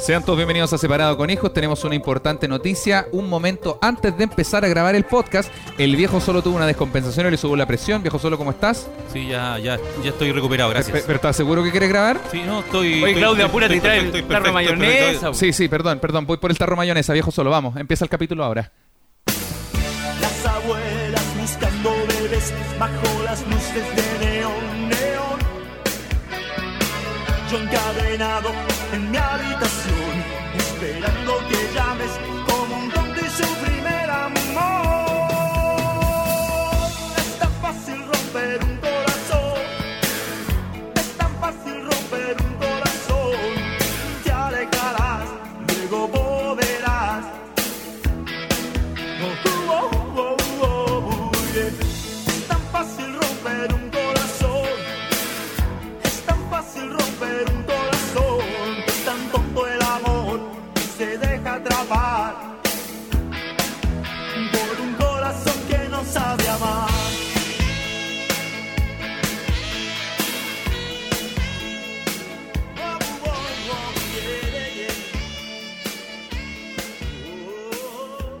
Sean todos bienvenidos a Separado con Hijos. Tenemos una importante noticia. Un momento antes de empezar a grabar el podcast, el viejo solo tuvo una descompensación y le subió la presión. Viejo solo, ¿cómo estás? Sí, ya, ya, ya estoy recuperado, Pe- gracias. ¿Pero estás seguro que quieres grabar? Sí, no, estoy. Oye, estoy- Claudia, estoy- apúrate, estoy- trae el estoy tarro de perfecto, estoy perfecto. mayonesa. Sí, sí, perdón, perdón. Voy por el tarro mayonesa, viejo solo. Vamos, empieza el capítulo ahora. Las abuelas buscando bebés bajo las luces de neón, neón. Yo encadenado en mi habitación, esperando que llames como un don y su primer amor. Es tan fácil romper un corazón, es tan fácil romper un corazón. Te alejarás, luego volverás. Oh, oh, oh, oh, oh, yeah. Es tan fácil romper un corazón. Es tan fácil romper un corazón. Es tan tonto el amor que se deja atrapar por un corazón que no sabe amar. Oh, oh, oh, yeah, yeah, yeah. Oh, oh, oh.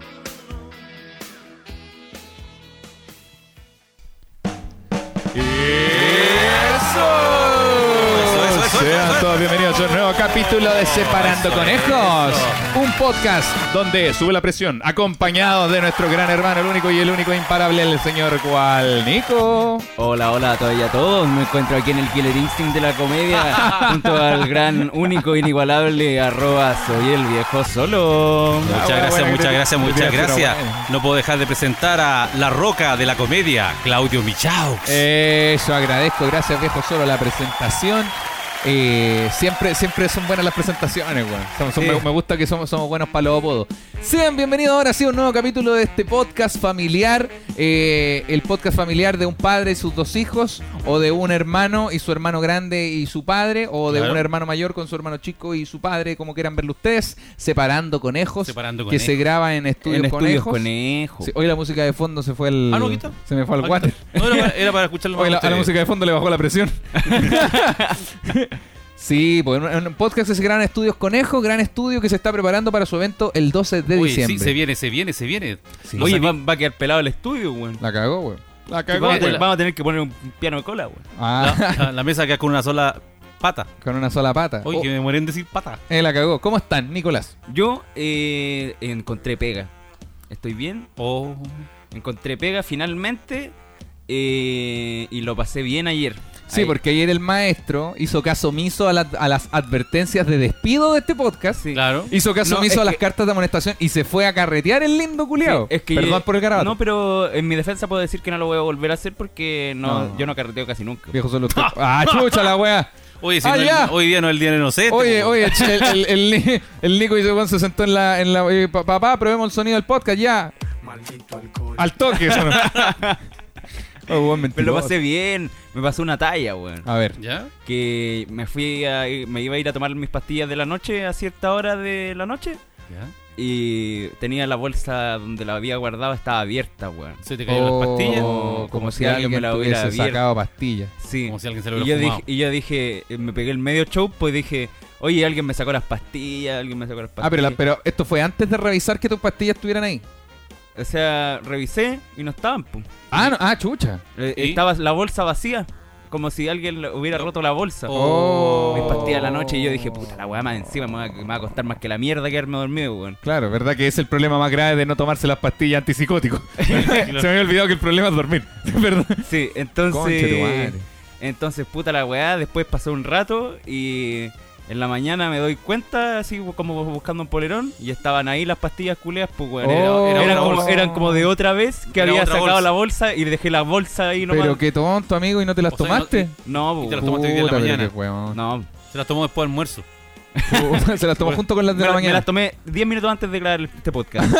Eso, eso, eso, eso, Sean eso. todos bienvenidos a un nuevo capítulo de Separando Eso, Conejos. eso. Un podcast donde sube la presión, acompañados de nuestro gran hermano, el único y el único e imparable, el señor Juan Nico. Hola, hola a todos y a todos. Me encuentro aquí en el Killer Instinct de la comedia junto al gran, único, inigualable arroba soy el viejo solo. Ah, Muchas bueno, gracias, bueno, muchas que- gracias, que- muchas que- gracias. pero bueno. No puedo dejar de presentar a la roca de la comedia, Claudio Michaux. Eh, Eso, agradezco, gracias viejo solo la presentación. Eh, siempre, siempre son buenas las presentaciones, weón. Son- son- Sí. me, me gusta que somos, somos buenos para los apodos. Sean bienvenidos ahora sí a un nuevo capítulo de este podcast familiar. eh, el podcast familiar de un padre y sus dos hijos, o de un hermano y su hermano grande y su padre, o de Claro. un hermano mayor con su hermano chico y su padre, como quieran verlo ustedes, separando conejos, Separando que conejos. se graba en estudios en estudios conejos. conejo. Sí, hoy la música de fondo se fue al. Ah, no, ¿qué tal? se me fue al water. No, era para, era para escucharlo Oye, más la- a la ustedes. música de fondo le bajó la presión. sí, pues en un- en un podcast es Gran Estudios Conejo, gran estudio que se está preparando para su evento el 12 de Oye, diciembre. sí, se viene, se viene, se viene. Sí. Oye, Oye, va, va a quedar pelado el estudio, weón. La cagó, güey. La Vamos, a güey. tener- vamos a tener que poner un piano de cola, weón. Ah, la, la- la mesa queda con una sola pata. con una sola pata. Oye, Oh, que me mueren decir pata. eh, la cagó. ¿Cómo están, Nicolás? Yo eh, encontré pega. Estoy bien. Oh. Encontré pega finalmente eh, y lo pasé bien ayer. Sí, Ahí. porque ayer el maestro hizo caso omiso a, la- a las advertencias de despido de este podcast. Claro. Hizo caso No, omiso es a las que- cartas de amonestación y se fue a carretear el lindo culiao. Sí, es que Perdón por el garabato. No, pero en mi defensa puedo decir que no lo voy a volver a hacer porque no, No. yo no carreteo casi nunca. Viejo solo usted. ¡Ah, chucha la wea! Oye, si Ah, no es- ya. hoy día no es el día del inocente. Oye, po. oye, che, el, el, el, Ni- el Nico y yo se sentó en la. En la eh, pa- papá, probemos el sonido del podcast ya. Al toque, sonó. Oh, weón, Pero lo mentiroso. pasé bien, me pasó una talla, weón. Ah. A ver. ¿Ya? Que me fui a, me iba a ir a tomar mis pastillas de la noche a cierta hora de la noche ¿Ya? y tenía la bolsa donde la había guardado estaba abierta, weón. ¿Se te cayeron Oh, las pastillas? Como, Como si si alguien alguien me la hubiera hubiese abierto. sacado pastillas. Sí. Como si alguien se lo y, hubiera yo fumado. dije, y yo dije, eh, me pegué el medio show, pues dije, oye, alguien me sacó las pastillas, alguien me sacó las pastillas. Ah, pero, la- pero esto fue antes de revisar que tus pastillas estuvieran ahí. O sea, revisé y no estaban, pues. Ah, no, ah, chucha. Eh, ¿Y? Estaba la bolsa vacía, como si alguien le hubiera roto la bolsa. Oh. Mis pastillas de la noche y yo dije, puta, la weá más encima me va, a- me va a costar más que la mierda quedarme dormido, weón. Claro, verdad que es el problema más grave de no tomarse las pastillas antipsicóticos. Se me había olvidado que el problema es dormir. ¿Verdad? Sí, Conche tu madre. entonces... Entonces, puta la weá, después pasó un rato y en la mañana me doy cuenta, así como buscando un polerón, y estaban ahí las pastillas culeas, pues weón. era- Oh. eran, Era como, bolsa. eran como de otra vez que Era había otra sacado bolsa. la bolsa y dejé la bolsa ahí nomás. Pero qué tonto, amigo, y no te las O sea, no- tomaste. No, Y te pues, las tomaste hoy día en la Puta, pero mañana. qué weón. no. Se las tomó después del almuerzo. se las tomó junto con las de Me, la la- me mañana. las tomé 10 minutos antes de grabar este podcast.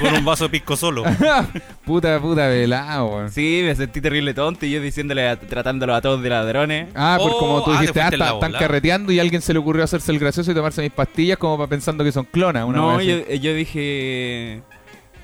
con un vaso de pisco solo. puta, puta, velado, weón. Sí, me sentí terrible tonto y yo diciéndole, a- tratándolo a todos de ladrones. Ah, por Oh, como tú ah, te dijiste, ah, fuiste en la está- están bola. carreteando y a alguien se le ocurrió hacerse el gracioso y tomarse mis pastillas como eh, pa- pensando que son clonas. Una no, wea así. yo, yo dije...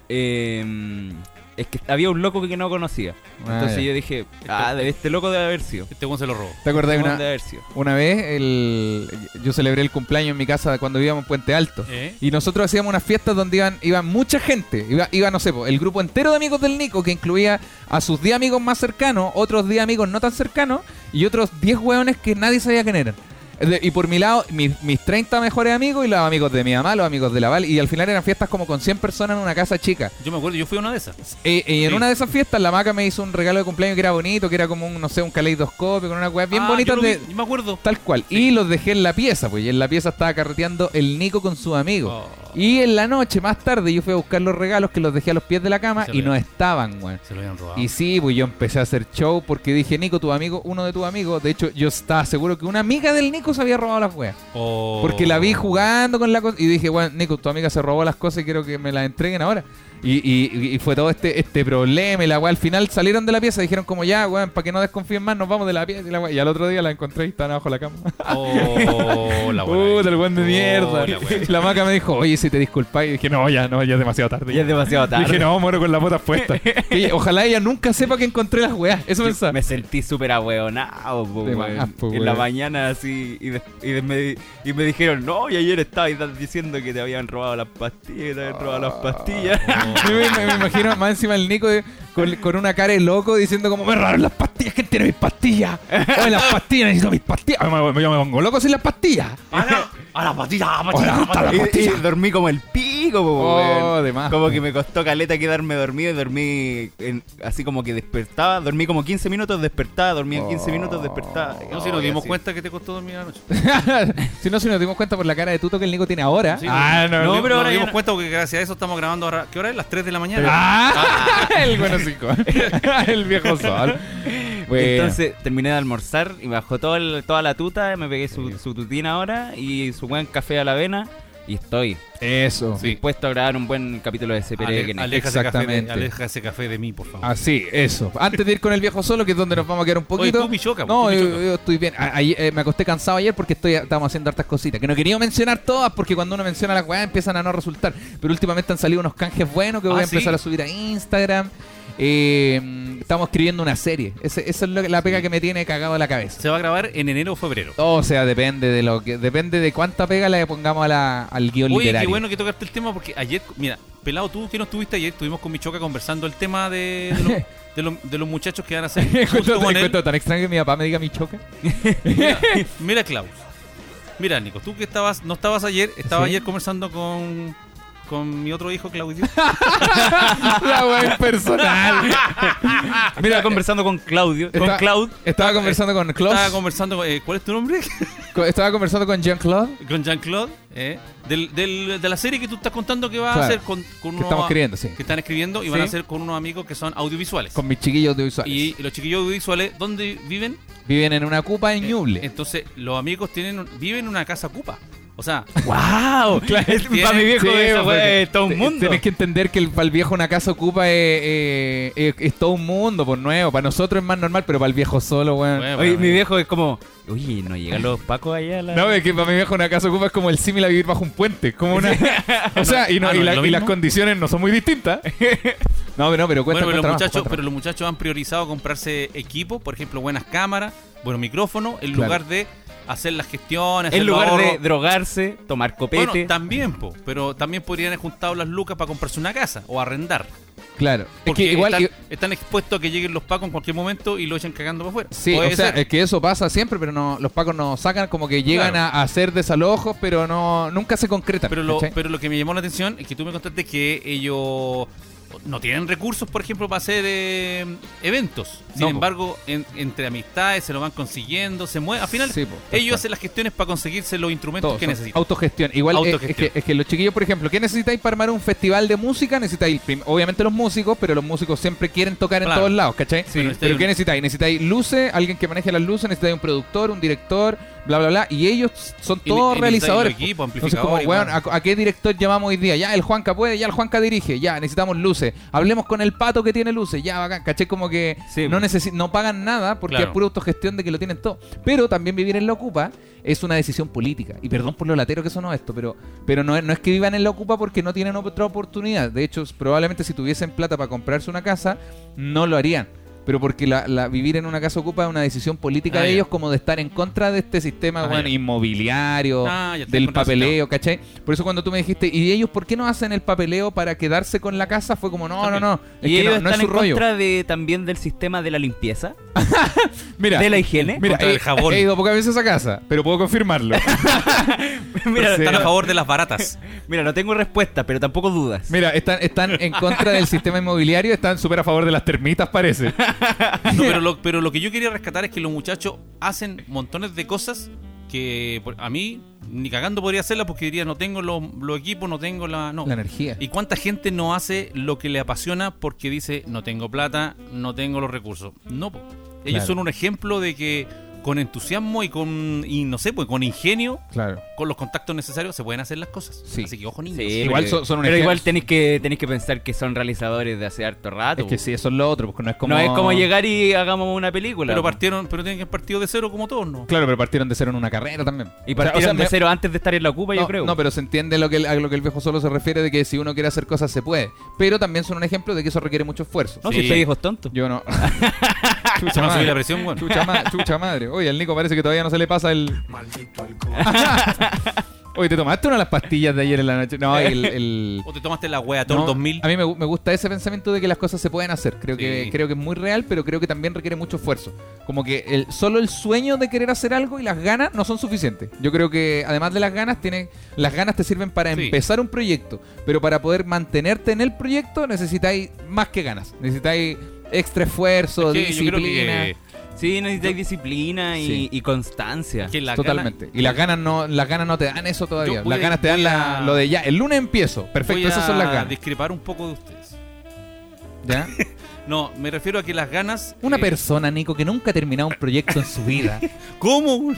eh, Es que había un loco que no conocía. Ah, Entonces ya. yo dije, ah, de este loco debe haber sido. Este weón se lo robó. ¿Te acordás de Este weón una, debe haber sido. Una vez el- yo celebré el cumpleaños en mi casa cuando vivíamos en Puente Alto. ¿Eh? Y nosotros hacíamos unas fiestas donde iban, iba mucha gente. Iba, iba, no sé, po, el grupo entero de amigos del Nico, que incluía a sus 10 amigos más cercanos, otros 10 amigos no tan cercanos, y otros 10 hueones que nadie sabía quién eran. De- y por mi lado, mis, mis 30 mejores amigos y los amigos de mi mamá, los amigos de la Val. Y al final eran fiestas como con 100 personas en una casa chica. Yo me acuerdo, yo fui a una de esas. Eh, eh, y en Sí. una de esas fiestas, la Maca me hizo un regalo de cumpleaños que era bonito, que era como un, no sé, un caleidoscopio, con una hueá bien Ah, bonita yo lo de, vi, yo me acuerdo. Tal cual. Y los dejé en la pieza, pues. Y en la pieza estaba carreteando el Nico con sus amigos. Oh. Y en la noche, más tarde, yo fui a buscar los regalos que los dejé a los pies de la cama Se y ve. no estaban, weón. Se lo habían robado. Y sí, pues yo empecé a hacer show porque dije, Nico, tu amigo, uno de tus amigos. De hecho, yo estaba seguro que una amiga del Nico se había robado las weas. Oh. Porque la vi jugando con la cosa y dije, bueno, Nico, tu amiga se robó las cosas y quiero que me las entreguen ahora. Y, y- y fue todo este, este problema y la weá. Al final salieron de la pieza y dijeron como ya, weón, para que no desconfíen más, nos vamos de la pieza y la weá. Y al otro día la encontré y estaban abajo de la cama. Oh, Ah, la buena. Puta, el weón de mierda. Oh, la la, buena. maca me dijo, oye, si te disculpáis. Y dije, no, ya, no, ya es demasiado tarde. Ya es demasiado tarde. Dije, no, muero con las botas puestas. Y ojalá ella nunca sepa que encontré las weas. Eso pensaba. Me sentí súper ahueonado, po, De weón. más, po, En la weón. mañana así, y, des- y des- me, y me dijeron, no, y ayer estabais da- diciendo que te habían robado las pastillas, que te habían robado las pastillas. Yo me, me- me imagino más encima el Nico de- con, con una cara de loco diciendo como me raro las pastillas, ¿quién tiene mis pastillas? Oye, las pastillas, necesito mis pastillas. Yo me, yo me pongo loco sin las pastillas. A la- a la patita, a la patita, Hola, a la hasta patita. la Y- y, pastilla. dormí como el pico, po, Oh, weón. de más, Como po. que me costó caleta quedarme dormido y dormí en- así como que despertaba, dormí como 15 minutos, despertaba, dormía 15 Oh. minutos, despertaba. No, si nos dimos Así. cuenta que te costó dormir anoche. si no, si nos dimos cuenta por la cara de tuto que el Nico tiene ahora. Sí, ah, no. No, no, pero no, ahora nos ya dimos no. cuenta porque gracias a eso estamos grabando ahora. ¿Qué hora es? Las 3 de la mañana. Ah, el bueno cinco. el viejo sol. Bueno. Entonces terminé de almorzar y me bajó todo el- toda la tuta, me pegué su, su tutina ahora y su buen café a la avena y estoy eso. Sí. dispuesto a grabar un buen capítulo de CPR Ale- que ne- aléjase, café Exactamente. Ah. de, aléjase café de mí, por favor. Así, eso. Antes de ir con el viejo solo, que es donde nos vamos a quedar un poquito. Oye, tú, Michoca, no, tú, yo, Michoca. yo estoy bien. A- ayer, eh, me acosté cansado ayer porque estoy, estábamos haciendo hartas cositas. Que no quería mencionar todas porque cuando uno menciona las weas empiezan a no resultar. Pero últimamente han salido unos canjes buenos que voy Ah, a empezar ¿sí? a subir a Instagram. Eh, estamos escribiendo una serie. Ese- esa es lo que- la pega que me tiene cagado la cabeza. Se va a grabar en enero o febrero. O sea, depende de lo que depende de cuánta pega le pongamos a la- al guión Oye, literario. qué bueno que tocaste el tema porque ayer, mira, pelado tú que no estuviste ayer, estuvimos con Michoca conversando el tema de, de, los- de los- de los muchachos que van a hacer. Encuentro- junto con él. encuentro tan extraño que mi papá me diga mi choca. Mira, mira, Klaus. Mira, Nico, tú que estabas, no estabas ayer, estaba Sí. ayer conversando con, con mi otro hijo, Claudio. La wea es personal. Mira, conversando con Claudio, con Está- Cloud. Estaba conversando con Klaus. Estaba conversando, con- eh, ¿cuál es tu nombre? co- Estaba conversando con Jean-Claude. con Jean-Claude, eh, del- del- de la serie que tú estás contando que va Claro, a hacer con, con Que unos- estamos escribiendo, sí. que están escribiendo y van Sí. a hacer con unos amigos que son audiovisuales. Con mis chiquillos audiovisuales. y los chiquillos audiovisuales, ¿dónde viven? Viven en una cupa en Ñuble. Entonces, los amigos tienen un- viven en una casa cupa. O sea, ¡Wow! Es- tiene- para mi viejo Sí, esa porque weá es todo te- un mundo. Tienes que entender que el, para el viejo una casa ocupa eh, eh, eh, es, todo un mundo, por nuevo. Para nosotros es más normal, pero para el viejo solo, weón. bueno, Oye, bueno, mi viejo es como, oye, no llegan los pacos allá a la... No, es que para mi viejo una casa ocupa es como el símil a vivir bajo un puente. Como una, o sea, y, no- Ah, no, y la- ¿es lo y las mismo? condiciones no son muy distintas. no, pero, no, pero cuenta, Bueno, pero, cuenta los más, muchachos, cuenta pero los muchachos han priorizado comprarse equipo, por ejemplo, buenas cámaras, buenos micrófonos, en Claro. lugar de hacer las gestiones, hacer en los lugar de ahorros. drogarse, tomar copete. Bueno, también, po, pero también podrían haber juntado las lucas para comprarse una casa o arrendar. más. Claro. Es Porque que igual... están, i- están expuestos a que lleguen los pacos en cualquier momento y lo echen cagando para afuera. Sí, Puede o sea, ser. es que eso pasa siempre, pero no, los pacos no sacan, como que llegan Claro. a, a hacer desalojos, pero no nunca se concretan. pero, lo, ¿cachai? pero lo que me llamó la atención es que tú me contaste que ellos no tienen recursos, por ejemplo, para hacer eh, eventos. Sin No, po. embargo, en- entre amistades se lo van consiguiendo, se mueven. Al final, Sí, po, tal ellos cual. hacen las gestiones para conseguirse los instrumentos Todos que son necesitan. Autogestión. Igual eh, Autogestión. Es, que, es que los chiquillos, por ejemplo, ¿qué necesitáis para armar un festival de música? Necesitáis, prim- obviamente, los músicos, pero los músicos siempre quieren tocar en Claro. todos lados, ¿cachai? Sí. Pero, Necesitáis un- ¿qué necesitáis? Necesitáis luces, alguien que maneje las luces, necesitáis un productor, un director, bla, bla, bla. Y ellos son Y- todos y necesitáis realizadores. los equipos, Entonces, como, amplificadores, weón, ¿a, a qué director llamamos hoy día? Ya, el Juanca puede, ya el Juanca dirige, ya, necesitamos luces. Hablemos con el pato que tiene luces. Ya, bacán. Caché como que Sí. no, necesi- no pagan nada porque Claro. es pura autogestión de que lo tienen todo. Pero también vivir en la ocupa es una decisión política. Y perdón por lo latero que sonó esto, pero, pero no, es- no es que vivan en la ocupa porque no tienen otra oportunidad. De hecho, probablemente si tuviesen plata para comprarse una casa, no lo harían. Pero porque la, la- vivir en una casa ocupa es una decisión política Ah, de ya. ellos como de estar en contra de este sistema Ah, bueno, ya. inmobiliario, Ah, ya estoy del con razón, papeleo, ¿cachai? Por eso cuando tú me dijiste, ¿y ellos por qué no hacen el papeleo para quedarse con la casa? Fue como, no, También. no, no, es y que ellos no, no es están su en rollo. contra de, también del sistema de la limpieza, Mira, de la higiene. mira Contra el he- jabón. he ido pocas veces a casa, pero puedo confirmarlo. mira, Sí. Están a favor de las baratas. mira, no tengo respuesta, pero tampoco dudas. Mira, están, están en contra del sistema inmobiliario, están súper a favor de las termitas, parece. No, pero, lo, pero lo que yo quería rescatar es que los muchachos hacen montones de cosas que por- a mí ni cagando podría hacerlas porque diría no tengo los, los equipos, no tengo la... No. La energía. ¿Y cuánta gente no hace lo que le apasiona porque dice no tengo plata, no tengo los recursos? No, po. ellos Claro. son un ejemplo de que con entusiasmo y con, y no sé, pues con ingenio, Claro. con los contactos necesarios se pueden hacer las cosas. Sí. Así que ojo niños. Sí, Igual porque- son- son un Pero ejemplo. igual tenéis que, tenéis que pensar que son realizadores de hace harto rato. Es que po. sí, eso es lo otro, porque no es como... No es como llegar y hagamos una película. Pero po. partieron, pero tienen que haber partido de cero como todos, ¿no? Claro, pero partieron de cero en una carrera también. Y O sea, o sea, partieron de me- cero antes de estar en la Cuba, no, yo creo. No, pero se entiende lo que el- a lo que el viejo solo se refiere de que si uno quiere hacer cosas se puede. Pero también son un ejemplo de que eso requiere mucho esfuerzo. No, Sí. si usted dijo es tonto. Yo no. Se chucha, van a subir la madre. presión, bueno. chucha, ma- chucha madre. Oye, al Nico parece que todavía no se le pasa el. Maldito alcohol. Oye, ¿te tomaste una de las pastillas de ayer en la noche? No, el. el- O te tomaste la wea todo no, el 2000. A mí me, gu- me gusta ese pensamiento de que las cosas se pueden hacer. Creo, que, Sí. creo que es muy real, pero creo que también requiere mucho esfuerzo. Como que el, solo el sueño de querer hacer algo y las ganas no son suficientes. Yo creo que además de las ganas, tiene, las ganas te sirven para Sí. empezar un proyecto, pero para poder mantenerte en el proyecto necesitáis más que ganas. Necesitáis extra esfuerzo, Sí, yo creo disciplina. que, Sí, necesitáis disciplina y, Sí. y constancia. que la gana- Totalmente. y las ganas no las ganas no te dan eso todavía. Yo voy Las a- ganas te dan voy la- a- lo de ya. El lunes empiezo. Perfecto, voy esas son las a ganas. discrepar un poco de ustedes. ¿Ya? No, me refiero a que las ganas. Una eh, persona, Nico, que nunca ha terminado un proyecto en su vida. ¿Cómo? Un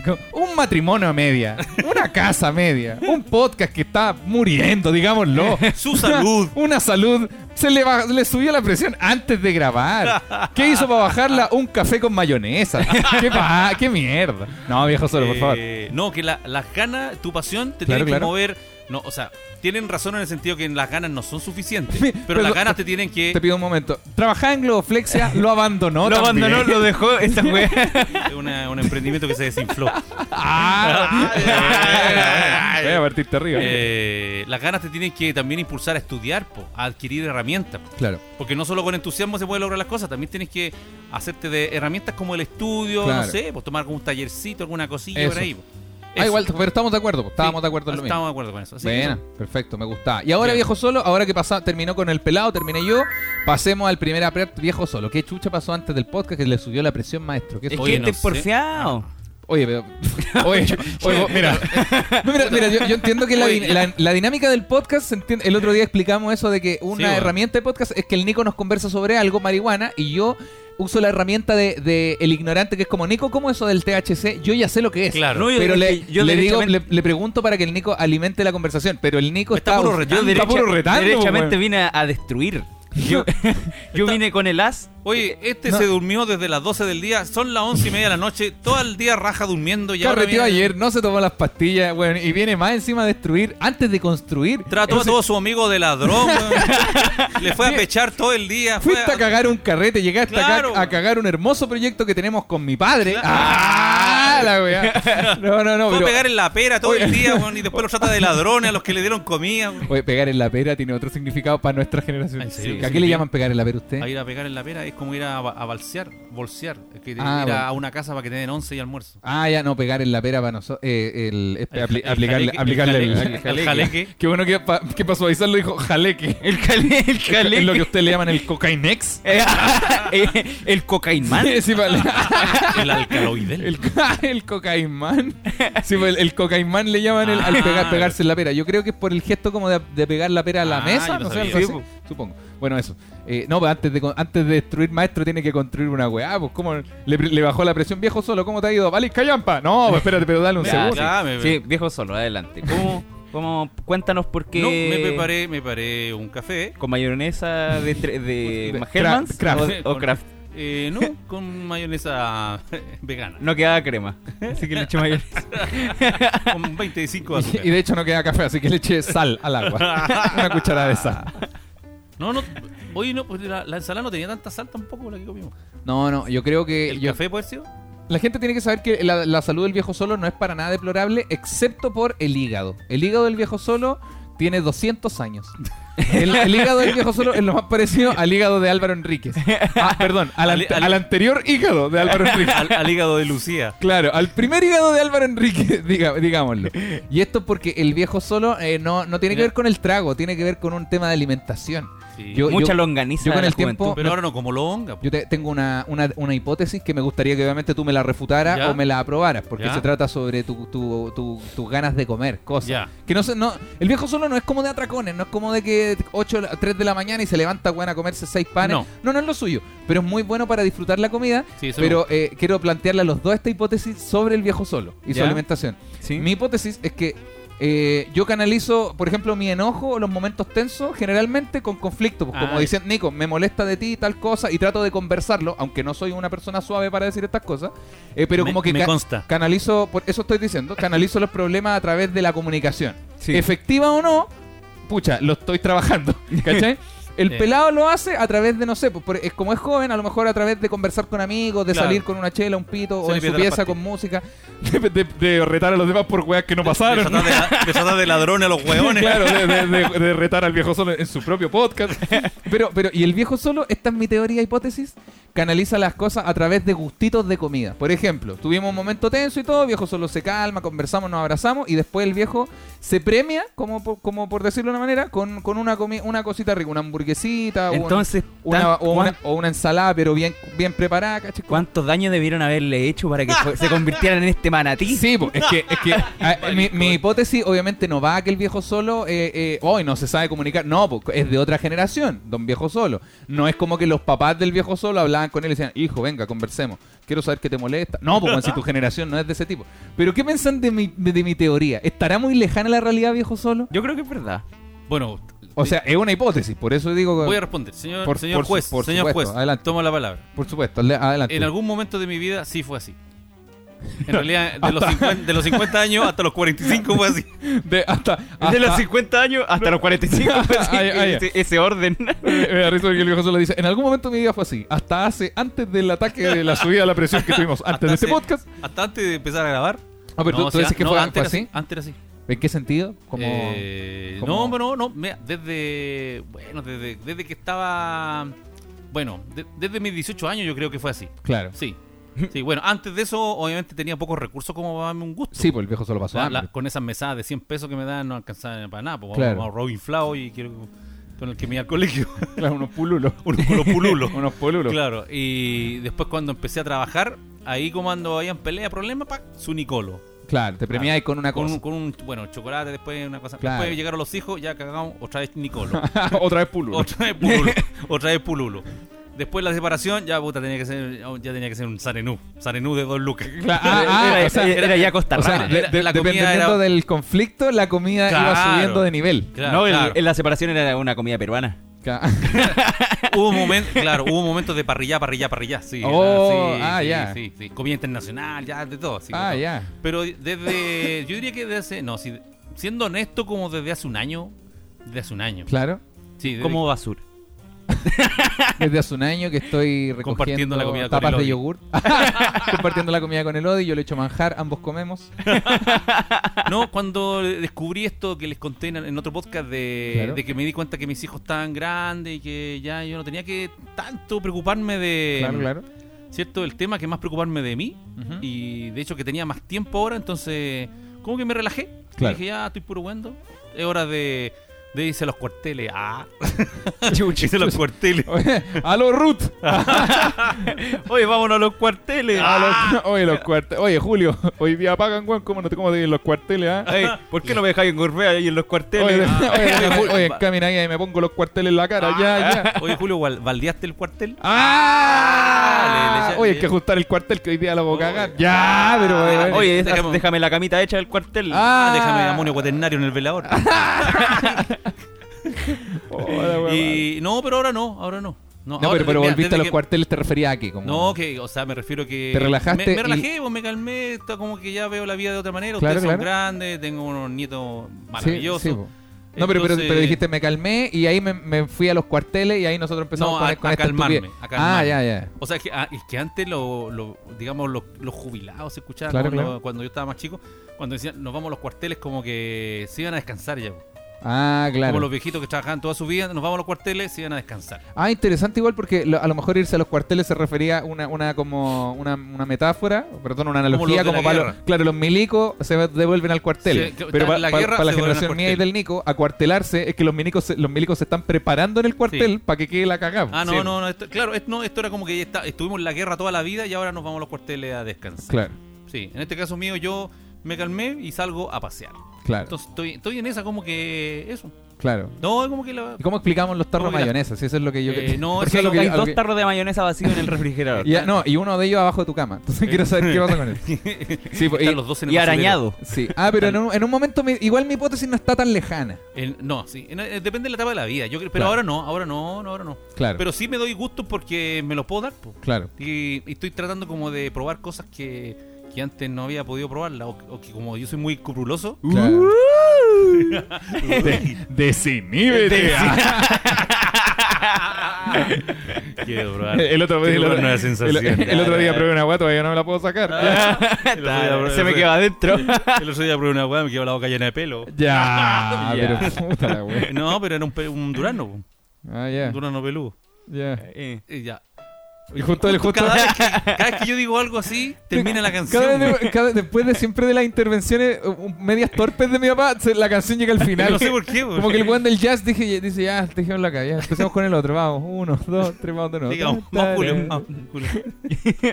matrimonio a media. Una casa a media. Un podcast que está muriendo, digámoslo. Su salud. Una, una salud. Se le, baj- le subió la presión antes de grabar. ¿Qué hizo para bajarla? Un café con mayonesa. ¿Qué, pa- qué mierda? No, viejo solo, por favor. Eh, no, que la- las ganas, tu pasión te Claro, tienen claro. que mover. No, o sea, tienen razón en el sentido que las ganas no son suficientes. Mi- Pero, pero- las ganas te tienen que. Te pido un momento. Trabajaba en Globoflexia, lo abandonó. lo también. abandonó, lo dejó esa wea. eh, una- un emprendimiento que se desinfló. Ah, Voy a partirte arriba. Eh, las ganas te tienen que también impulsar a estudiar, po, a adquirir herramientas. Claro. Porque no solo con entusiasmo se puede lograr las cosas, también tienes que hacerte de herramientas como el estudio, Claro. no sé, pues tomar algún tallercito, alguna cosilla Eso. por ahí. po. Ah, Eso. igual, pero estamos de acuerdo. po. Estábamos Sí, de acuerdo en lo mismo. Estamos de acuerdo con eso. Así que Buena, eso. perfecto, me gustaba. Y ahora Bien. viejo solo, ahora que pasa, terminó con el pelado, terminé yo, pasemos al primer apret viejo solo. ¿Qué chucha pasó antes del podcast que le subió la presión, maestro? ¿Qué Es fue? Oye, que este no sé. porfiado. Ah. Oye, pero. Oye, yo- oye, vos- mira. No, mira, mira, yo, yo entiendo que la, Oye. din- la- la dinámica del podcast. se entiende- El otro día explicamos eso de que Sí, una bueno. herramienta de podcast es que el Nico nos conversa sobre algo, marihuana, y yo uso la herramienta de, de el ignorante que es como Nico, ¿cómo eso del THC? Yo ya sé lo que es. Claro. No, yo- pero es le, que yo le digo, le, derechamente- le pregunto para que el Nico alimente la conversación, pero el Nico Está está, puro retando. está derecha- puro retando, Derechamente weón. vine a, a destruir. Yo, yo vine con el as. Oye, este Eh, No. se durmió desde las 12 del día, son las 11 y media de la noche, todo el día raja durmiendo. Y ahora Carreteó viene- ayer, no se tomó las pastillas, weón, y viene más encima a destruir antes de construir. Trató Entonces, a todo su amigo de ladrón, weón. le fue a pechar todo el día. fue Fuiste a cagar un carrete, llegaste a ca- Claro. a, cagar un hermoso proyecto que tenemos con mi padre. Claro. ¡Ah! La weá. No, no, no. fue a pero- pegar en la pera todo Oye. el día, weón, y después lo trata de ladrones a los que le dieron comida. weón. Oye, pegar en la pera tiene otro significado para nuestra generación. Ay, sí. ¿A qué le llaman pegar en la pera a usted? A ir a pegar en la pera es como ir a, ba- a balsear, bolsear, es que Ah, ir bueno. a una casa para que te den once y almuerzo. Ah, ya, no, pegar en la pera para eh, nosotros. aplicarle El ja- el este, aplicarle jaleque- aplicarle el el, jaleque- el jaleque. Qué bueno que, pa- que pasó a avisarlo, dijo jaleque. El calé, el Es lo que calé. usted le llaman el cocainex. Eh, el cocainman. Sí, vale. El alcaloidel. El, co- el cocaimán. Sí, pues, el, el cocaimán le llaman el- al pega- Ah. pegarse en la pera. Yo creo que es por el gesto como de, de pegar la pera a la Ah, mesa, yo no no sé, sabía. algo Sí, así. pues, Supongo. Bueno, eso. Eh, no, pero antes de, con- antes de destruir maestro tiene que construir una weá. Pues cómo le, le bajó la presión viejo solo. ¿Cómo te ha ido? Vale, callampa. No, pues, espérate, pero dale un Ah, segundo. claro. sí, sí, viejo solo, adelante. ¿Cómo, Como, cuéntanos por qué. No, me preparé, me preparé un café. eh, Con mayonesa de, tre- de, De Kraft- Hellmann's Kraft. o, o Con- Kraft. Eh, no, con mayonesa vegana. No quedaba crema, así que le eché mayonesa. Con 25 de azúcar. Y, y de hecho no queda café, así que le eché sal al agua. Una cucharada de sal. No, no. Oye, no, pues la, la ensalada no tenía tanta sal tampoco la que comimos. No, no, yo creo que... ¿El Eh, yo- café puede haber sido? La gente tiene que saber que la, la salud del viejo solo no es para nada deplorable, excepto por el hígado. El hígado del viejo solo tiene 200 años. El, el hígado del viejo solo es lo más parecido al hígado de Álvaro Enríquez. Ah, perdón, al, ante- Al- al- al anterior hígado de Álvaro Enríquez. Al, al hígado de Lucía. Claro, al primer hígado de Álvaro Enríquez, diga- digámoslo. Y esto porque el viejo solo eh, no, no tiene que ver con el trago, tiene que ver con un tema de alimentación. Sí. Yo- Mucha longaniza. yo con de la el tiempo- juventud. Pero ahora no, como lo honga. pues. Yo te- tengo una, una- una hipótesis que me gustaría que obviamente tú me la refutaras Ya. o me la aprobaras, porque Ya. se trata sobre tu- tu- tu- tus ganas de comer cosas. Ya. Que no, se- no El viejo solo no es como de atracones, no es como de que 8, 3 de la mañana y se levanta bueno, a comerse seis panes. No. no, no es lo suyo, pero es muy bueno para disfrutar la comida. Sí, eso pero eh, quiero plantearle a los dos esta hipótesis sobre el viejo solo y su Ya. alimentación. ¿Sí? Mi hipótesis es que eh, yo canalizo, por ejemplo, mi enojo o los momentos tensos generalmente con conflicto. Pues, como Ah, dicen, Nico, me molesta de ti tal cosa y trato de conversarlo, aunque no soy una persona suave para decir estas cosas. eh, pero Me- como que me ca- consta. canalizo, por eso estoy diciendo, canalizo los problemas a través de la comunicación. Sí. Efectiva o no, pucha, lo estoy trabajando. ¿Cachai? El Eh. pelado lo hace a través de, no sé, pues, por- es como es joven, a lo mejor a través de conversar con amigos, de Claro. salir con una chela, un pito, Se o le en su pierde la pieza pastilla. con música, de, de- de retar a los demás por weas que no pasaron. Desatar de, la- desatar de ladrones a los hueones. Claro, de, de- de- de retar al viejo solo en su propio podcast. Pero, pero, y el viejo solo, esta es mi teoría, hipótesis, canaliza las cosas a través de gustitos de comida. Por ejemplo, tuvimos un momento tenso y todo, el viejo solo se calma, conversamos, nos abrazamos y después el viejo se premia, como por, como por decirlo de una manera, con, con una, comi- una cosita rica, una hamburguesita, un- Entonces, una, tan- o, una, o una ensalada, pero bien, bien preparada, ¿cachai? ¿Cuántos daños debieron haberle hecho para que fue- se convirtieran en este manatí? Sí, po, es que, es que ah, mi, mi hipótesis obviamente no va a que el viejo solo eh, eh, hoy no se sabe comunicar. No, po, es de otra generación, don viejo solo. No es como que los papás del viejo solo hablaban con él y decían, hijo, venga, conversemos. Quiero saber qué te molesta. No, pues si tu generación no es de ese tipo. Pero ¿qué piensan de mi, de, de mi teoría? ¿Estará muy lejana la realidad, viejo solo? Yo creo que es verdad. Bueno, O sea, es una hipótesis, por eso digo... voy a responder. Señor, Por- señor por su- juez, por señor supuesto, juez, adelante. toma la palabra. Por supuesto, ale- adelante. En algún momento de mi vida sí fue así. En realidad, de los, 50, de los 50 años hasta los 45 fue así. De- hasta, De hasta- los 50 años hasta los 45. pues, sí, Ay, ay, ese, ese orden. Eh, Me da risa porque el viejo solo dice, en algún momento de mi vida fue así, hasta hace, antes del ataque de la subida de la presión que tuvimos antes de este Hasta hace- podcast. Hasta antes de empezar a grabar. Ah, pero tú- tú dices que fue- antes fue era así. Antes era así. ¿En qué sentido? Como... Eh, como- No, no, no. mira, desde. Bueno, desde, desde que estaba. Bueno, de- desde mis 18 años yo creo que fue así. Claro. Sí. Sí, bueno, antes de eso, obviamente tenía pocos recursos como para darme un gusto. Sí, pues el viejo solo pasó La- la- hambre. con esas mesadas de 100 pesos que me dan no alcanzaban para nada. Pues Claro. vamos a robo inflado y quiero con el que me iba al colegio. Claro, unos pululos. Unos con los pululos. unos pululos. Claro, y después cuando empecé a trabajar, ahí como cuando habían pelea, problema, pa, su Nicolo. Claro, te premiáis con una Con cosa. un, con un, bueno, chocolate, después una cosa. Claro. Después llegaron los hijos, ya cagamos, otra vez Nicolo. Otra vez pululo. otra vez Pululo. otra vez Pululo. Después la separación, ya puta, tenía que ser, ya tenía que ser un Sarenú. Sarenú de dos lucas. Claro, ah, ah, era, o sea, era ya Costa o sea, Rana. de- era- de- la comida dependiendo era- del conflicto, la comida iba Claro. subiendo de nivel. Claro, no, el- claro. en la separación era una comida peruana. Ca- Hubo momentos, claro, hubo momentos de parrilla, parrilla, parrilla, sí. Oh, sí, ah, sí, ya. sí, sí. Comida internacional, ya, de todo. sí, de ah, todo. ya. Pero desde, yo diría que desde hace, no, si, siendo honesto, como desde hace un año, desde hace un año. Claro. Sí, desde- Como basura. Desde hace un año que estoy recogiendo Compartiendo la comida con tapas Elodie. de yogur. compartiendo la comida con el Odi, yo le echo manjar, ambos comemos. No, cuando descubrí esto que les conté en, en otro podcast de, Claro. de que me di cuenta que mis hijos estaban grandes y que ya yo no tenía que tanto preocuparme de, claro, claro. ¿cierto? El tema que más preocuparme de mí y de hecho que tenía más tiempo ahora, entonces como que me relajé. Claro. Dije, ya estoy puro huendo, es hora de de irse a los cuarteles. Ah, Chucha. irse a los cuarteles. Aló, Ruth. Ah. Oye, vámonos a los cuarteles. A los- oye, los cuarteles. Oye, Julio, hoy día pagan, weón. ¿Cómo no te cómo te en los cuarteles, ah? Ey, ¿Por qué no me dejáis en Gorbea ahí en los Oye, cuarteles? ah. oye, oye, Ju- oye, camina ahí y me pongo los cuarteles en la cara. ya, ya. Oye, Julio, ¿val- ¿baldeaste el cuartel? ¡Ah! Le- le- oye, le- hay que ajustar el cuartel que hoy día lo voy a cagar. Ya, pero. Ah, oye. Oye, Déjame- déjame la camita hecha del cuartel. Ah. Déjame amonio cuaternario en el velador. Hola, weón. y no, pero ahora no, ahora no. No, no, ahora- pero, pero mira, volviste desde a los que- cuarteles, te refería a qué. Como... No, que, o sea, me refiero que. Te relajaste Me, me y- relajé, pues, me calmé, está como que ya veo la vida de otra manera. Claro, Ustedes claro. son grandes, tengo unos nietos Sí, maravillosos. sí, po. no, pero, pero, Entonces- pero dijiste, me calmé y ahí me, me fui a los cuarteles y ahí nosotros empezamos No, con, e-, a- con a esta calmarme, estupidez. a calmarme. Ah, ya, ya. O sea, es que, ah, es que antes, lo, lo- digamos, los, los jubilados se escuchaban Claro, ¿no? Lo- claro. cuando yo estaba más chico. Cuando decían, nos vamos a los cuarteles, como que se iban a descansar ya. po. Ah, Como claro. los viejitos que trabajaban toda su vida, nos vamos a los cuarteles, se iban a descansar. Ah, interesante igual porque lo- a lo mejor irse a los cuarteles se refería a una, una como una, una metáfora, perdón, una analogía los de como, la para los, guerra. claro, los milicos se devuelven al cuartel, Sí, que- pero están para en la la, guerra, se la vuelven al generación mía y cuartel. del Nico acuartelarse es que los milicos se, los milicos se están preparando en el cuartel para que quede la cagada. Ah, no, Sí. no, no. Esto, claro, esto, no, esto era como que ya está- estuvimos en la guerra toda la vida y ahora nos vamos a los cuarteles a descansar. Claro, Sí, en este caso mío, yo me calmé y salgo a pasear. claro, Entonces estoy, estoy en esa como que eso. claro. No, es como que la... ¿Y cómo explicamos los tarros ¿Cómo que la- mayonesa? Si eso es lo que yo Eh, no, porque es que es lo hay que- Hay a lo dos que- tarros de mayonesa vacíos en el refrigerador. Ya, no, y uno de ellos abajo de tu cama. Entonces quiero saber qué pasa con él. Sí, pues, Están y- los dos en el Y basurero. arañado. sí. Ah, pero en un, en un momento mi- igual mi hipótesis no está tan lejana. El- no, sí. en- eh, depende de la etapa de la vida. Yo, creo- pero Claro. ahora no, ahora no, no, ahora no. Claro, Pero sí me doy gusto porque me los puedo dar. po. claro. Y, y estoy tratando como de probar cosas que, que antes no había podido probarla. O, o que como yo soy muy crupuloso. claro. quiero probar. El otro día, Quiero el probar otro, nuevas sensaciones. el- el otro día probé una guata, todavía no me la puedo sacar. Claro, Se me quedó adentro. El otro día probé una weá, me quedó la boca llena de pelo. Ya, pero Ya. puta la wea. No, pero era un, pe- un durano, po. Ah, un ya. durano peludo. ya. Eh, Y ya. Y justo, el- justo Cada vez, que, cada vez que yo digo algo así, termina la canción. cada vez de- cada- después de siempre de las intervenciones uh, uh, medias torpes de mi papá, se- la canción llega al final. No sé por qué, po. Como que el weón del jazz dije, dice, ya, te dijeron la calle. Empezamos con el otro, vamos. Uno, dos, tres, vamos de nuevo. Diga, vamos, vamos, Julio, vamos, Julio.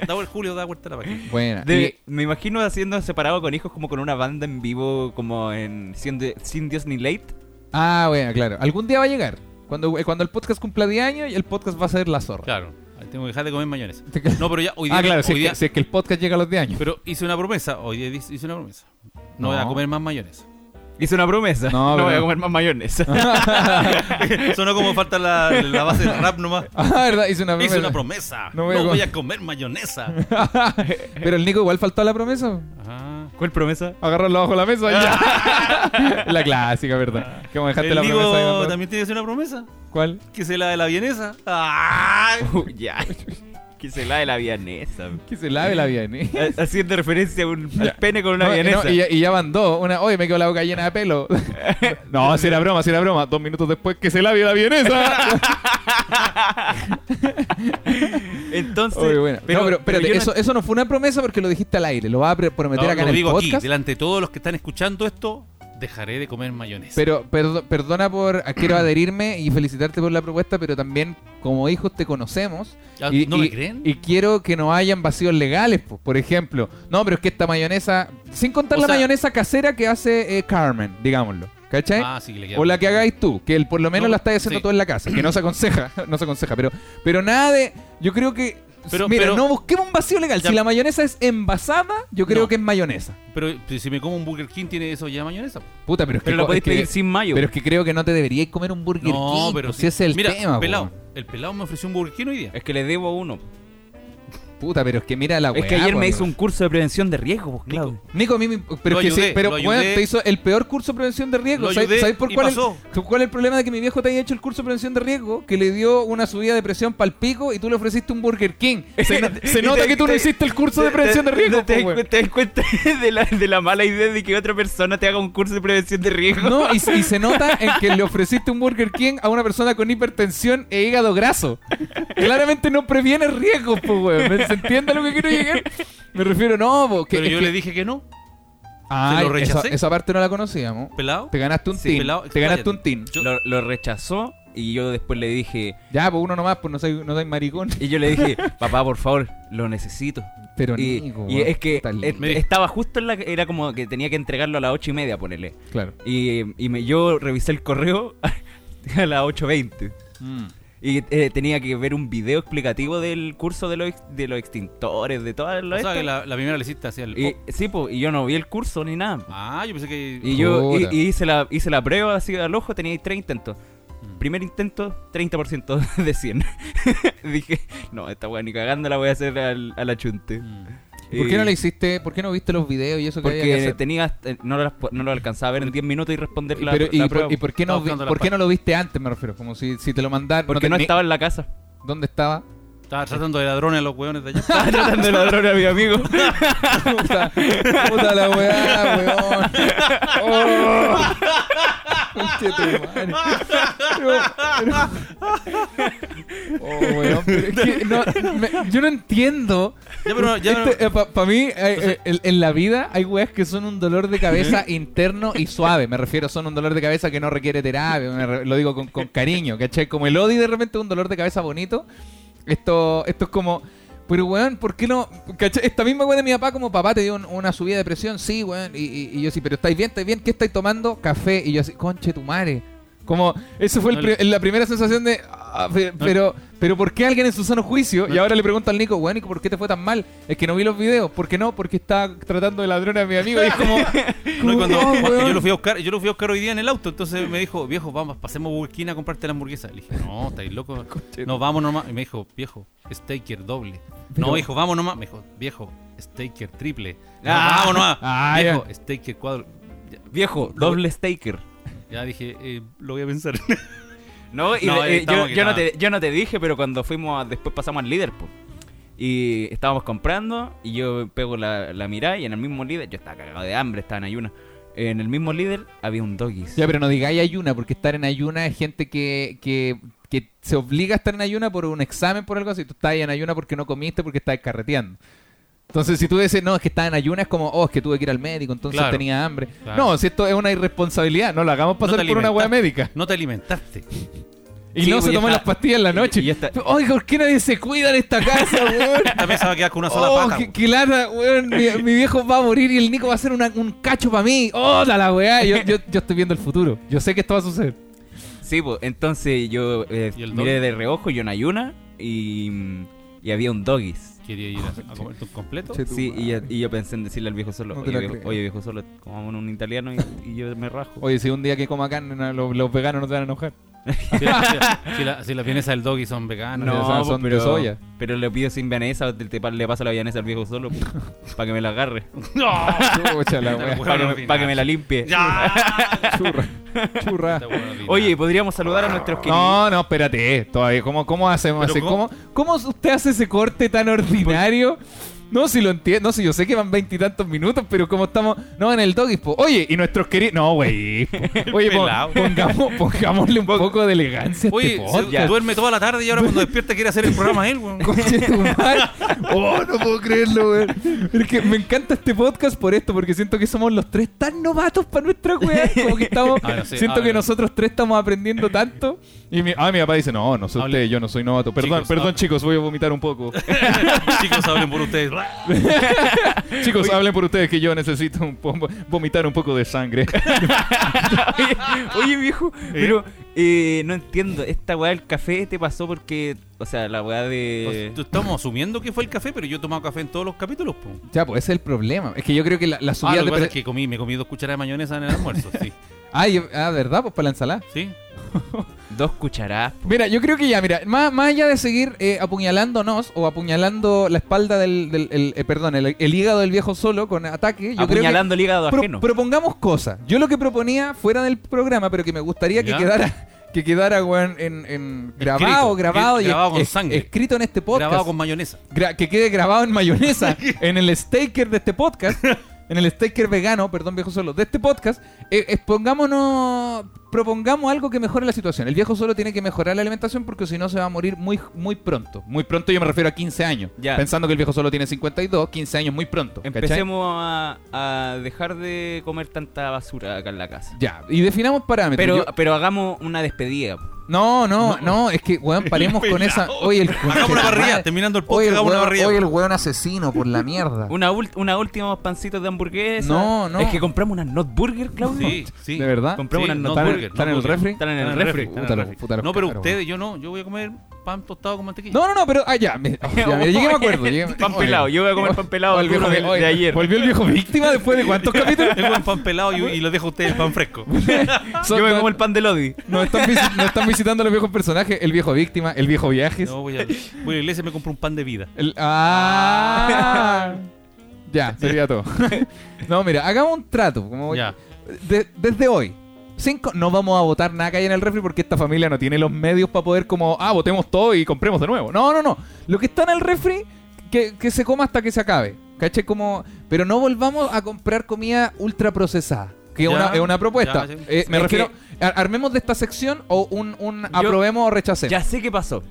Da vuel- Julio, da vuelta la página. Buena. de- me imagino haciendo separado con hijos como con una banda en vivo, como en Sin, de- Sin Dios ni Late. Y- ah, buena, claro. Algún día va a llegar. Cuando, eh, cuando el podcast cumpla 10 años, el podcast va a ser la zorra. Claro, ahí tengo que dejar de comer mayonesa. No, pero ya hoy día. ah, claro, si, hoy es día- que, si es que el podcast llega a los 10 años. Pero hice una promesa, hoy día hice una promesa. No. No, voy a comer más mayonesa. Hice una promesa. No, pero- No, voy a comer más mayonesa. Sonó como falta la, la base del rap nomás. ah, verdad, hice una Hice promesa. una promesa. No No voy voy a a, com- comer mayonesa. Pero el Nico igual faltó a la promesa. Ajá. ¿Cuál promesa? Agarrarlo bajo la mesa. ya. la clásica, ¿verdad? Que como dejaste El la Nico promesa. ahí, cuando- también tiene que hacer una promesa. ¿Cuál? Que se la de la vienesa. ¡Ay! Uy, ya. Que se la de la vianesa. Que se lave la ¿eh? viene. Ha- Haciendo referencia a un, al Ya. pene con una No, y vianesa. no, y, ya- y ya van dos. Una, oye, me quedó la boca llena de pelo. no, si era broma, si era broma. Dos minutos después que se lave la vienesa. Entonces, Oye, bueno. Pero, no, pero espérate, yo no- eso, eso no fue una promesa porque lo dijiste al aire. Lo vas a pre- prometer No, acá en lo el digo aquí, podcast. delante de todos los que están escuchando esto, dejaré de comer mayonesa. Pero perdo- perdona por. Quiero adherirme y felicitarte por la propuesta, pero también como hijos te conocemos. Ah, y, ¿No me y- creen? Y quiero que no hayan vacíos legales, po. por ejemplo. No, pero es que esta mayonesa. Sin contar O la sea- mayonesa casera que hace eh, Carmen, digámoslo. ¿Cachai? Ah, sí, le queda- O la que hagáis tú, que el, por lo menos No, la estáis haciendo sí. todo en la casa, que no se aconseja, no se aconseja, pero, pero nada de. Yo creo que. Pero- mira, pero- no busquemos un vacío legal. Ya. Si la mayonesa es envasada, yo creo No. que es mayonesa. Pero pues, si me como un Burger King, tiene eso ya mayonesa. Puta, pero es Pero que. la co- podéis es que- pedir sin mayo. pero es que creo que no te deberíais comer un Burger No, King. pues, pero si ese es el Mira, tema, pues, pelado, po. el pelado me ofreció un Burger King hoy día. Es que le debo uno. Puta, pero es que mira la es que Ah, weá, ayer me po, hizo un curso de prevención de riesgos, vos, Claudio. Nico, a mí me- pero Lo es que sí, ayudé, pero lo weón, ayudé. te hizo el peor curso de prevención de riesgo. Lo ¿Sabes, ayudé sabes por y cuál, pasó. Es, cuál es el problema de que mi viejo te haya hecho el curso de prevención de riesgo? Que le dio una subida de presión pal pico y tú le ofreciste un Burger King. Se, no- se Y nota te- que tú no te- hiciste el curso de prevención de te- riesgo. te- ¿Te, po, weón. das cuen- te das cuenta de la, de la mala idea de que otra persona te haga un curso de prevención de riesgo? No, y, se- y se nota en que le ofreciste un Burger King a una persona con hipertensión e hígado graso. Claramente no previene riesgos, pues, weón. ¿Me- ¿Se entiende a lo que quiero llegar? Me refiero, no, po, que- pero es yo que- le dije que no. Ah, lo esa, rechacé. esa parte no la conocíamos. ¿Pelado? Te ganaste un Sí, tin. pelado, te ganaste expláyate. un tin. Yo- Lo, lo rechazó y yo después le dije, Ya, pues uno nomás, pues no soy, no soy maricón. y yo le dije, papá, por favor, lo necesito. Pero Y, Nico, y weón, es que está est- lindo. Me- estaba justo en la... Era como que tenía que entregarlo a las ocho y media, ponele. Claro. Y, y me, yo revisé el correo a las 8.20. Mm. Y eh, tenía que ver un video explicativo del curso de los, ex- de los extintores, de todas O las... sea, que este? la, la primera le hiciste hacia el... Y, sí, pues, y yo no vi el curso ni nada. po. Ah, yo pensé que... Y yo y, Puta. y hice, la, hice la prueba así al ojo, tenía tres intentos. Mm. Primer intento, 30% de 100. Dije, no, esta weá ni cagando la voy a hacer al, al achunte. Mm. ¿Y ¿Por qué no Y- le hiciste? ¿Por qué no viste los videos y eso que había que Porque hacer? tenía, eh, no, lo, no lo alcanzaba a ver en 10 minutos y responder la, Pero, la y, por- prueba. y por qué no, Estaba vi- buscando las por qué no lo viste antes, me refiero? Como si, si te lo mandaron. porque no te- estaba en la casa. ¿Dónde estaba? Estaba tratando de ladrones a los hueones de allá. Estaba tratando de ladrón a mi amigo. Puta, puta la weá, weón. Oh. Conche tu madre. Pero- pero- Oh, weón, pero es que no, me- yo no entiendo. Ya, pero ya, pero- Para mí, eh, eh, en, en la vida hay weas que son un dolor de cabeza interno y suave. Me refiero, son un dolor de cabeza que no requiere terapia. me re- lo digo con, con cariño, ¿cachai? Como el odio de repente es un dolor de cabeza bonito. Esto, esto es como. Pero, weón, ¿por qué no? ¿Cachai? Esta misma weón de mi papá, como papá, te dio un- una subida de presión, sí, weón. Y, y- y yo sí, pero ¿estáis bien? ¿Estáis bien? ¿Qué estáis tomando? Café. Y yo así, conche tu madre. Como, eso fue el No pri- le- la primera sensación de. ah, pe- pero, pero, ¿por qué alguien en su sano juicio? Y ahora le pregunto al Nico, weón, ¿y por qué te fue tan mal? Es que no vi los videos. ¿Por qué no? Porque estaba tratando de ladrón a mi amigo. Y es como. No, y cuando, "Oh, cuando weón". yo lo fui a buscar, yo lo fui a buscar hoy día en el auto, entonces me dijo, viejo, vamos, pasemos a Burkina a comprarte la hamburguesa. Le dije, no, estáis loco. No, vamos nomás. Y me dijo, viejo, staker doble. Pero- No, viejo, vamos nomás. Me dijo, viejo, staker triple. No, Ah, vamos nomás. ah, ya. viejo, staker cuadro. Ya, Viejo, doble staker. ya dije, eh, lo voy a pensar. No, y No, de- eh, yo, estamos yo no quitados. te, yo no te dije, pero cuando fuimos, a- después pasamos al líder, po. Y estábamos comprando, y yo pego la, la mirada, y en el mismo líder, yo estaba cagado de hambre, estaba en ayuna. En el mismo líder había un doggies. Ya, pero no digáis ayuna, porque estar en ayuna es gente que, que, que se obliga a estar en ayuna por un examen, por algo así. Tú estás en ayuna porque no comiste, porque estás carreteando. Entonces, si tú dices, no, es que estaba en ayuna, es como, oh, es que tuve que ir al médico, entonces Claro. tenía hambre. Claro. No, si esto es una irresponsabilidad, no lo hagamos pasar te por una hueá alimentaste. médica. No te alimentaste. Y Sí, no pues se ya toman las está. pastillas en la noche. Y ya está. Oiga, ¿por qué nadie se cuida en esta casa, weón? Esta mesa va a quedar con una sola Oh, pata. qué, weón. qué lata, weón. Mi, mi viejo va a morir y el Nico va a ser una- un cacho para mí. ¡Oh, la la weá! Yo, yo, yo estoy viendo el futuro. Yo sé que esto va a suceder. Sí, po, entonces yo eh, ¿Y el miré doggy? de reojo, yo en ayuna, y, y había un doggies. Quería ir a, a comerte un completo. Che, Este tu Sí, y yo, madre. y yo pensé en decirle al viejo solo, No te oye, la viejo, creo. oye, viejo solo, comamos un italiano y, y yo me rajo. Oye, si un día que coma carne, no, los, los veganos no te van a enojar. Si, la- si la- si las vienes del doggy son veganas. Ah, No, son- po, son de soya. Pero le pido sin vianesa, te- te pa- le paso la vianesa al viejo solo para que me la agarre, No. Chucha la Bueno, weá. para que, ordinario. pa' que me la limpie. Ya. Churra. Churra. Está bueno, Dina. Oye, podríamos saludar a nuestros queridos. No, no, espérate. eh, Todavía, ¿cómo, cómo hacemos Pero así? ¿Cómo, ¿cómo? ¿Cómo usted hace ese corte tan ordinario? No, si lo entiendo. No, si yo sé que van veintitantos minutos, pero como estamos. No, en el doggy, po. Oye, y nuestros queridos. No, güey. po. Oye, po- Pelao. pongamos, pongámosle un poco de elegancia a Oye, este se- podcast. duerme toda la tarde y ahora cuando despierta quiere hacer el programa él, weón. Conche tu madre. Oh, no puedo creerlo, weón. Es que me encanta este podcast por esto, porque siento que somos los tres tan novatos para nuestra weá. Como que estamos. Ah, no sé, siento ah, que no. nosotros tres estamos aprendiendo tanto. Y mi, ah, mi papá dice, no, no sé Hable- ustedes, yo no soy novato. Perdón, Chicos, ah. perdón, hable. chicos, voy a vomitar un poco. Chicos, hablen por ustedes. chicos, hablen por ustedes que yo necesito un po- vomitar un poco de sangre. oye, oye, viejo, pero eh, no entiendo. Esta weá del café te pasó porque, o sea, la weá Pues, de. Estamos asumiendo que fue el café, pero yo he tomado café en todos los capítulos, po. ya, pues ese es el problema. Es que yo creo que la, la subida Ah, lo que de. pasa pre- es que comí, me comí dos cucharadas de mayonesa en el almuerzo, sí. Ah, yo- ah, ¿verdad? Pues para la ensalada. ¿Sí? Dos cucharadas. Mira, yo creo que ya, mira, más, más allá de seguir eh, apuñalándonos o apuñalando la espalda del, del- el, eh, perdón, el, el hígado del viejo solo con ataque, yo apuñalando el hígado creo que pro- ajeno. propongamos cosas. Yo lo que proponía fuera del programa, pero que me gustaría que Ya. quedara que quedara weón, en, en grabado, Escrito, grabado y grabado con es- sangre. escrito en este podcast. Grabado con mayonesa. Gra- que quede grabado en mayonesa, en el staker de este podcast, en el sticker vegano, perdón viejo solo, de este podcast, eh, expongámonos, propongamos algo que mejore la situación. El viejo solo tiene que mejorar la alimentación porque si no se va a morir muy, muy pronto. Muy pronto yo me refiero a 15 años. Ya. Pensando que el viejo solo tiene 52, 15 años muy pronto. ¿cachai? Empecemos a, a dejar de comer tanta basura acá en la casa. Ya, y definamos parámetros. Pero, Yo- pero hagamos una despedida. no, no, no, es que, weón, paremos con esa... Oye, el... Hagamos una parrilla, terminando el Oye, podcast, el hagamos una weón, parrilla. oye, el weón asesino, por la mierda. Una, ult- una última unos pancitos de hamburguesa. Ah. No, no. Es que compramos unas not burger, Claudio. Sí, sí. ¿De verdad? Compramos Sí, unas no not ¿Están, están burger, no en el burger. refri? Están en Está el refri. está en el Puta, los- refri. puta, los no, pero caros, ustedes, yo no, yo voy a comer pan tostado con mantequilla. No, no, no, pero. Ah, ya. Me, oh, ya, mira, llegué a un acuerdo. llegué- Pan oye, pelado, yo voy a comer pan pelado volvió duro el de- oye, de ayer. Volvió el viejo víctima después de cuántos capítulos. El buen pan pelado y, y lo dejo a ustedes el pan fresco. Son- Yo me no- como el pan de Lodi. Nos están, visi- nos están visitando los viejos personajes: el viejo víctima, el viejo viajes. No, voy a, voy a la iglesia y me compro un pan de vida. el- ah. ya, sería todo. no, mira, hagamos un trato. Como, Ya. de- desde hoy. Cinco, no vamos a votar nada que haya en el refri porque esta familia no tiene los medios para poder como, ah, votemos todo y compremos de nuevo. No, no, no. Lo que está en el refri, que, que se coma hasta que se acabe. ¿Caché? Como, pero no volvamos a comprar comida ultra procesada. Que es Ya, una, es una propuesta. ya, sí. Eh, me Es refiero, ar- armemos de esta sección o un, un aprobemos o rechacemos. Ya sé qué pasó.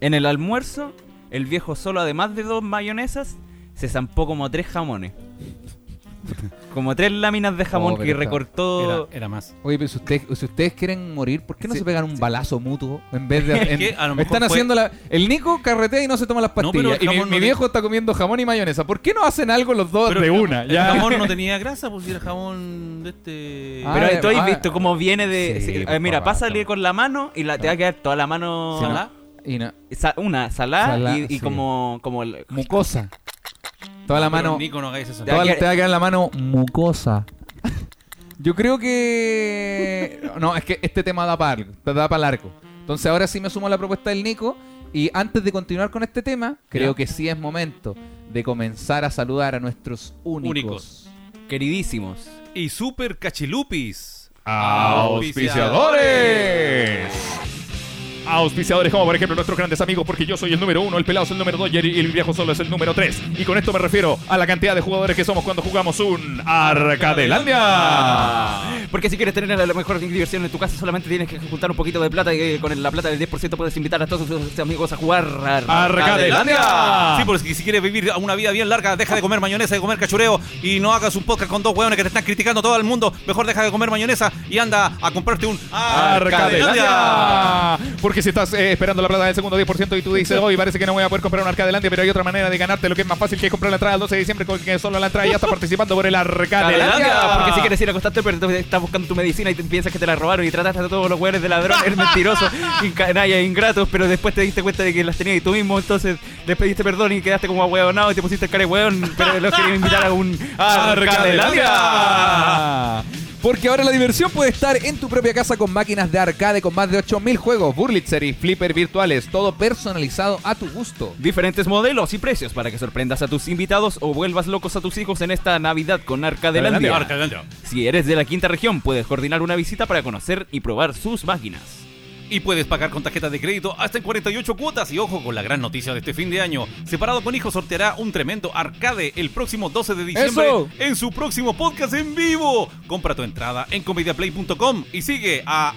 En el almuerzo, el viejo solo, además de dos mayonesas, se zampó como tres jamones. Como tres láminas de jamón Oh, pero que está- recortó. Era, era más. Oye, pero si, usted- si ustedes quieren morir, ¿por qué no Sí, se pegan un balazo mutuo en vez de... en- que a lo mejor están fue- haciendo la... El Nico carretea y no se toma las pero el pastillas. y mi, jamón no mi te- viejo está comiendo jamón y mayonesa. ¿Por qué no hacen algo los dos de el- una? El Ya. jamón no tenía grasa, pues si era jamón de este. Ah, Pero eh, tú has ah, visto cómo viene de. sí, pues, se- por mira, favor, pásale no. con la mano y la, te va a quedar toda la mano. Sí, no. salá. Y no- Sa- una salada Salá, y, y sí. como, como el- Mucosa. Toda la Pero mano... Nico, no hagáis eso. Ya. Toda la, que- te va a quedar la mano mucosa. Yo creo que... No, es que este tema da para da para largo. Entonces ahora sí me sumo a la propuesta del Nico. Y antes de continuar con este tema, creo Ya. que sí es momento de comenzar a saludar a nuestros únicos. Únicos. queridísimos. Y super cachilupis. ¡Auspiciadores! Auspiciadores como por ejemplo nuestros grandes amigos porque yo soy el número uno, el pelado es el número dos y el, y el viejo solo es el número tres. Y con esto me refiero a la cantidad de jugadores que somos cuando jugamos un Arcadelandia. Porque si quieres tener la mejor diversión en tu casa, solamente tienes que juntar un poquito de plata y eh, con la plata del 10% puedes invitar a todos tus amigos a jugar. Ah. a- Arcadelandia. Sí, porque si quieres vivir una vida bien larga, deja de comer mayonesa, de comer cachureo y no hagas un podcast con dos hueones que te están criticando todo el mundo. Mejor deja de comer mayonesa y anda a comprarte un Arcadelandia. Porque si estás eh, esperando la plata del segundo 10% y tú dices, hoy parece que no voy a poder comprar un Arcadelandia, pero hay otra manera de ganarte lo que es más fácil que es comprar la entrada el 12 de diciembre con que solo la entrada ya está participando por el Arcadelandia. Arcadelandia. Porque si quieres ir a acostarte, pero te- estás buscando tu medicina y te piensas que te la robaron y trataste a todos los hueones de ladrón, eres mentiroso y canalla ingratos, pero después te diste cuenta de que las tenías y tú mismo, entonces les pediste perdón y quedaste como ahueonado y te pusiste el cara de hueón, pero los querías invitar a un Arcadelandia. Ah. Porque ahora la diversión puede estar en tu propia casa con máquinas de arcade con más de 8000 juegos, burlitzer y flipper virtuales, todo personalizado a tu gusto. Diferentes modelos y precios para que sorprendas a tus invitados o vuelvas locos a tus hijos en esta Navidad con Arcadelandia. Arcadelandia. Si eres de la quinta región, puedes coordinar una visita para conocer y probar sus máquinas. Y puedes pagar con tarjetas de crédito hasta en 48 cuotas. Y ojo con la gran noticia de este fin de año. Separado con Hijo sorteará un tremendo arcade el próximo 12 de diciembre ¡Eso! en su próximo podcast en vivo. Compra tu entrada en comediaplay.com y sigue a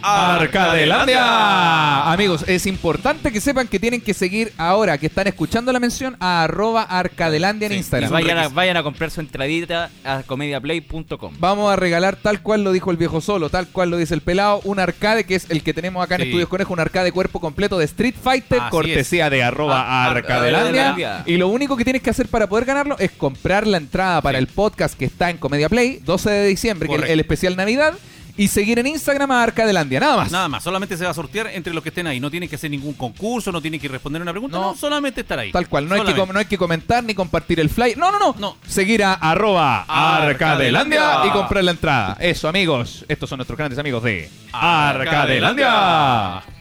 Arcadelandia. Amigos, es importante que sepan que tienen que seguir ahora que están escuchando la mención a arroba arcadelandia en Sí, Y Instagram. vayan a, vayan a comprar su entradita a comediaplay.com. Vamos a regalar tal cual lo dijo el viejo solo, tal cual lo dice el pelado, un arcade que es el que tenemos acá en Sí. Estudios Conejo, un arcade cuerpo completo de Street Fighter Así Cortesía de arroba ah, Arcadelandia. Arcadelandia. Y lo único que tienes que hacer para poder ganarlo es comprar la entrada para el podcast que está en Comedia Play, 12 de diciembre, que es el- Correcto. el especial Navidad, y seguir en Instagram a Arcadelandia, nada más. Nada más, solamente se va a sortear entre los que estén ahí. No tienen que hacer ningún concurso, no tienen que responder una pregunta, No. no, solamente estar ahí. Tal cual, no hay, que, Solamente. com- no hay que comentar ni compartir el flyer. No, no, no. No. Seguir a Arroba Arcadelandia. Arcadelandia y comprar la entrada. Eso, amigos. Estos son nuestros grandes amigos de Arcadelandia. Arcadelandia.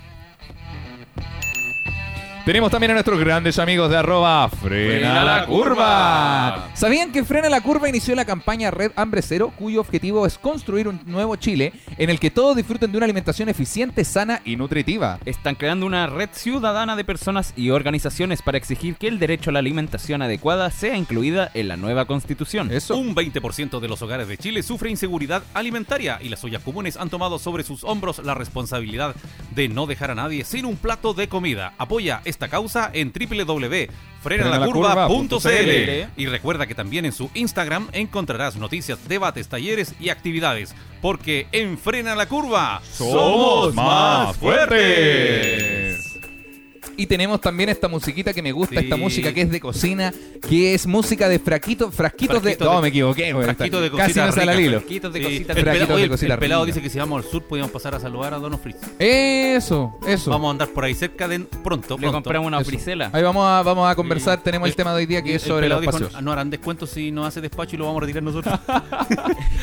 Tenemos también a nuestros grandes amigos de arroba Frena la Curva. ¿Sabían que Frena la Curva inició la campaña Red Hambre Cero, cuyo objetivo es construir un nuevo Chile en el que todos disfruten de una alimentación eficiente, sana y nutritiva? Están creando una red ciudadana de personas y organizaciones para exigir que el derecho a la alimentación adecuada sea incluida en la nueva constitución. Eso. Un 20% de los hogares de Chile sufre inseguridad alimentaria y las ollas comunes han tomado sobre sus hombros la responsabilidad de no dejar a nadie sin un plato de comida. Apoya esta causa en www.frenalacurva.cl y recuerda que también en su Instagram encontrarás noticias, debates, talleres y actividades, porque en Frena la Curva Somos más fuertes. Y tenemos también esta musiquita que me gusta, Sí. esta música que es de cocina, que es música de fraquito, frasquitos Frasquito de... de- No, me equivoqué, güey. Frasquito de Casi cosita me sale al rica, hilo. Frasquitos de Sí, el, cositas pe- ricas. Fraquito de pelado, oye, el cocina pelado rica. dice que si vamos al sur podemos pasar a saludar a Dono Fritz. Eso, eso. Vamos a andar por ahí cerca de pronto. Le pronto. compramos una eso. frisela. Ahí vamos a, vamos a conversar, Sí. tenemos el, El- tema de hoy día Y que es el sobre pelado los dijo, paseos. No harán descuento si no hace despacho y lo vamos a retirar nosotros.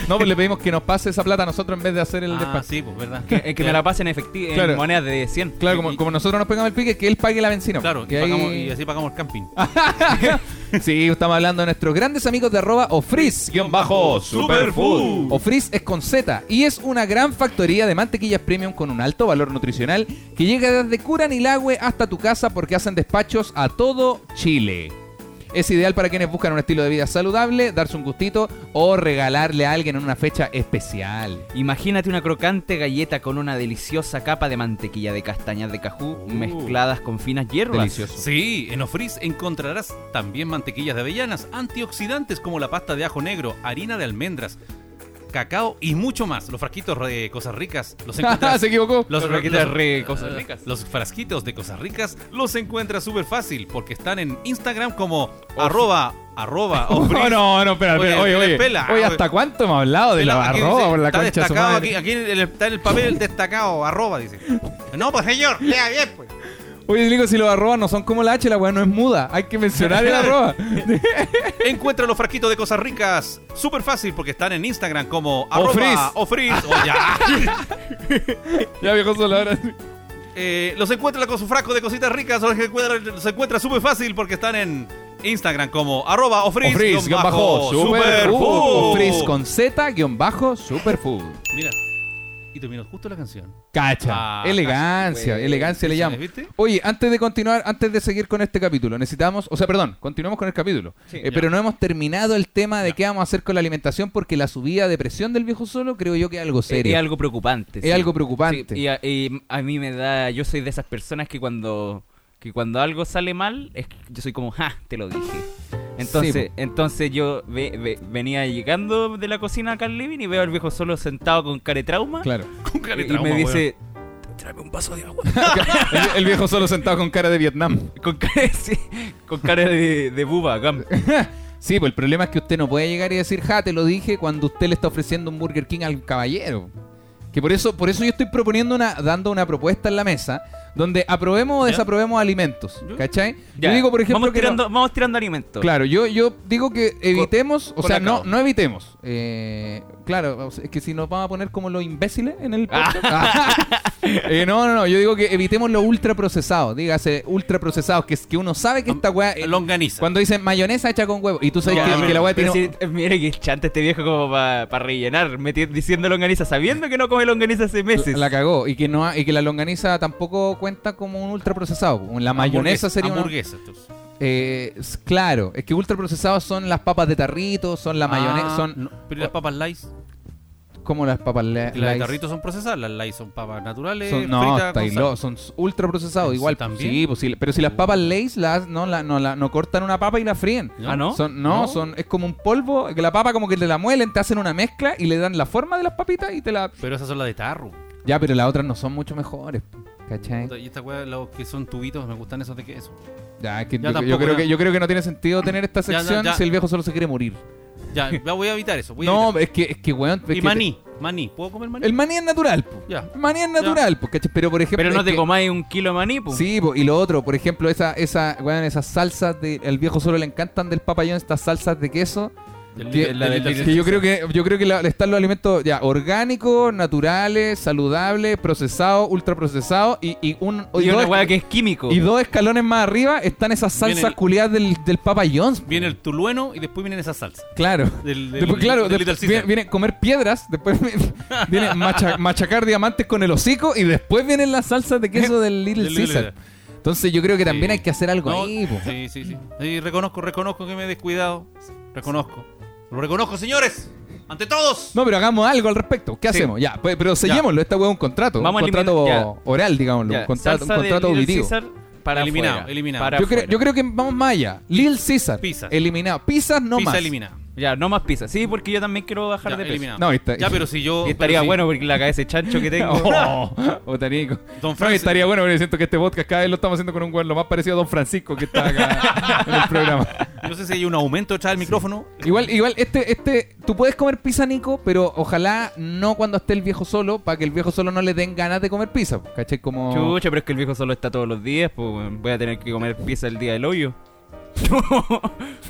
No, pues le pedimos que nos pase esa plata a nosotros en vez de hacer el ah, despacho. sí, pues verdad. Que, eh, que me la pasen efecti- Claro. en monedas de 100. Claro, como, y- como nosotros nos pegamos el pique, que él pague la benzina. Claro, y, que ahí- Ah. pagamos- y así pagamos el camping. Sí, estamos hablando de nuestros grandes amigos de arroba Ofriz. Guión bajo Superfood. Ofriz es con Z y es una gran factoría de mantequillas premium con un alto valor nutricional que llega desde Curanilagüe hasta tu casa porque hacen despachos a todo Chile. Es ideal para quienes buscan un estilo de vida saludable, darse un gustito o regalarle a alguien en una fecha especial. Imagínate una crocante galleta con una deliciosa capa de mantequilla de castañas de cajú mezcladas con finas hierbas. Uh. Delicioso. Sí, en Ofriz encontrarás también mantequillas de avellanas, antioxidantes como la pasta de ajo negro, harina de almendras, cacao y mucho más. Los frasquitos de cosas ricas los encuentras. Se equivocó. Los, Los frasquitos de cosas eh, ricas. los frasquitos de cosas ricas los encuentras súper fácil porque están en Instagram como arroba, arroba, Ofriz. Oh, no, no, espera, espera. Oye, Oye, oye. pela, ah, Oye, oye. ¿hasta cuánto hemos hablado de la Aquí dice, arroba por la está concha de su destacado madre? Aquí, aquí en el- está en el papel destacado, arroba, dice. No, pues señor, lea bien, pues. Oye, digo, si los arrobas no son como la H, la weá no es muda. Hay que mencionar el arroba. Encuentra los frasquitos de cosas ricas súper fácil porque están en Instagram como Ofriz. arroba ofriz o ya. Ya viejo solo ahora. Eh, los encuentra con su frasco de cositas ricas, los encuentra, los encuentra súper fácil porque están en Instagram como arroba ofriz, Ofriz, guión guión bajo, uh, bajo, uh. superfood. Ofriz con Z, guión bajo, superfood. Mira, y terminó justo la canción. Cacha. Ah, elegancia, elegancia le llamo. ¿Viste? Oye, antes de continuar, antes de seguir con este capítulo, necesitamos, o sea, perdón, continuamos con el capítulo. Eh, pero no hemos terminado el tema de qué vamos a hacer con la alimentación porque la subida de presión del viejo solo creo yo que es algo Es, serio. Eh, algo preocupante. Es algo preocupante. Sí, y, a, y a mí me da. Yo soy de esas personas que cuando que cuando algo sale mal, es que yo soy como, ja, te lo dije. Entonces, entonces yo ve- ve- venía llegando de la cocina acá al living y veo al viejo solo sentado con cara de trauma. Claro. Con cara y, de y trauma, me weón. dice, tráeme un vaso de agua. El, el viejo solo sentado con cara de Vietnam. con cara, sí, con cara de, de buba, gam. Sí, pues el problema es que usted no puede llegar y decir, ja, te lo dije cuando usted le está ofreciendo un Burger King al caballero. Que por eso, por eso yo estoy proponiendo una, dando una propuesta en la mesa donde aprobemos o ¿Ya? desaprobemos alimentos. ¿Ya? ¿Cachai? Ya, Yo digo, por ejemplo, vamos que no- tirando, vamos tirando alimentos. Claro, yo, yo digo que evitemos, o con sea, la no, cao. no evitemos. Eh, claro, o sea, es que si nos vamos a poner como los imbéciles en el Ah. podcast. Eh, no, no, no, yo digo que evitemos los ultraprocesados, dígase ultraprocesados, que, es- que uno sabe que esta weá... eh, Longaniza. cuando dicen mayonesa hecha con huevo, y tú sabes Ya, que, pero- que la weá pero tiene... si- eh, mira que chanta este viejo como para rellenar, meti- diciendo longaniza, sabiendo que no come longaniza hace meses. La cagó y que no ha- y que la longaniza tampoco cuenta como un ultraprocesado. La mayonesa sería una- Hamburguesa, entonces. eh, s- claro, es que ultraprocesados son las papas de tarrito, son la mayonesa, Ah, son no, pero ¿y las papas lice, como las papas le- Porque las de Lay's. tarrito son procesadas, las lice son papas naturales. Son- no, fritas está con ahí, sal. lo- son ultra procesados ¿Eso igual. también? Oh. Sí, pues, sí, pero si las papas Lay's las, no, la, no, la- no cortan una papa y la fríen. Ah, ¿no? Son, no, No. son es como un polvo, que la papa como que te la muelen, te hacen una mezcla y le dan la forma de las papitas y te la... Pero esas son las de tarro. Ya, pero las otras no son mucho mejores. ¿Cachai? Y estas weas, los que son tubitos, me gustan esos de queso. Ya, es que Ya yo, yo tampoco, creo ya. que yo creo que no tiene sentido tener esta Ya, ya, sección ya. si el viejo solo se quiere morir. Ya, ya voy a evitar eso. voy a No, evitar. es que, es que weón. es que te- y maní, maní. ¿Puedo comer maní? el maní es natural, po. Ya. El maní es natural, po, ¿cachai? Pero por ejemplo. Pero no es te que- comáis un kilo de maní, pues. po. Sí, po, y lo otro, por ejemplo, esa, esa, weón, esas salsas de. El viejo solo le encantan del papayón, estas salsas de queso. El- Que- la del- que yo creo que yo creo que la- están los alimentos ya orgánicos, naturales, saludables, procesados, ultraprocesados y, y un y Y dos una esca- weá que es químico. y dos escalones más arriba están esas Viene salsas el- culiadas del, del Papa John's. Viene el tulueno y después vienen esas salsas. Claro. Del- del- después, claro, del Little después Caesar. viene, viene comer piedras, después viene- viene macha- machacar diamantes con el hocico y después vienen las salsas de queso del Little Del Little Caesar. Entonces yo creo que también Sí. hay que hacer algo No, ahí. po. sí, sí, sí. Sí, reconozco, reconozco que me he descuidado. Reconozco. Lo reconozco, señores. Ante todos. No, pero hagamos algo al respecto. ¿Qué Sí. hacemos? Ya, pues, pero sellémoslo. Esta hueá es un contrato. Vamos a un contrato eliminar- oral, digámoslo. Ya, un contrato, un salsa de contrato Little auditivo. Caesar para Eliminado, afuera, eliminado. para Yo, creo, afuera. yo creo que vamos más allá. Lil Caesar. Pizza. Eliminado. Pizzas no pizza más. eliminada. Ya, no más pizza. Sí, porque yo también quiero bajar Ya, de peso. eliminado. No, está- ya, pero si yo. Y estaría pero si- bueno porque la cabeza de chancho que tengo. Oh, botanico. Don No, Francis- estaría bueno, porque siento que este podcast cada vez lo estamos haciendo con un weón lo más parecido a Don Francisco que está acá en el programa. No sé si hay un aumento detrás del micrófono. Igual, igual, este, este, tú puedes comer pizza, Nico, pero ojalá no cuando esté el viejo solo, para que el viejo solo no le den ganas de comer pizza. ¿Cachai? Como. Chucha, pero es que el viejo solo está todos los días, pues weón, voy a tener que comer pizza el día del hoyo. Chuta.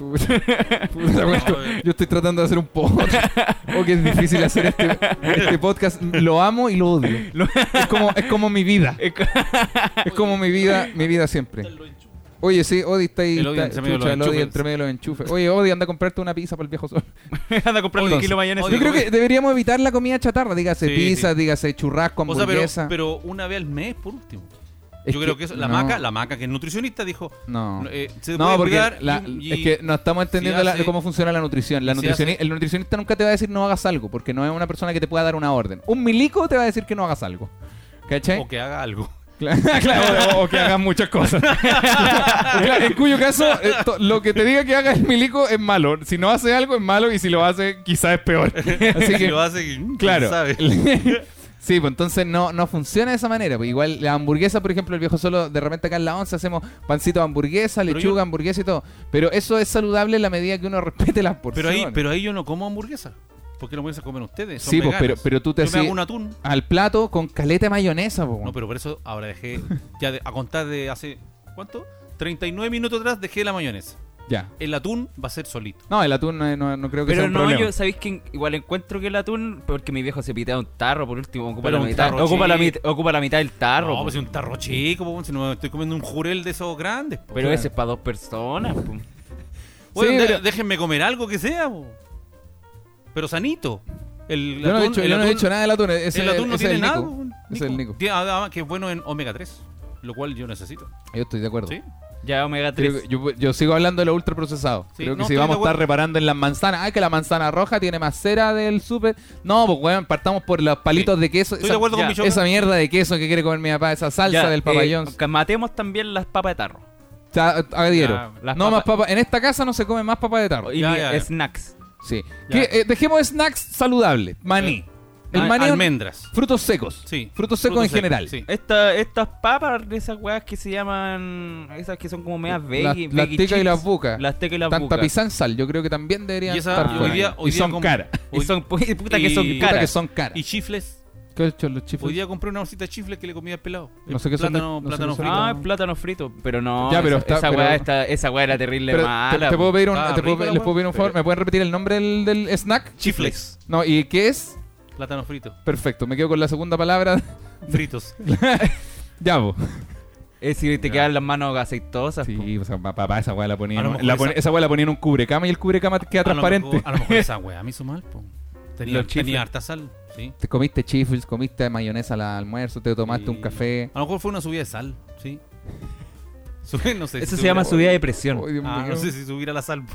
Puta, weón, yo- yo estoy tratando de hacer un podcast. O que es difícil hacer este, este podcast. Lo amo y lo odio. Es como, es como mi vida. Es como mi vida, mi vida siempre. Oye, sí, Odi está ahí. El Odi está- entre medio de los chucha, el Odi enchufes. entre medio de los enchufes. Oye, Odi, anda a comprarte una pizza para el viejo sol. Anda a comprar un Entonces, kilo de mayonesa. Oye, Yo creo oye. que deberíamos evitar la comida chatarra. Dígase Sí, pizza, sí. dígase churrasco, O sea, pero, hamburguesa. pero una vez al mes, por último. Es yo creo que eso, la no, maca, la maca que es nutricionista, dijo. No. eh, se No, puede porque cuidar la- y- y- es que no estamos entendiendo si la- hace- cómo funciona la nutrición. La si nutricioni- el nutricionista nunca te va a decir no hagas algo, porque no es una persona que te pueda dar una orden. Un milico te va a decir que no hagas algo. ¿Cachai? O que haga algo. Cla- claro, o, o que hagas muchas cosas. Claro, en cuyo caso, eh, to- lo que te diga que haga el milico es malo. Si no hace algo, es malo. Y si lo hace, quizás es peor. Así Si que, lo hace, y, mm, claro. sabe. Sí, pues entonces no, no funciona de esa manera. pues. igual la hamburguesa, por ejemplo, el viejo solo de repente acá en la once hacemos pancito de hamburguesa, Pero lechuga, yo- hamburguesa y todo. Pero eso es saludable en la medida que uno respete las Pero porciones. ahí, pero ahí yo no como hamburguesa. Porque las hamburguesas comen ustedes. son Sí, pues, pero, veganos. pero tú te Yo me haces hago un atún. al plato con caleta de mayonesa, pues, po. No, pero por eso ahora dejé. Ya de- a contar de hace. ¿Cuánto? 39 minutos atrás dejé la mayonesa. Ya. El atún va a ser solito. No, el atún no, es- no- no creo que sea Pero un no, problema. yo sabéis que igual encuentro que el atún, porque mi viejo se pitea un tarro por último, ocupa, Pero la un mitad, tarro ocupa, la, chico. mit- ocupa la mitad del Ah, tarro. No, po. pues es un tarro chico, po, si no me estoy comiendo un jurel de esos grandes. po. pero ese es para dos personas. po. Bueno, Sí, de- pero- déjenme comer algo que sea, po. pero sanito. El Yo no he atún- dicho, el yo no he atún- dicho nada del atún. Ese, el atún no ese es tiene el nada. Nico. po, Ese es el Nico. Tiene- Además ah, que es bueno en omega 3, lo cual yo necesito. Yo estoy de acuerdo. ¿Sí? Ya omega Creo 3. que yo, yo sigo hablando de lo ultraprocesado. Sí, Creo que no, si estoy vamos a de estar acuerdo. reparando en las manzanas. Ah, que la manzana roja tiene más cera del súper. No, pues weón, partamos por los palitos de queso. Estoy esa, de acuerdo ya, con Michoca. esa mierda de queso que quiere comer mi papá, esa salsa Ya, del Papa eh, John's. que matemos también las papas de tarro. Ya, adhiero. ya, las no más papas- papa. En esta casa no se come más papa de tarro. Y Ya, mi- ya, ya. snacks. Sí. Ya. Que, eh, dejemos snacks saludables. Maní. El Al- maní. Ah, Almendras. Frutos secos. Sí. Frutos secos en general. Sí. Esta, estas papas de esas weas que se llaman. Esas que son como medias Las- veggie. las veggie tecas y chips. las bucas. Las tecas y las Tan bucas. tapizán sal. Yo creo que también deberían Y esa- estar y hoy fuera. día- hoy y día son como- caras. Y son, puta que Y- son puta Puta que caras. son caras. Y chifles. ¿Qué ocho los chifles? Hoy día compré una bolsita de chifles que le comía al pelado. No sé qué son, no plátano, sé plátano qué son. frito. Ah, el plátano frito. Pero no. Ya, pero esa, está- esa pero- weá está- esa weá era terrible Pero, mala. te, te puedo pedir un, Ah, te puedo- rico la ¿Les puedo weá. pedir un favor? ¿Me pueden repetir el nombre del, del snack? Chifles. No, ¿y qué es? Plátano frito. Perfecto, me quedo con la segunda palabra. Fritos. ya, po. Es si te quedan las manos aceitosas. po. Sí, o sea, pa- papá, esa weá la ponía. A en lo un- mejor la pone- esa- esa weá la ponía en un cubrecama y el cubrecama queda A lo transparente. mejor- A lo mejor esa wea me hizo mal, po. Tenía, Los chifles. tenía harta sal, sí. Te comiste chifles, comiste mayonesa al almuerzo, te tomaste un Y- café. A lo mejor fue una subida de sal, sí. Sube- no sé si Eso se subir- llama subida de presión. Ay, Dios Ah, mío. no sé si subir a la sal. po.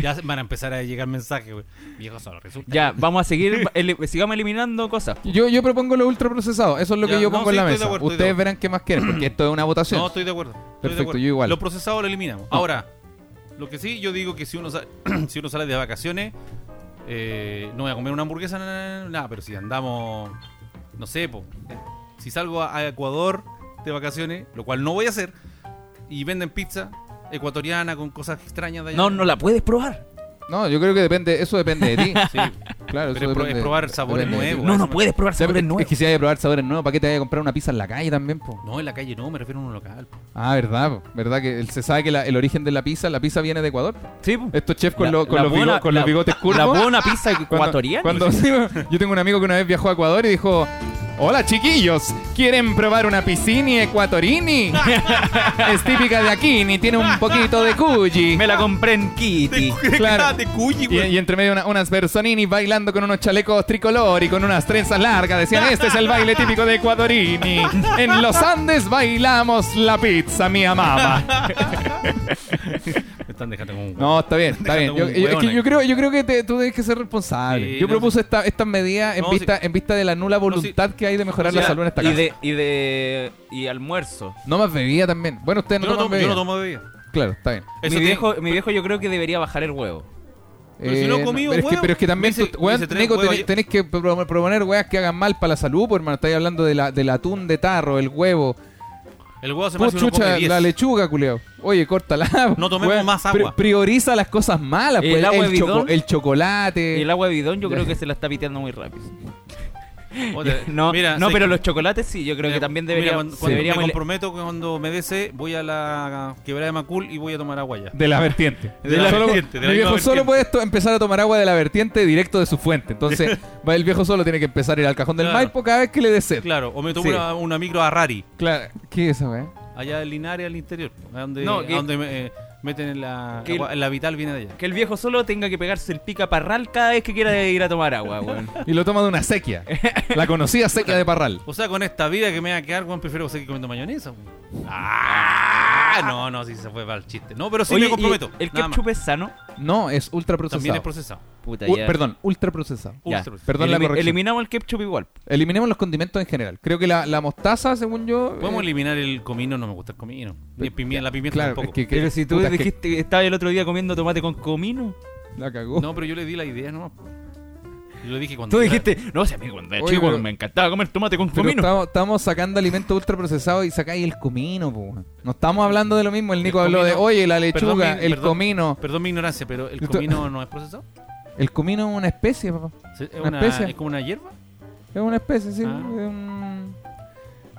Ya se- van a empezar a llegar mensajes, güey. Viejo solo, resulta. Ya, vamos a seguir. ele- sigamos eliminando cosas. Yo, yo propongo lo ultraprocesado, eso es lo que Ya, yo no, pongo en sí, la estoy de mesa. acuerdo, estoy de Ustedes acuerdo. verán qué más quieren, porque esto es una votación. No, estoy de acuerdo. estoy de Perfecto, acuerdo. yo igual. Lo procesado lo eliminamos. Ahora, lo que sí, yo digo que si uno, sa- si uno sale de vacaciones, eh, no voy a comer una hamburguesa, nada, pero si andamos, no sé, po, eh, si salgo a, a Ecuador de vacaciones, lo cual no voy a hacer, y venden pizza ecuatoriana con cosas extrañas de allá. No, no la puedes probar. No, yo creo que depende, eso depende de ti. Sí. Tú Claro, Pero es pro- es depende- probar sabores depende de ti. nuevos. No, no puedes probar Ya, pero sabores es- Es nuevos. que si hay que probar sabores nuevos, ¿para qué te vayas a comprar una pizza en la calle también, po? No, en la calle no, me refiero a un local. po. Ah, verdad, po. verdad que el- se sabe que la- el origen de la pizza, la pizza viene de Ecuador. po. Sí, po. Estos chefs con, La- lo- con la los, buena- bigo- con la- los bigotes curvos. La buena pizza Cuando- ecuatoriana. Cuando, yo tengo un amigo que una vez viajó a Ecuador y dijo: Hola chiquillos, ¿quieren probar una piscini ecuatorini? es típica de aquí, ni tiene un poquito de cuyi. Me la compré en Kitty. Claro. de cuyi, Y, güey. y entre medio una- unas personini bailando con unos chalecos tricolor y con unas trenzas largas. Decían, este es el baile típico de Ecuadorini. En los Andes bailamos la pizza, mi mamá. Me están dejando como un No, está bien, está bien. Dejando Yo, un yo- es hueón que yo ahí. creo, yo creo que te- tú tienes que ser responsable. Sí, yo no, propuse esta- estas medidas en, No, sí. vista, en vista de la nula voluntad que hay de mejorar la salud en esta casa. y de, y de. Y almuerzo. No más bebida también. Bueno, ustedes no, Yo no, toman tomo, yo bebida. no tomo bebida. Claro, está bien. Eso mi, tiene- viejo, mi viejo, yo creo que debería bajar el huevo. Pero si no he comido, Eh, pero, es que, huevo. pero es que también, Me hice- tú- weón, me hice tres Nico, huevos tenés, ayer. tenés que pro- proponer weas que hagan mal para la salud, pues, hermano. Estáis hablando de la, del atún de tarro, el huevo. El huevo se Pú, me hace uno chucha, come la 10. lechuga, culiao. Oye, córtala. No tomemos weón. más agua. prioriza las cosas malas, El pues. El, agua de choco- bidón. el chocolate. Y el agua de bidón, yo creo que se la está piteando muy rápido. Otra- No, no sé pero que- los chocolates sí, yo creo que mira, también Eh, mira, debería, cuando, sí, cuando deberíamos- me comprometo que cuando me dese, voy a la quebrada de Macul y voy a tomar agua ya. De la vertiente. De la Solo- vertiente, de la mi misma viejo solo vertiente. puede esto- empezar a tomar agua de la vertiente directo de su fuente. Entonces, va el viejo solo tiene que empezar a ir al cajón del Claro. Maipo cada vez que le dé sed. Claro, o me tomo Sí. una, una micro a Rari, Claro. ¿Qué es eso, weón? allá en Linares, al interior. a donde, No, a que- donde me, eh, meten en la, que- agua- en la vital, viene de allá. Que el viejo solo tenga que pegarse el pica parral cada vez que quiera ir a tomar agua, weón. Y lo toma de una sequía. La conocida sequia de Parral. O sea, con esta vida que me va a quedar, Juan, prefiero seguir comiendo mayonesa. weón. Ah, no, no, sí se fue para el chiste. No, pero sí Oye, me comprometo. ¿y ¿El nada más. ketchup es sano? No, es ultra también es procesado. procesado. Puta, U- ya. Uh, perdón, ultra procesado. Ya. Ultra. Perdón la Elimi- corrección. Eliminamos el ketchup igual. Eliminemos los condimentos en general. Creo que la, la mostaza, según yo. Podemos eh, eliminar el comino, no me gusta el comino. Ni el pimienta, la pimienta Claro, tampoco. es que, que- Pero si tú puta, es que dijiste que estaba el otro día comiendo tomate con comino. la cagó. No, pero yo le di la idea nomás. Yo le dije cuando. Tú era- dijiste, no, si a mí cuando era Oye, chico pero- me encantaba comer tomate con Pero comino. estamos, estamos sacando alimentos ultra procesados y sacáis el comino, po. weón. No estamos hablando de lo mismo. El Nico habló comino- de, oye, la Perdón lechuga, mi- el perdón- comino. Perdón mi ignorancia, pero el Esto- comino no es procesado. El comino es una especie, papá. ¿Sí? ¿Es, Una una, especie. es como una hierba. Es una especie, sí. Ah. es un-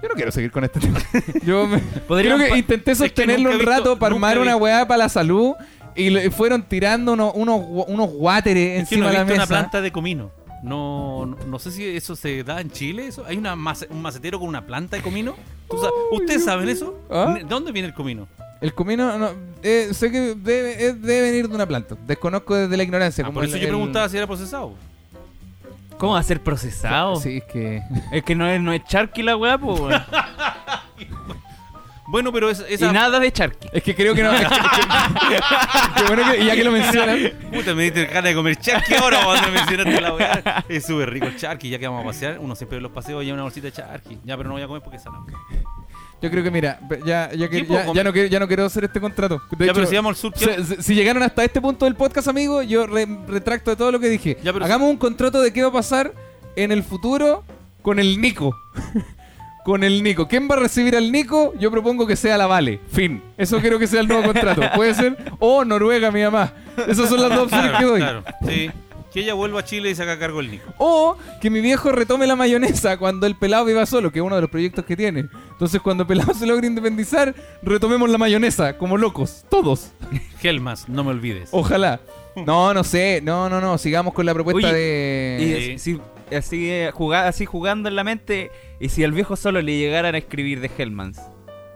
Yo no quiero seguir con este tema. Yo me- creo Podríamos que pa- intenté que sostenerlo nunca un he rato visto- para armar nunca he una visto- weá para la salud y le- fueron tirando unos, unos, gu- unos guáteres Es que encima no he de la visto mesa. una planta de comino. No, no, no sé si eso se da en Chile. Eso. Hay una mace- un macetero con una planta de comino. Tú sa- ¿Ustedes saben eso? ¿Ah? ¿De dónde viene el comino? El comino, no, eh, sé que debe, eh, debe venir de una planta. Desconozco desde la ignorancia. Ah, como por eso el- yo el- preguntaba si era procesado. ¿Cómo va a ser procesado? Sí, es que. Es que no es, no es charqui la weá, pues, weón. Bueno, pero es- Y esa. nada de charqui. Es que creo que no. es que- que- que bueno que- ya que lo mencionan. Puta, me diste ganas de comer charqui ahora cuando mencionaste la weá. Es súper rico el charqui, ya que vamos a pasear. Uno siempre en los paseos lleva una bolsita de charqui. Ya, pero no voy a comer porque es salado. Yo creo que, mira, ya, ya, que- Sí, ya- po, ya no, quiero, ya no quiero hacer este contrato. De Ya, hecho, pero si vamos al sur, ¿qué? se- se- si llegaron hasta este punto del podcast, amigo, yo re- retracto de todo lo que dije. Ya, pero Hagamos un contrato de qué va a pasar en el futuro con el Nico. con el Nico. ¿Quién va a recibir al Nico? Yo propongo que sea la Vale. Fin. Eso quiero que sea el nuevo contrato. Puede ser. O Noruega, mi mamá. Esas son las dos opciones que doy. claro. Sí. Que ella vuelva a Chile y se haga cargo el Nico. O que mi viejo retome la mayonesa cuando el pelado viva solo, que es uno de los proyectos que tiene. Entonces, cuando el pelado se logre independizar, retomemos la mayonesa, como locos, todos. Helmas, no me olvides. Ojalá. No, no sé, no, no, no, sigamos con la propuesta Oye, de... Y si, así, eh, juga- así jugando en la mente, y si al viejo solo le llegaran a escribir de Hellmans,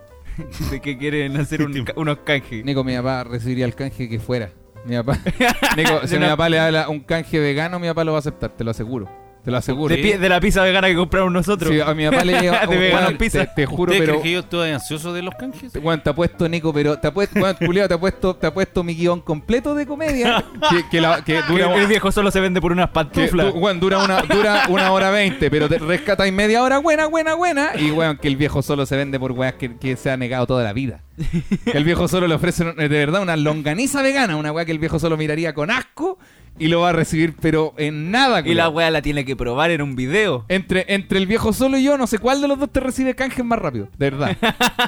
de que quieren hacer un ca- unos canjes. Nico, mi papá recibiría el canje que fuera. Mi papá. Nico, si De mi una- papá le habla un canje vegano, mi papá lo va a aceptar, te lo aseguro. Te lo aseguro. De, pi- de la pizza vegana que compraron nosotros. Si a mi papá le llega... De bueno, vegano te- pizza. Te, juro, ¿Ustedes pero... creen que yo estoy ansioso de los canjes? Juan, te ha puesto Nico, pero te ha puesto, Juan, culiao, te ha puesto, te ha puesto mi guión completo de comedia. que, que la- que Que dura, el viejo solo se vende por unas que pantuflas. du- Juan, dura una, dura una hora veinte, pero te rescatáis media hora buena, buena, buena. Y weón, que el viejo solo se vende por weas que, que se ha negado toda la vida. eh, Que el viejo solo le ofrece de verdad una longaniza vegana, una wea que el viejo solo miraría con asco y lo va a recibir, pero en nada. Y la culiao. weá la tiene que probar en un video. entre, entre el viejo solo y yo, no sé cuál de los dos te recibe canje más rápido, de verdad.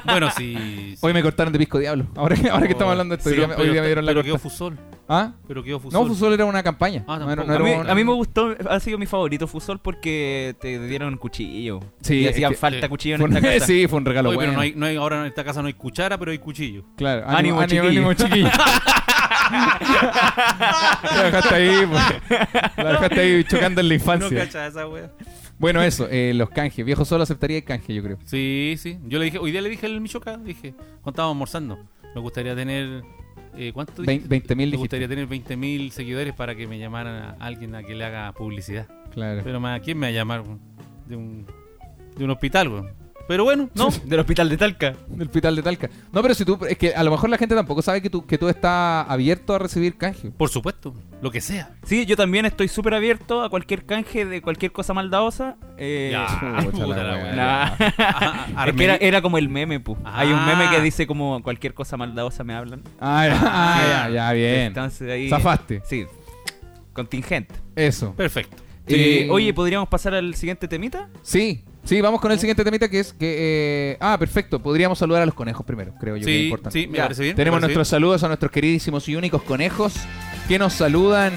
Bueno, sí. sí. Hoy me cortaron de pisco diablo. Ahora que, ahora que estamos hablando de esto, Oh. Sí, hoy día me- hoy pero- día me dieron la Pero quedó corta. Fusol. ¿Ah? Pero quedó Fusol. No, Fusol era una campaña. Ah, No era- no tampoco. era a, mí, una- a mí me gustó, ha sido mi favorito Fusol porque te dieron cuchillo. Sí, y es hacían que- eh, falta sí. cuchillo fue en un- esta casa. Sí, fue un regalo Oye, bueno. pero no hay, no hay- ahora en esta casa no hay cuchara, pero hay cuchillo. Claro, Ánimo, chiquillo. chiquillo. la dejaste ahí, pues. la dejaste ahí chocando en la No infancia. cacha esa wea. bueno, eso, eh, los canjes. Viejo solo aceptaría el canje, yo creo. Sí, sí. Yo le dije, hoy día le dije al Michoca, dije, cuando estábamos almorzando, me gustaría tener. Eh, ¿Cuánto? Vein- dijiste? 20.000 Me dijiste. gustaría tener 20.000 seguidores para que me llamaran a alguien a que le haga publicidad. Claro. Pero más, ¿quién me va a llamar? weón? De un, de un hospital, weón. Pero bueno, no. Del hospital de Talca. Del hospital de Talca. No, pero si tú. Es que a lo mejor la gente tampoco sabe que tú, que tú estás abierto a recibir canje. Por supuesto, lo que sea. Sí, yo también estoy súper abierto a cualquier canje de cualquier cosa maldadosa. Eh, Ya, chuta Ah, puta la la wea. wea. nah. Ah, ah, Es que era, Armeni- era como el meme, pu. Ah. Hay un meme que dice como cualquier cosa maldadosa me hablan. Ah, ya, ah, ya, ya, bien. Entonces ahí. Zafaste. Sí. Contingente. Eso. Perfecto. Eh, Eh, oye, ¿podríamos pasar al siguiente temita? pues- Sí, sí, vamos con el siguiente temita que es que. eh, ah, perfecto. Podríamos saludar a los conejos primero, creo yo que es Sí, importante. sí, me Ya, parece bien. me Tenemos parece nuestros saludos a nuestros queridísimos y únicos conejos que nos saludan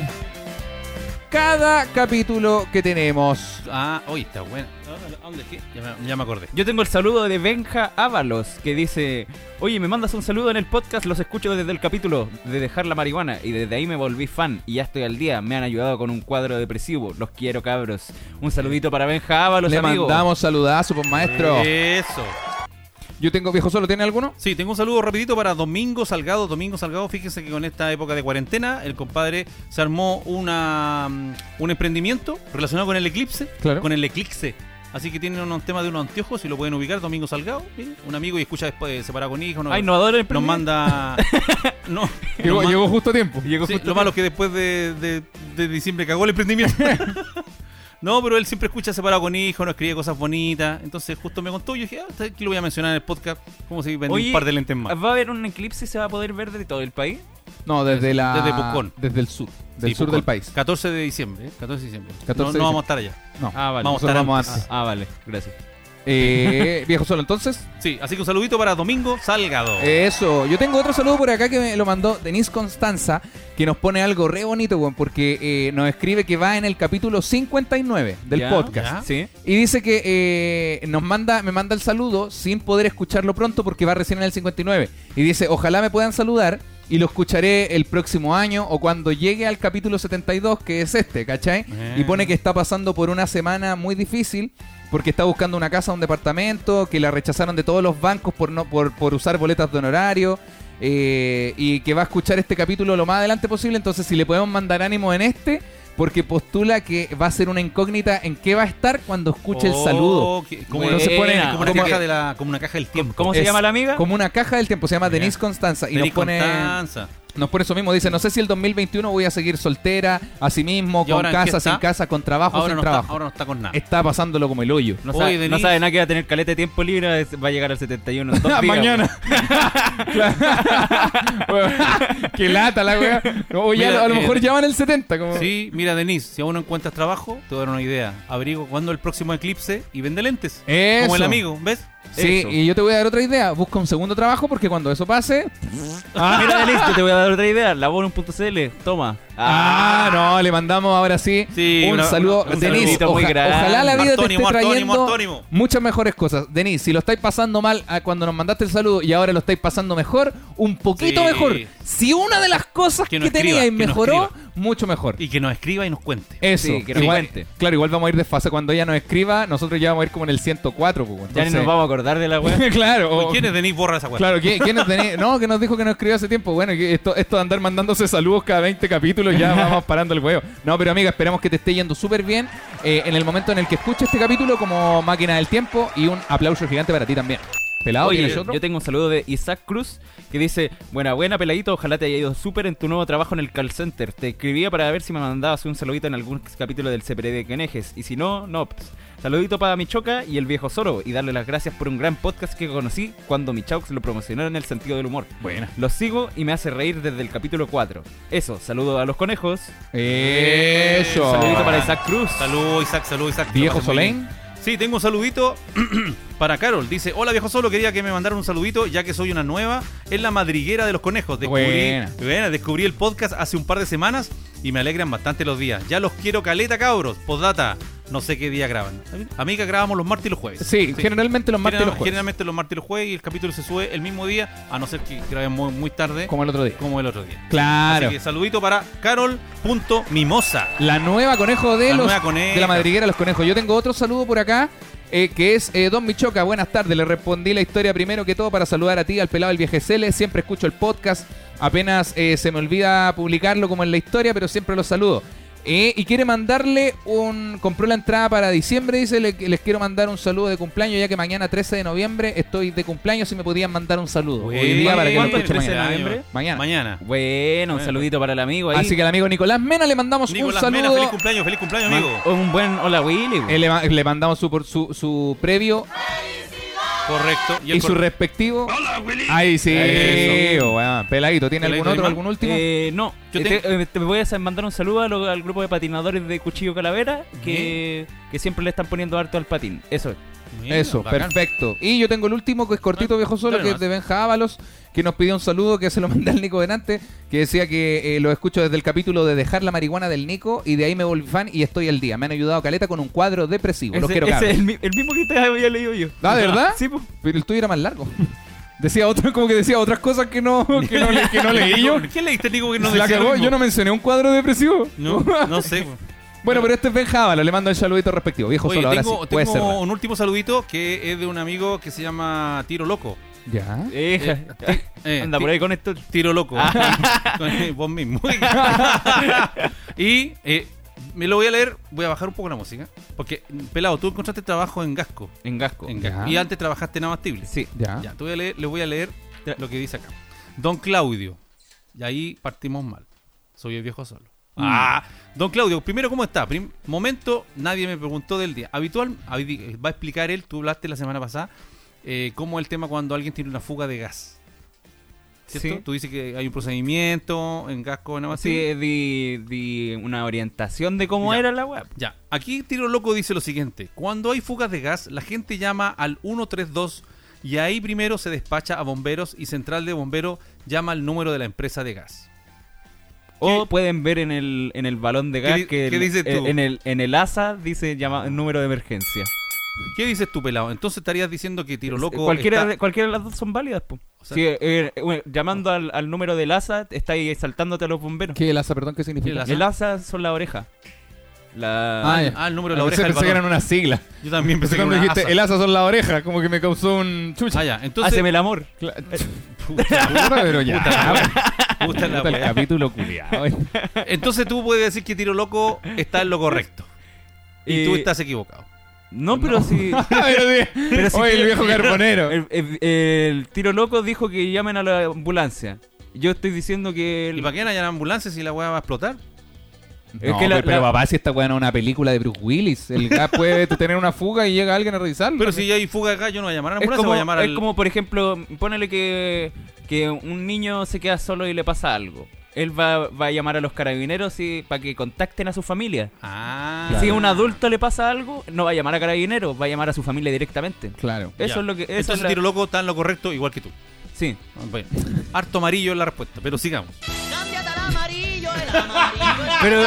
cada capítulo que tenemos. bien. Ah, hoy está buena. ¿A dónde es que? Ya me, ya me acordé. Yo tengo el saludo de Benja Ábalos que dice: Oye, me mandas un saludo en el podcast, los escucho desde el capítulo de dejar la marihuana y desde ahí me volví fan y ya estoy al día. Me han ayudado con un cuadro depresivo. Los quiero, cabros. Un saludito para Benja Ábalos, Le amigo. mandamos saludazo, pues maestro. Eso. Yo tengo viejo solo, ¿tiene alguno? Sí, tengo un saludo rapidito para Domingo Salgado. Domingo Salgado, fíjense que con esta época de cuarentena, el compadre se armó una, mm, un emprendimiento relacionado con el eclipse. Claro. Con el eclipse. Así que tienen unos temas de unos anteojos y lo pueden ubicar. Domingo Salgado, miren, un amigo y escucha después eh, separado con hijos. no- Ay, innovador el nos premio. manda. no. Llegó, nos man- llegó justo a tiempo. Llegó Sí, justo lo malo es que después de, de- de diciembre cagó el emprendimiento. no, pero él siempre escucha separado con hijo, nos escribe cosas bonitas. Entonces justo me contó y yo dije, ah, aquí lo voy a mencionar en el podcast. Como si vendí Oye, un par de lentes más. Va a haber un eclipse y se va a poder ver de todo el país. No, desde la. Desde Pucón. Desde el sur. Del Sí, sur Pucón. del país. 14 de diciembre, ¿eh? 14 de diciembre. 14 no, de no vamos a estar allá. No. Ah, vale. Vnosotros estar vamos antes. antes. Ah, vale, gracias. Eh, viejo solo, entonces. Sí, así que un saludito para Domingo Salgado. Eh, Eso, yo tengo otro saludo por acá que me lo mandó Denise Constanza, que nos pone algo re bonito, weón, porque eh, nos escribe que va en el capítulo 59 del Ya, podcast. ya. Sí. Y dice que eh, nos manda, me manda el saludo sin poder escucharlo pronto porque va recién en el 59. Y dice, ojalá me puedan saludar y lo escucharé el próximo año o cuando llegue al capítulo 72, que es este, ¿cachai? Eh. Y pone que está pasando por una semana muy difícil porque está buscando una casa, un departamento, que la rechazaron de todos los bancos por, no, por, por usar boletas de honorario. eh, y que va a escuchar este capítulo lo más adelante posible, entonces si le podemos mandar ánimo en este, porque postula que va a ser una incógnita en qué va a estar cuando escuche el Oh, saludo. que- Como, Bueno, se pone- como una como- caja de la, como una caja del tiempo. ¿Cómo se Es llama la amiga? Como una caja del tiempo, se llama Denise Constanza. Y Denis nos pone Constanza. nos pone eso mismo, dice, no sé si el 2021 voy a seguir soltera, así mismo, ¿Y con ahora en qué casa, está? sin casa, con trabajo, Ahora sin no, está, trabajo. ahora no está con nada. Está pasándolo como el hoyo. No, Oye, sabe, no Denise. sabe nada que va a tener caleta de tiempo libre, es- va a llegar al 71 en dos días, Mañana. Bueno, qué lata la weá. O ya Mira, a lo eh, mejor ya van el 70. Como... Sí, mira Denise, si aún no encuentras trabajo, te voy a dar una idea. Abrigo cuándo el próximo eclipse y vende lentes. Eso. Como el amigo, ¿ves? Sí, Eso. y yo te voy a dar otra idea. Busca un segundo trabajo porque cuando eso pase. Ah, Mira, Denise, yo te voy a dar otra idea. Labor1.cl, toma. Ah, no, le mandamos ahora sí, Sí, un una- saludo. un Denise, saludito muy oja- grande. ojalá la vida Antónimo, te esté Antónimo, trayendo Antónimo. muchas mejores cosas. Denise, si lo estáis pasando mal ah, cuando nos mandaste el saludo y ahora lo estáis pasando mejor, un poquito Sí. mejor. Si una de las cosas que, Que no escriba, teníais que no mejoró, escriba. mucho mejor. Y que nos escriba y nos cuente. Eso, Sí, que nos igual, cuente. claro, igual vamos a ir de fase. Cuando ella nos escriba, nosotros ya vamos a ir como en el 104. pues, Ya ni entonces- nos vamos a acordar de la web. claro, Oye, o- ¿Quién es Denise? Borra esa weá. Claro, ¿quién, quién nos tenía- No, que nos dijo que nos escribió hace tiempo. Bueno, que esto, esto de andar mandándose saludos cada 20 capítulos, ya vamos parando el huevo. No, pero amiga, esperamos que te esté yendo súper bien eh, en el momento en el que escuches este capítulo como máquina del tiempo y un aplauso gigante para ti también. Pelado Oye, y yo, nosotros. yo tengo un saludo de Isaac Cruz que dice, buena, buena, peladito, ojalá te haya ido súper en tu nuevo trabajo en el call center. Te escribía para ver si me mandabas un saludito en algún capítulo del CPD de Quenejes. Y si no, no. pues. Saludito para Michoca y el viejo Zoro y darle las gracias por un gran podcast que conocí cuando Michaux lo promocionó en el sentido del humor. Buena. Los sigo y me hace reír desde el capítulo 4. Eso, saludo a los conejos. Eso. Saludito para Isaac Cruz. Salud, Isaac, salud, Isaac. que lo Viejo pasen muy Solén. bien. Sí, tengo un saludito para Carol. Dice, hola viejo solo, quería que me mandaran un saludito ya que soy una nueva en la madriguera de los conejos. Descubrí, Buena. Buena, descubrí el podcast hace un par de semanas y me alegran bastante los días. Ya los quiero caleta, cabros. Postdata, no sé qué día graban. Amiga, grabamos los martes y los jueves. Sí, generalmente los martes y General- los jueves. Generalmente los martes y los jueves y el capítulo se sube el mismo día, a no ser que graben muy, muy tarde Como el otro día. como el otro día. Claro. Así que saludito para carol.mimosa. La nueva conejo de La los nueva coneja. de la madriguera de los conejos. Yo tengo otro saludo por acá. eh, que es eh, Don Michoca, buenas tardes. Le respondí la historia primero que todo para saludar a ti, al pelado del viaje Cele. Siempre escucho el podcast, apenas eh, se me olvida publicarlo como en la historia, pero siempre lo saludo. Eh, y quiere mandarle un. Compró la entrada para diciembre, dice. le- les quiero mandar un saludo de cumpleaños, ya que mañana 13 de noviembre estoy de cumpleaños. Si me podían mandar un saludo hoy día para que lo Bueno, escuche 13 de mañana. noviembre. Mañana. Mañana. Bueno, un Bueno. saludito para el amigo ahí. Así que al amigo Nicolás Mena le mandamos Nicolás un saludo. Mena, feliz cumpleaños, feliz cumpleaños, Ma- amigo. un buen hola Willy. Eh, le, ma- le mandamos su, por- su, su previo Correcto. y, el su Ah, cor- respectivo. Ahí sí, Eso. weón. peladito. ¿Tiene Peladito, algún otro, ¿hay algún último? Eh, no, Yo yo te, eh, te voy a mandar un saludo a lo- al grupo de patinadores de Cuchillo Calavera que, que siempre le están poniendo harto al patín. Eso es. Mira, Eso, bacán. perfecto. Y yo tengo el último que es cortito, Ah, viejo solo, dale que es nomás. de Benja Ábalos, que nos pidió un saludo que se lo mandé al Nico Delante, que decía que eh, lo escucho desde el capítulo de Dejar la marihuana del Nico y de ahí me volví fan y estoy al día. Me han ayudado Caleta con un cuadro depresivo. Los Ese- quiero ese cabros. es el, mi- el mismo que te había leído yo. Ah, ¿de verdad? Sí, pues. Pero el tuyo era más largo. Decía otro, como que decía otras cosas que no, que no, le- que no leí yo. ¿Qué leíste, Nico, que no La decía lo cagó, mismo? yo no mencioné un cuadro depresivo. No, no sé. Bueno, pero este es Ben Jávalo, le mando el saludito respectivo. Viejo Oye, solo, ahora tengo, sí. Puede tengo ser. un último saludito que es de un amigo que se llama Tiro Loco. Ya. Eh, Eh, anda ti- por ahí con esto. Tiro Loco. Ah. Vos mismo. y eh, me lo voy a leer, voy a bajar un poco la música. Porque, pelado, tú encontraste trabajo en Gasco. En gasco. en Gasco, Ya. y antes trabajaste en Abastible. Sí. Ya. Ya, te voy a leer, le voy a leer lo que dice acá. Don Claudio. Y ahí partimos mal. Soy el viejo solo. Mm. Ah, don Claudio, primero, ¿cómo está? Prim- momento, nadie me preguntó del día. Habitual, habi- va a explicar él, tú hablaste la semana pasada, eh, cómo es el tema cuando alguien tiene una fuga de gas. ¿Cierto? Sí. Tú dices que hay un procedimiento en gasco, nada más. Así eh, di, di una orientación de cómo Ya. era la web. Ya, aquí Tiro Loco dice lo siguiente. Cuando hay fugas de gas, la gente llama al 132 y ahí primero se despacha a bomberos y central de bomberos llama al número de la empresa de gas. O ¿Qué? pueden ver en el, en el balón de ¿Qué gas di- que qué el- dices tú? eh, en el en el ASA dice llama número de emergencia. ¿Qué dices tú, pelado? Entonces estarías diciendo que Tiro Loco... Eh, cualquiera, está- de, cualquiera de las dos son válidas, po. O sea- Sí, eh, eh, bueno, llamando al, al número del ASA, estáis saltándote a los bomberos. ¿Qué, Laza, perdón, qué significa? ¿Qué, Laza? El asa son la oreja. La... Ah, ya. Ah, el número de A la veces oreja del pensé que eran balón. una sigla. Yo también pensé que era cuando una dijiste, asa. el asa son la oreja, como que me causó un chucha. Ah, ya. Entonces... Háceme el amor. Cla- Puta, Puta, pero ya. puta la Puta, el wea. capítulo culiado. Entonces tú puedes decir que Tiro Loco está en lo correcto. Y tú Eh, estás equivocado. No, pero si... pero Pero sí. si Oye, el quiere- viejo carbonero. El, el- el tiro loco dijo que llamen a la ambulancia. Yo estoy diciendo que... el- ¿Y para qué allá la ambulancia si la weá va a explotar? es No, que la- pero, pero la- papá, si esta weá no es una película de Bruce Willis, el gas puede tener una fuga y llega alguien a revisarlo. Pero si hay fuga de gas, yo no voy a llamar a la Es ambulancia, como, voy a llamar es al... como, por ejemplo, ponele que, que un niño se queda solo y le pasa algo. Él va, va a llamar a los carabineros y, para que contacten a su familia. Ah, Si a un ya. adulto le pasa algo, no va a llamar a carabineros, va a llamar a su familia directamente. Claro. Eso Ya. es lo que... eso es Entonces la- tiro loco está en lo correcto igual que tú. Sí. Bueno, harto amarillo es la respuesta, pero sigamos. Cámbiate al amarillo, el amarillo. el Pero eh,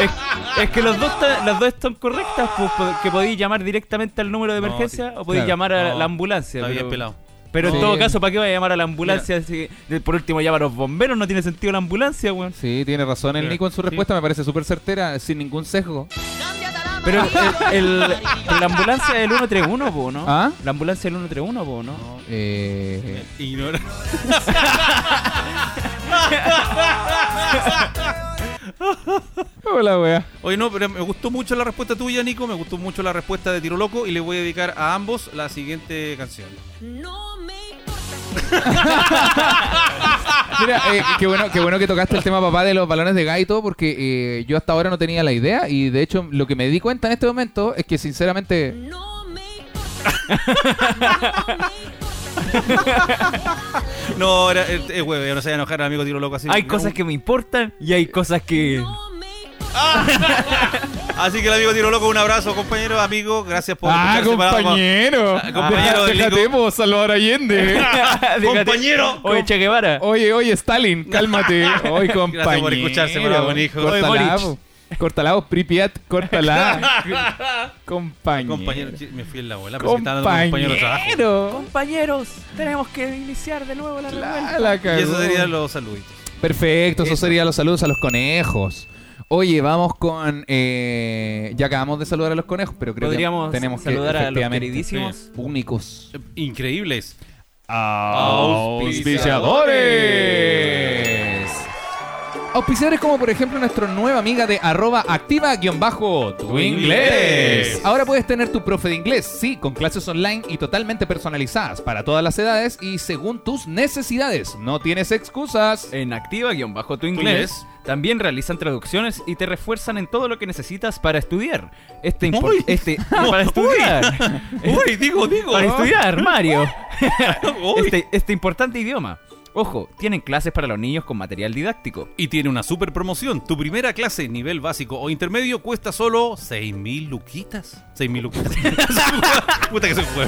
es, amarillo. es que los dos ta- las dos están correctas, pues, po- que podéis llamar directamente al número de No, emergencia sí. o podéis Claro. llamar a No, la ambulancia. Está bien pero- pelado. Pero en Sí. todo caso, ¿para qué va a llamar a la ambulancia? si- de- por último, llama a los bomberos, no tiene sentido la ambulancia, weón. Sí, tiene razón el Nico en su respuesta, me parece súper certera, sin ningún sesgo. Cámbiate al Pero amarillo. el, el- pero la ambulancia es el 131, po, ¿no? ¿Ah? La ambulancia es el 131, po, ¿no? Eh, Ignora. Eh, Hola, wea. Oye, no, pero me gustó mucho la respuesta tuya, Nico. Me gustó mucho la respuesta de Tiro Loco. Y le voy a dedicar a ambos la siguiente canción. No me importa. Mira, eh, qué, bueno, qué bueno que tocaste el tema, papá, de los balones de gaito, porque eh, yo hasta ahora no tenía la idea. Y de hecho, lo que me di cuenta en este momento es que, sinceramente, No me importa. No me importa. No, era, es, es hueveo, no se vaya a enojar al amigo Tiro Loco así. Hay No. cosas que me importan y hay cosas que. No me importa. Así que el amigo Tiro Loco, un abrazo, compañero, amigo. Gracias por. Ah, escuchar separado con- compañero. Ah, compañero del Déjate, Nico. vos, Salvador Allende. Déjate. Compañero. Oye, Che Guevara. Oye, oye, Stalin, cálmate. Oye, compañero. Gracias por escucharse, bravo, buen hijo. Oye, Córtala, Boric. po. Córtala, vos, Pripyat, córtala. compañero. Compañero, sí, me fui en la bola, pero si estaba dando un compañero de trabajo. Compañero. Compañeros, tenemos que iniciar de nuevo la La- la Y eso cagó. serían los saluditos. Perfecto, eso sería los saludos a los conejos. Oye, vamos con. eh, ya acabamos de saludar a los conejos, pero creo Podríamos que tenemos que, saludar a los efectivamente, queridísimos. únicos. Eh, Increíbles. Auspiciadores. Auspiciadores como por ejemplo nuestra nueva amiga de arroba activa guión bajo tu inglés. Ahora puedes tener tu profe de inglés, sí, con clases online y totalmente personalizadas para todas las edades y según tus necesidades. No tienes excusas. En activa-tu inglés, inglés. también realizan traducciones y te refuerzan en todo lo que necesitas para estudiar. Este impor- Uy. este para estudiar. Este, Uy, digo, digo. para estudiar, Mario. Uy. este, este importante idioma. Ojo, tienen clases para los niños con material didáctico. Y tiene una super promoción. Tu primera clase, nivel básico o intermedio, cuesta solo 6.000 luquitas. 6.000 luquitas. Puta que se fue.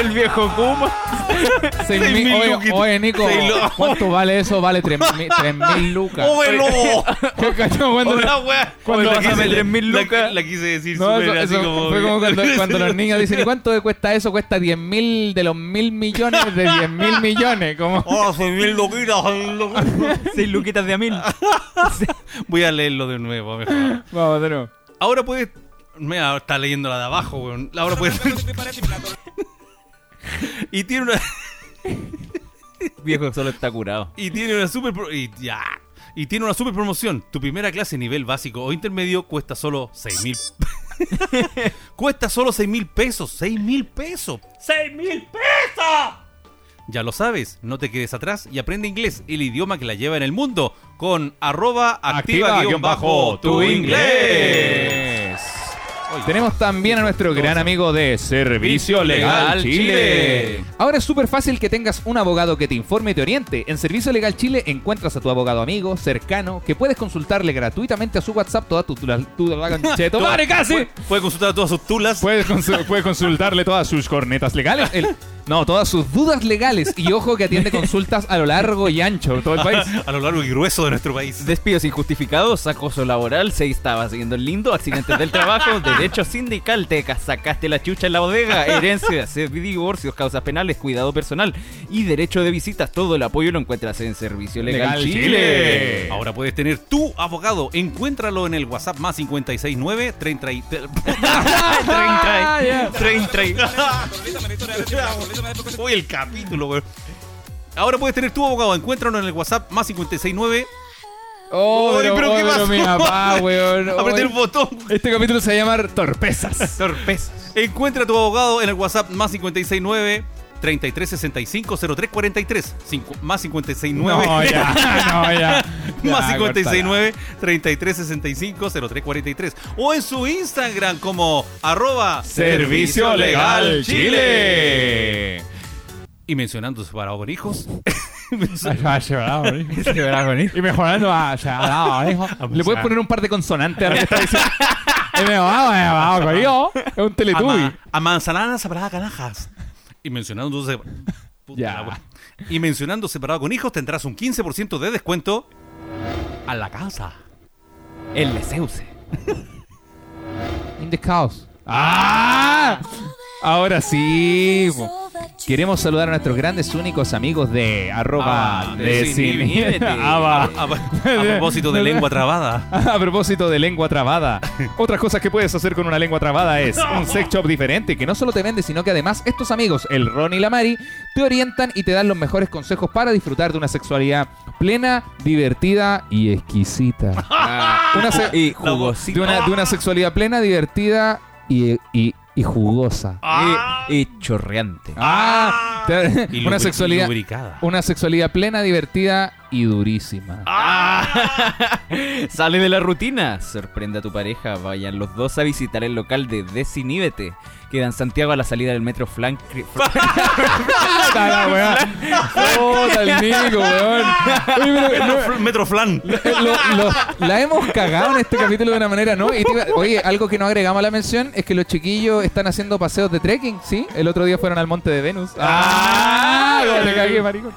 el viejo Kuma. Seis Seis mil- mil oye, luquitas. oye, Nico, Seis lu- ¿cuánto vale eso? Vale tres mil, tres mil lucas. ¡Óvelo! ¿Qué cacho? Cuando- ¡Hola, wea! Cuando Oye, Oh, la vas a quise- meter 1.000 la- lucas. La, quise decir No, súper eso- así eso como. fue como cuando, cuando los niños dicen, "¿Y ¿cuánto cuesta eso? Cuesta 10 mil de los mil millones, de 10 mil millones. Como... ¡Oh, 6.000 luquitas! son luquitas. Seis luquitas de a mil. Voy a leerlo de nuevo, mejor. Vamos, de nuevo. Ahora puedes. Mira, está leyendo la de abajo, weón. Ahora puedes. y tiene una. viejo solo está curado. Y tiene una super pro- y ya. Y tiene una super promoción. Tu primera clase nivel básico o intermedio cuesta solo 6 mil. cuesta solo 6 mil pesos. 6 mil pesos. ¡6 mil pesos! Ya lo sabes, no te quedes atrás y aprende inglés, el idioma que la lleva en el mundo, con arroba activa, guión bajo tu inglés. Tenemos también a nuestro gran amigo de Servicio Legal Legal Chile. Chile. Ahora es súper fácil que tengas un abogado que te informe y te oriente. En Servicio Legal Chile encuentras a tu abogado amigo, cercano, que puedes consultarle gratuitamente a su WhatsApp toda tu... tu, tu- Cheto, madre, casi! Puede- Puede consultar a todas sus tulas. Puedes, consu- puedes consultarle todas sus cornetas legales. El- no, todas sus dudas legales. Y ojo que atiende consultas a lo largo y ancho de todo el país. A lo largo y grueso de nuestro país. Despidos injustificados, acoso laboral, se estaba siguiendo el lindo, accidentes del trabajo, derecho sindical, te ca- sacaste la chucha en la bodega, herencias, eh, divorcios, causas penales, cuidado personal y derecho de visitas. Todo el apoyo lo encuentras en Servicio Legal, Legal Chile. Chile. Ahora puedes tener tu abogado. Encuéntralo en el WhatsApp más 569 30 y- 30 y- ya. 30 y- Uy, el capítulo, weón. Ahora puedes tener tu abogado. Encuéntralo en el WhatsApp más 569. Oh, Oye, pero, pero oh, ¿qué pero pasó? mi papá, weón. Apreté Oye. el botón. Este capítulo se va a llamar Torpezas. Torpezas. Encuentra a tu abogado en el WhatsApp más 569 3365 0343. Cinco- más 569. No, ya, no, ya. Más Ya, 569 3365 0343 o en su Instagram como arroba Servicio Legal Chile. y mencionando separado con hijos córtala. Y mejorando ah, a llorado, hijo. Ah, ¿Le puedes poner un par de consonantes a lo que está diciendo? Y me va, me va, coño. Es un teletubby. Ama- a manzananas sabrá canajas y mencionando sep- Puta Ya. la wea. y mencionando separado con hijos tendrás un 15% de descuento a la casa El de Zeus. In the chaos. ¡Ah! Ahora sí. po. Queremos saludar a nuestros grandes únicos amigos de arroba Ah, desinhibite. desinhibite. Aba. A, a propósito de lengua trabada. A propósito de lengua trabada, otras cosas que puedes hacer con una lengua trabada es un sex shop diferente que no solo te vende, sino que además estos amigos, el Ron y la Mari, te orientan y te dan los mejores consejos para disfrutar de una sexualidad plena, divertida y exquisita. Una se- Y de, jugosito. eh, una, de Ah. una sexualidad plena, divertida y, y- y jugosa. Y, y chorreante. Ah, te- Ah. Y una lubri- sexualidad, lubricada. una sexualidad plena, divertida y durísima. Ah, Sale de la rutina. Sorprende a tu pareja. Vayan los dos a visitar el local de Desiníbete. Queda en Santiago a la salida del metro Frank. Puta la weá. Puta el Nico, weón. Oye, pero no- Metro- Metroflan. lo- lo- la hemos cagado en este capítulo de una manera, ¿no? Y te iba- oye, algo que no agregamos a la mención es que los chiquillos están haciendo paseos de trekking, ¿sí? El otro día fueron al monte de Venus. ¡Ah! cómo te cagué, maricón.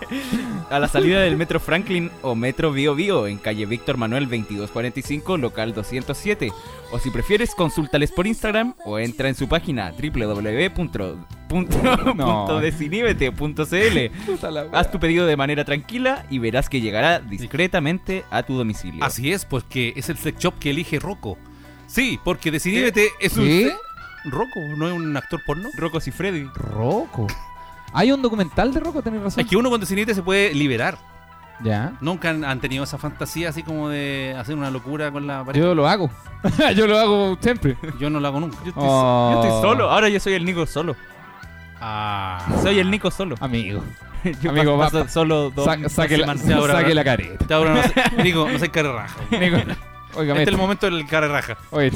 A la salida del metro Franklin o metro Bio Bio en calle Víctor Manuel 2245, local 207. O si prefieres, consúltales por Instagram o entra en su página www.desiníbete.cl. Puta la weá. Haz tu pedido de manera tranquila y verás que llegará discretamente a tu domicilio. Así es, porque es el sex shop que elige Rocco. Sí, porque Desinhíbete es un. ¿Sí? Rocco, ¿no es un actor porno? Rocos y Freddy. Rocco. Hay un documental de Rocco, tenés razón. Es que uno con Desinhíbete se puede liberar. Ya. Nunca han, han tenido esa fantasía así como de hacer una locura con la pareja. Yo lo hago. Yo lo hago siempre. Yo no lo hago nunca. Yo estoy, Oh. yo estoy solo. Ahora yo soy el Nico solo. Ah. Soy el Nico solo. Amigo. Yo Amigo, paso va- solo dos. Sa- saque, la, semanas de ahora, saque ¿no? la careta. Te abro, no sé- Nico, no sé cara raja. Nico, óigame Este es el esto. momento del cara raja. Oye,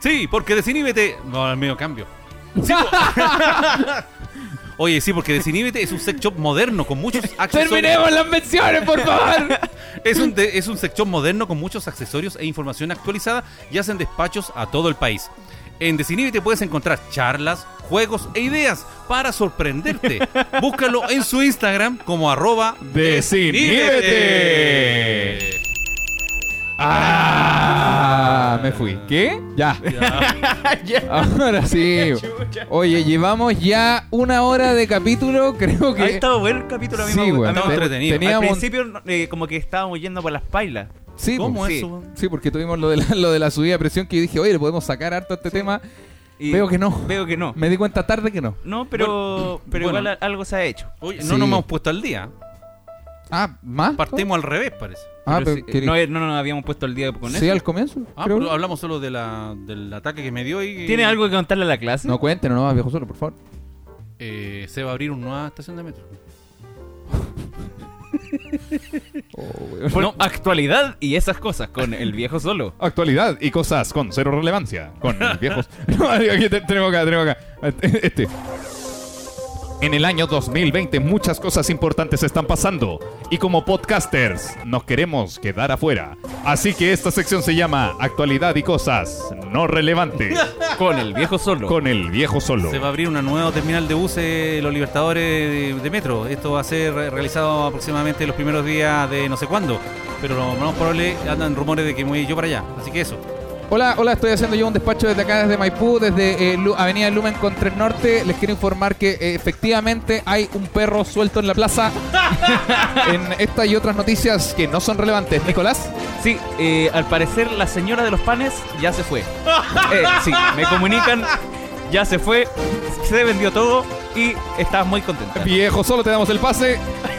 Sí, porque Desinhíbete. No, al medio cambio. Sí, po- Oye, sí, porque Desinhíbete es un sex shop moderno con muchos accesorios. ¡Terminemos las menciones, por favor! Es un, de- es un sex shop moderno con muchos accesorios e información actualizada y hacen despachos a todo el país. En Desinhibite puedes encontrar charlas, juegos e ideas para sorprenderte. Búscalo en su Instagram como arroba Desinhíbete. ¡Ah! Me fui. ¿Qué? Ya. Ahora sí. Oye, llevamos ya una hora de capítulo. Creo Ha que. estado buen el capítulo, a mí Sí, me gusta. weón. A mí me Estaba Te- gusta. entretenido. Al Teníamos. principio no, eh, como que estábamos yendo por las pailas. Sí, ¿Cómo pues, es sí. eso? Sí, porque tuvimos lo de la, lo de la subida de presión que yo dije, oye, le podemos sacar harto a este tema. Y Veo que no. Veo que no. Me di cuenta tarde que no. No, pero, pero bueno. igual a- algo se ha hecho. Oye, Sí. no nos hemos puesto al día. Ah, ¿más? Partimos al revés, parece. Ah, Pero pero sí, eh, querí- no, eh, no nos habíamos puesto el día con Sí, eso. al comienzo. Ah, creo. pero hablamos solo de la- del ataque que me dio y... ¿Tiene algo que contarle a la clase? No cuenten, no más viejo solo, por favor. Eh, se va a abrir una nueva estación de metro. Por- actualidad y esas cosas con el viejo solo. Actualidad y cosas con cero relevancia. Con viejos. No, aquí te- tenemos acá, tenemos acá. Este. En el año 2020 muchas cosas importantes están pasando y como podcasters nos queremos quedar afuera. Así que esta sección se llama Actualidad y cosas no relevantes Con el viejo solo. con el viejo solo. Se va a abrir una nueva terminal de buses de los Libertadores de, de Metro. Esto va a ser re- realizado aproximadamente los primeros días de no sé cuándo. Pero lo más probable andan rumores de que voy yo para allá. Así que eso. Hola, hola, estoy haciendo yo un despacho desde acá, desde Maipú, desde eh, Lu- Avenida Lumen con Tres Norte. Les quiero informar que eh, efectivamente hay un perro suelto en la plaza. en esta y otras noticias que no son relevantes. Nicolás, Sí, eh, al parecer la señora de los panes ya se fue. Eh, sí, me comunican, ya se fue, se vendió todo y estaba muy contenta. Viejo solo te damos el pase.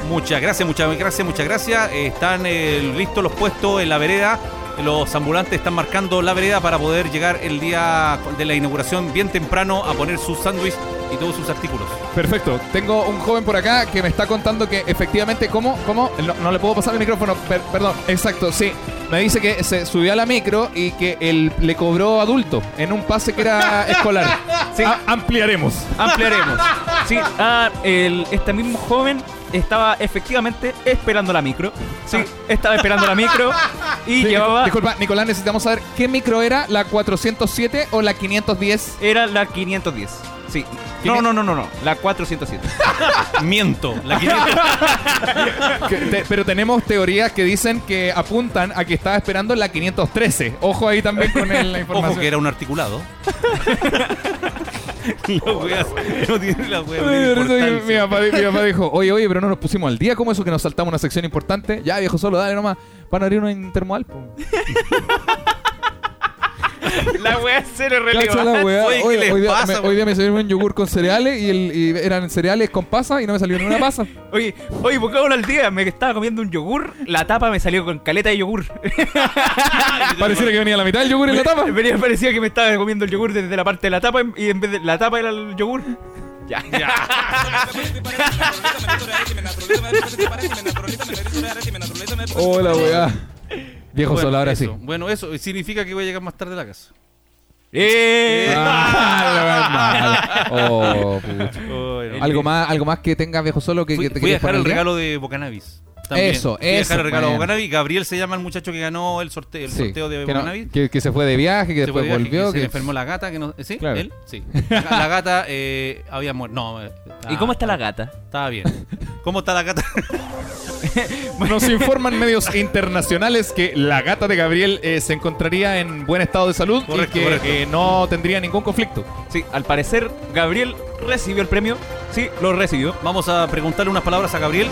Muchas gracias, muchas gracias, muchas gracias. Eh, Están eh, listos los puestos en la vereda. Los ambulantes están marcando la vereda para poder llegar el día de la inauguración bien temprano a poner sus sándwiches y todos sus artículos. perfecto. Tengo un joven por acá que me está contando que efectivamente, ¿cómo? ¿Cómo? No, no le puedo pasar el micrófono, per- perdón. Exacto, sí. Me dice que se subió a la micro y que él le cobró adulto en un pase que era escolar. Ah, A- ampliaremos. Ampliaremos. Sí, ah, el- este mismo joven estaba efectivamente esperando la micro. Sí, estaba esperando la micro y Sí, llevaba... Disculpa, Nicolás, necesitamos saber qué micro era, la 407 o la 510. Era la 510. Sí. No, no, no, no, no. La 407. Miento. La 500. Que te- pero tenemos teorías que dicen que apuntan a que estaba esperando la 513. Ojo ahí también con el- la Ojo información. que era un articulado. La wea no tiene la wea. no Ay, tiene por eso que mi, importancia. papá, mi papá dijo, oye, oye, pero no nos pusimos al día como eso que nos saltamos una sección importante. Ya, viejo, solo dale nomás. Van a abrir una intermodal. po. La wea se le Cacha la weá. Oye, ¿qué Oye, les hoy, día, pasa, me, po? hoy día me salió un yogur con cereales y, el- y eran cereales con pasa y no me salió ni una pasa. Oye, oye, pongámoslo al día. Me estaba comiendo un yogur. La tapa me salió con caleta de yogur. Pareciera que venía la mitad del yogur en la tapa. Venía- parecía que me estaba comiendo el yogur desde la parte de la tapa y en vez de la tapa era el yogur. Ya. Hola, Oh, weá. Viejo Bueno, solo, ahora eso. sí. Bueno, eso significa que voy a llegar más tarde a la casa. Eh. Ah, la weá es mala. Oh, pucha. Oye, Algo más, algo más que tengas viejo solo que, Fui- que te voy a quieres dejar poner el al día? regalo de Bocanabis. también. Eso, Voy a dejar eso, el regalo de bueno. Bocanabis. Gabriel se llama el muchacho que ganó el sorteo, el Sí, sorteo de que, no- Bocanabis. que- que se fue de viaje, que Se fue después de viaje, volvió. que se le que- enfermó la gata, que no, ¿sí? Claro. ¿Él? Sí. La, la gata eh, había muerto. No, eh, ¿Y ah, cómo está la gata? Estaba bien. ¿Cómo está la gata? Nos informan medios internacionales que la gata de Gabriel eh, se encontraría en buen estado de salud Correcto, y que correcto. eh, no tendría ningún conflicto. Sí, al parecer Gabriel recibió el premio. Sí, lo recibió. Vamos a preguntarle unas palabras a Gabriel.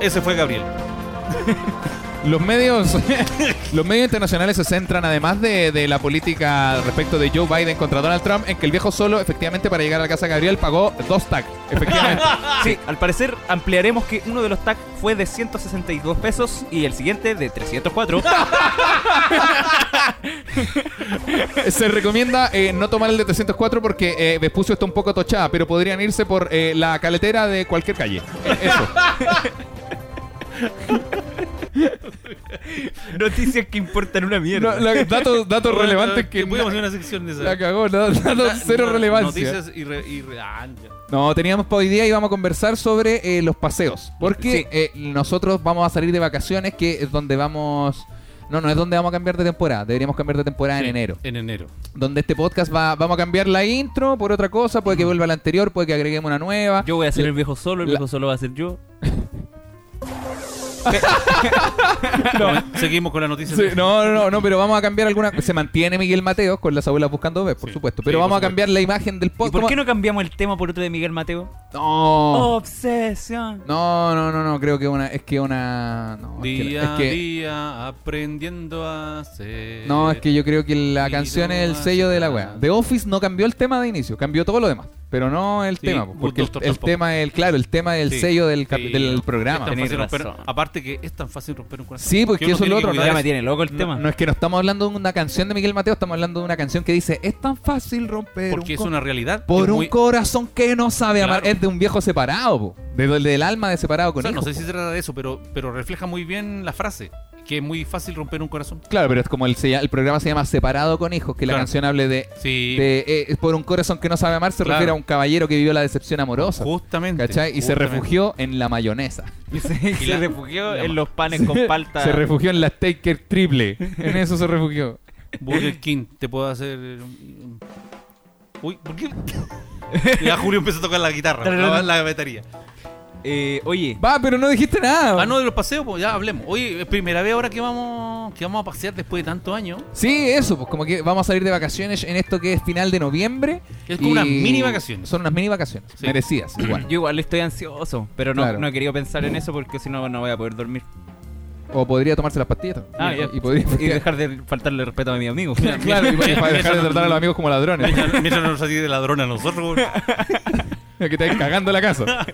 Ese fue Gabriel. Los medios, los medios internacionales se centran, además de, de la política respecto de Joe Biden contra Donald Trump, en que el viejo solo, efectivamente, para llegar a la casa de Gabriel pagó dos tags. Efectivamente. Sí, al parecer ampliaremos que uno de los tags fue de 162 pesos y el siguiente de 304. Ah. se recomienda eh, no tomar el de 304 porque eh, Vespucio está un poco tochada, pero podrían irse por eh, la caletera de cualquier calle. Eh, Eso. Noticias que importan una No, mierda. la- datos datos Bueno, relevantes que. Podríamos hacer una sección de esa. La cagó, no, no, no, Na- cero no- relevancia. Noticias y, re- y re- ah, ya. No, teníamos para hoy día y vamos a conversar sobre eh, los paseos. Porque Sí. eh, nosotros vamos a salir de vacaciones, que es donde vamos. No, no es donde vamos a cambiar de temporada. Deberíamos cambiar de temporada Ah, en enero. En enero. Donde este podcast va. Vamos a cambiar la intro por otra cosa. Puede que vuelva la anterior, puede que agreguemos una nueva. Yo voy a ser el viejo solo, el La- viejo solo va a ser yo. Bueno, Seguimos con las noticias. Sí, no, no, no, no, pero vamos a cambiar alguna. Se mantiene Miguel Mateos con las abuelas buscando bebés, por Sí, supuesto. sí, Pero por vamos a supuesto. cambiar la imagen del ¿Y podcast. por qué no cambiamos el tema por otro de Miguel Mateo? No. Obsesión. No, no, no, no, creo que una, es que una... No, es que- Día a es que, día aprendiendo a ser. no, es que yo creo que la Y canción no es el hace sello de la nada. wea. The Office no cambió el tema de inicio, cambió todo lo demás, pero no el Sí, tema, po, Good porque el, Doctor el tampoco. tema es el, claro, el tema es el Sí, sello del, cap- sí. este del Es programa. tan Tenés fácil romper- razón. aparte que es tan fácil romper un corazón. Sí, porque Que uno eso es lo tiene que otro, cuidar Ya me eso. tiene loco el tema. No, no es que no estamos hablando de una canción de Miguel Mateo, estamos hablando de una canción que dice, es tan fácil romper Porque un es co- una realidad. por es un muy- corazón que no sabe amar. Claro. Es de un viejo separado, po. De- del alma de separado o con sea, no hijos, sé si po. se trata de eso, pero, pero refleja muy bien la frase. Que es muy fácil romper un corazón. Claro, pero es como el, se- el programa se llama Separado con hijos, que la Claro. canción hable de Sí. de, eh, es por un corazón que no sabe amar se Claro. refiere a un caballero que vivió la decepción amorosa. Justamente. ¿Cachai? Y se justamente. refugió en la mayonesa. Y se, se la- refugió la- en los panes con palta. Se refugió en la Taker triple. En eso se refugió. Burger King, te puedo hacer. un- Uy, ¿por qué? Ya Julio empezó a tocar la guitarra, la, la batería. Eh, oye, Va, pero no dijiste nada. Ah, no, de los paseos, pues ya hablemos. Oye, es primera vez ahora que vamos, que vamos a pasear después de tantos años. Sí, eso, pues como que vamos a salir de vacaciones en esto que es final de noviembre. Es como y unas mini vacaciones. Son unas mini vacaciones. Sí. Merecidas, igual. yo igual estoy ansioso, pero no, Claro. no he querido pensar en eso porque si no, no voy a poder dormir. O podría tomarse las pastillas. también. Ah, ya. Y podría. Y dejar de faltarle respeto a mi amigo. Claro, y para dejar de tratar a los amigos como ladrones. Mientras mientras no nos saque de ladrón a nosotros. güey. que te estás cagando la casa.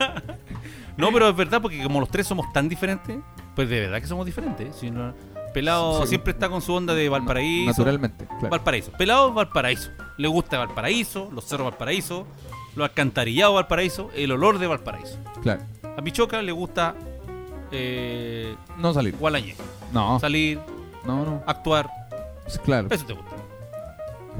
No, pero es verdad, porque como los tres somos tan diferentes, pues de verdad que somos diferentes. ¿eh? Si no- Pelado Sí. siempre está con su onda de Valparaíso. Naturalmente. claro. Valparaíso. Pelado Valparaíso. Le gusta Valparaíso, los cerros Valparaíso, los alcantarillados Valparaíso, el olor de Valparaíso. claro. A Michoca le gusta eh, No salir. Gualañé. No. Salir, No, no. actuar. Claro. pues, Eso te gusta.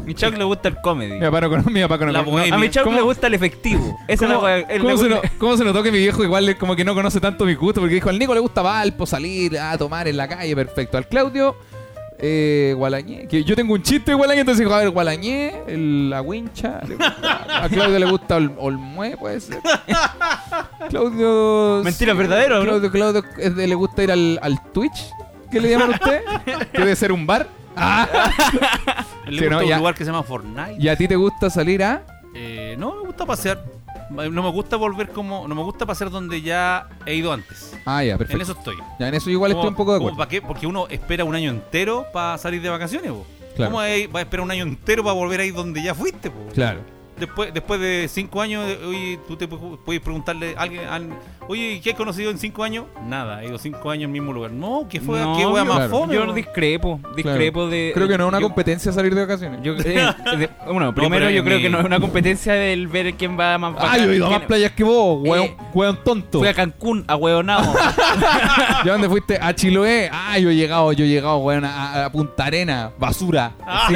Mi Chuck le gusta el comedy. Mi papá no cono- mi papá cono- La no- bohemia. A mi Chuck ¿Cómo- le gusta el efectivo. Esa es la ¿Cómo, wea- el- cómo le se gusta- no- cómo se notó que mi viejo igual es como que no conoce tanto mi gusto? Porque dijo, al Nico le gusta Valpo, salir a tomar en la calle, perfecto. Al Claudio, eh, Gualañé. Que yo tengo un chiste de Gualañé, entonces dijo, a ver, Gualañé, el- la wincha. le gusta- a Claudio le gusta Ol- Olmué, puede ser. Claudio... Mentiras verdaderas, ¿no? Claudio, Claudio es de- le gusta ir al, al Twitch, que le llaman a usted, que debe ser un bar. Ah. Le Sí, gusta no, un ya. lugar que se llama Fortnite. ¿Y a ti te gusta salir a...? Eh, no, me gusta pasear. No me gusta volver como. No me gusta pasear donde ya he ido antes. Ah, ya, En perfecto. eso estoy. Ya, en eso igual estoy un poco de acuerdo. ¿Para qué? Porque uno espera un año entero para salir de vacaciones, po. Claro. ¿Cómo hay- va a esperar un año entero para volver ahí donde ya fuiste, po? Claro. Después, después de cinco años, eh, oye, tú te pu- puedes preguntarle a alguien, al- oye, ¿qué has conocido en cinco años? Nada, he ido cinco años en el mismo lugar. No, ¿qué fue? No, ¿Qué wea más claro. fome? Yo po? discrepo, discrepo claro. de. Creo que no es una yo- competencia salir de vacaciones. yo- eh, de- bueno, pero primero yo en creo mi- que no es una competencia del ver quién va más Ah, yo he ido a quién- más playas que vos, weón, Eh, weón tonto. Fui a Cancún, a Hueonao. ¿Ya dónde fuiste? A Chiloé. Ah, yo he llegado, yo he llegado, weón, a, a Punta Arena, basura. Sí.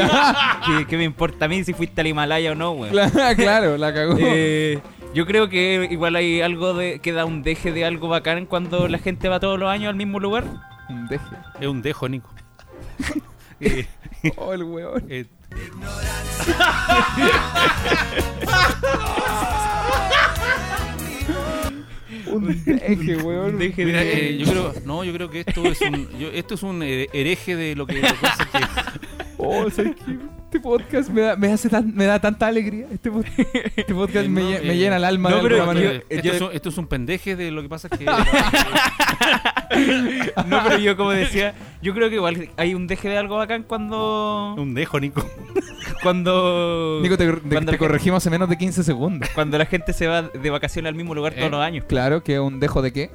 ¿Qué, qué me importa a mí si fuiste al Himalaya o no, weón? Claro, claro, la cagó. Eh, yo creo que igual hay algo de, que da un deje de algo bacán cuando la gente va todos los años al mismo lugar. Un Deje. Es un dejo, Nico. Eh, Oh, el weón. eh, Un deje, weón. Un deje Mira, de- eh, yo creo, no, yo creo que esto es un, yo- esto es un eh, hereje de lo que, lo que pasa que- Oh, ¿sabes qué? Este podcast me da, me hace tan- me da tanta alegría. Este, pod- este podcast me, No, lle- eh, me llena el alma no, de pero alguna yo- manera. eh, esto, yo- es un, esto es un pendeje de lo que pasa que No, pero yo como decía, yo creo que igual hay un deje de algo bacán cuando... un dejo, Nico. Cuando... Nico, te, te- cuando, te la gente, corregimos en menos de 15 segundos. cuando la gente se va de vacaciones al mismo lugar Eh. todos los años. Claro, que un dejo de qué.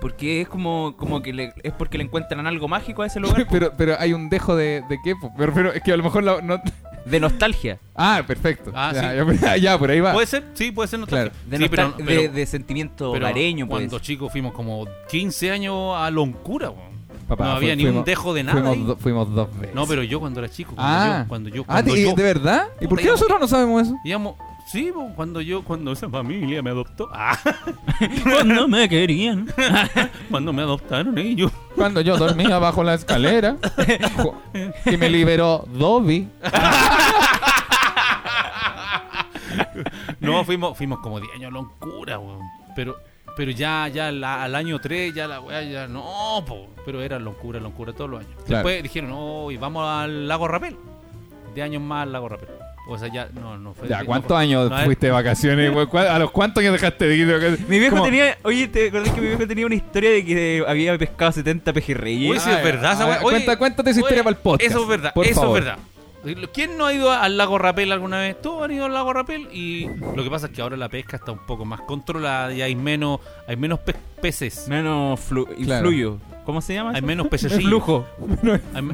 Porque es como, como que le- es porque le encuentran algo mágico a ese lugar. pero, pero hay un dejo de, de qué. po. Pero, pero es que a lo mejor la- no- De nostalgia. Ah, perfecto. Ah, Pues, ya, ya, ya, por ahí va. Puede ser, sí, puede ser nostálgico. Claro. Ah. De, Sí, pero- nostal- de- pero- de sentimiento pero hogareño, pues. Cuando chicos fuimos como 15 años a Loncura, weón. Papá, no fu- había ni un fuimos- dejo de nada. ahí. Fuimos, do- fuimos dos veces. no, pero yo cuando era chico, cuando Ah, yo, cuando yo, Ah, cuando ¿de- yo- ¿de verdad? ¿Y por Puta, qué yo- nosotros no sabemos eso? digamos, sí, po, cuando yo, cuando esa familia me adoptó, ah, Cuando me querían. cuando me adoptaron ellos. Cuando yo dormía bajo la escalera jo- y me liberó Dobby. No, fuimos, fuimos como 10 años a Loncura, weón. Pero, pero ya, ya la- al año 3, ya la weá, ya no, po. Pero era Loncura, Loncura todos los años. Claro. Después dijeron, no, y vamos al Lago Rapel. De años más al Lago Rapel. O sea, ya, no, no fue. Ya, no ¿cuántos fue- años no, eh. a ver, fuiste de vacaciones? güey? ¿Cuál- ¿A los cuántos años dejaste de ir de vacaciones? Mi viejo Como- tenía, oye, ¿te acordás que mi viejo tenía una historia de que había pescado 70 pejerreyes? Uy, sí, es verdad esa Ah, weá. ah, Oye, cuenta- cuéntate esa historia para el podcast, Eso es verdad, por eso favor. es verdad. ¿Quién no ha ido al lago Rapel alguna vez? Todos han ido al lago Rapel y lo que pasa es que ahora la pesca está un poco más controlada y hay menos, hay menos pe- peces, Menos flu Claro. influyo. ¿Cómo se llama? hay eso? menos peces. flujo.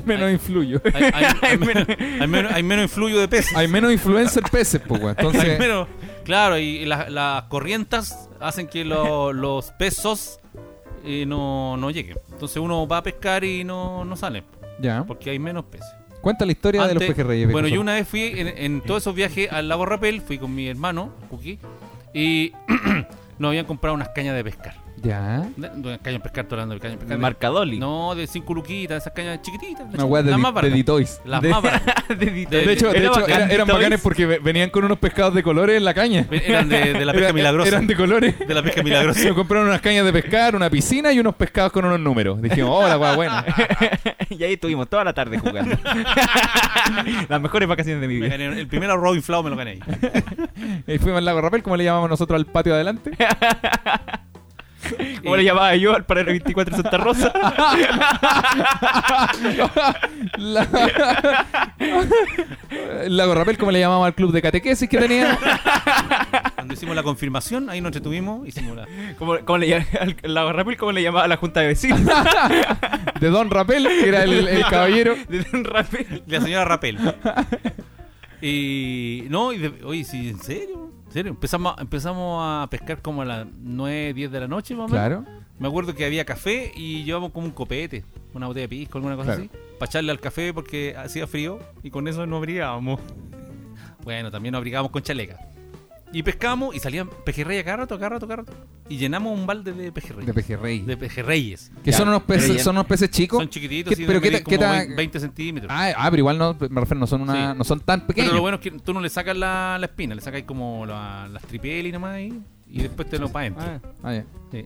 Menos influyo. Hay, hay- hay menos, hay menos- hay menos influyo de peces. Hay menos influencer peces, pues, weón. Hay Entonces, menos- claro, y la- las corrientas hacen que lo- los pesos eh, no, no lleguen. Entonces uno va a pescar y no, no sale, ya. porque hay menos peces. Cuenta la historia de los Antes- pejerreyes. Bueno, Pecoso. yo una vez fui en, en todos esos viajes al lago Rapel, fui con mi hermano, Cookie, y nos habían comprado unas cañas de pescar. Ya. De- Unas cañas de pescar, estoy hablando de cañas de pescar. El Marcadoli. No, de cinco luquitas, esas cañas chiquititas. Una weá de, las di- más de baratas. Ditoys. Las De- más baratas. de, de- De- De hecho, de era hecho bacán, era- eran ¿toys? bacanes porque ve- venían con unos pescados de colores en la caña. Eran de, de la pesca Era- milagrosa. Eran de colores. De la pesca milagrosa. Se compraron unas cañas de pescar, una piscina y unos pescados con unos números. Dijimos, "Oh, hola, guau, bueno. y ahí estuvimos toda la tarde jugando. Las mejores vacaciones de mi Me vida. gané- el primer arroz inflado me lo gané. ahí. Y fuimos al lago Rapel, como le llamamos nosotros al patio de adelante. ¿Cómo le llamaba yo al paralelo 24 de Santa Rosa? La- El Lago Rapel, como le llamamos al club de catequesis que teníamos. Cuando hicimos la confirmación, ahí nos entretuvimos. Hicimos la... ¿Cómo, cómo le llamaba al al Lago Rapel? ¿Cómo le llamaba a la Junta de Vecinos? De Don Rapel, que era el, el caballero. De Don Rapel. La señora Rapel. Y. No, y de- oye, sí, en serio. ¿En serio? Empezamos, a- empezamos a pescar como a las 9, 10 de la noche, más o Claro. menos. Me acuerdo que había café y llevamos como un copete, una botella de pisco, alguna cosa Claro. así, para echarle al café porque hacía frío y con eso nos abrigábamos. Bueno, también nos abrigábamos con chaleca. Y pescamos y salían pejerreyes cada rato, cada rato, cada rato. Y llenamos un balde de pejerreyes. De pejerrey. De pejerreyes. Que Ya, son unos pero peces, ya- son unos peces chicos. Son chiquititos, ¿Qué- sí, pero pero qué ta- qué ta- 20 centímetros. Ah, ah, pero igual no, me refiero, no son una, Sí. no son tan pequeños. Pero lo bueno es que tú no le sacas la, la espina, le sacas como la- las tripieles y nomás ahí, y después te lo pa' adentro. Ah, ya. Sí.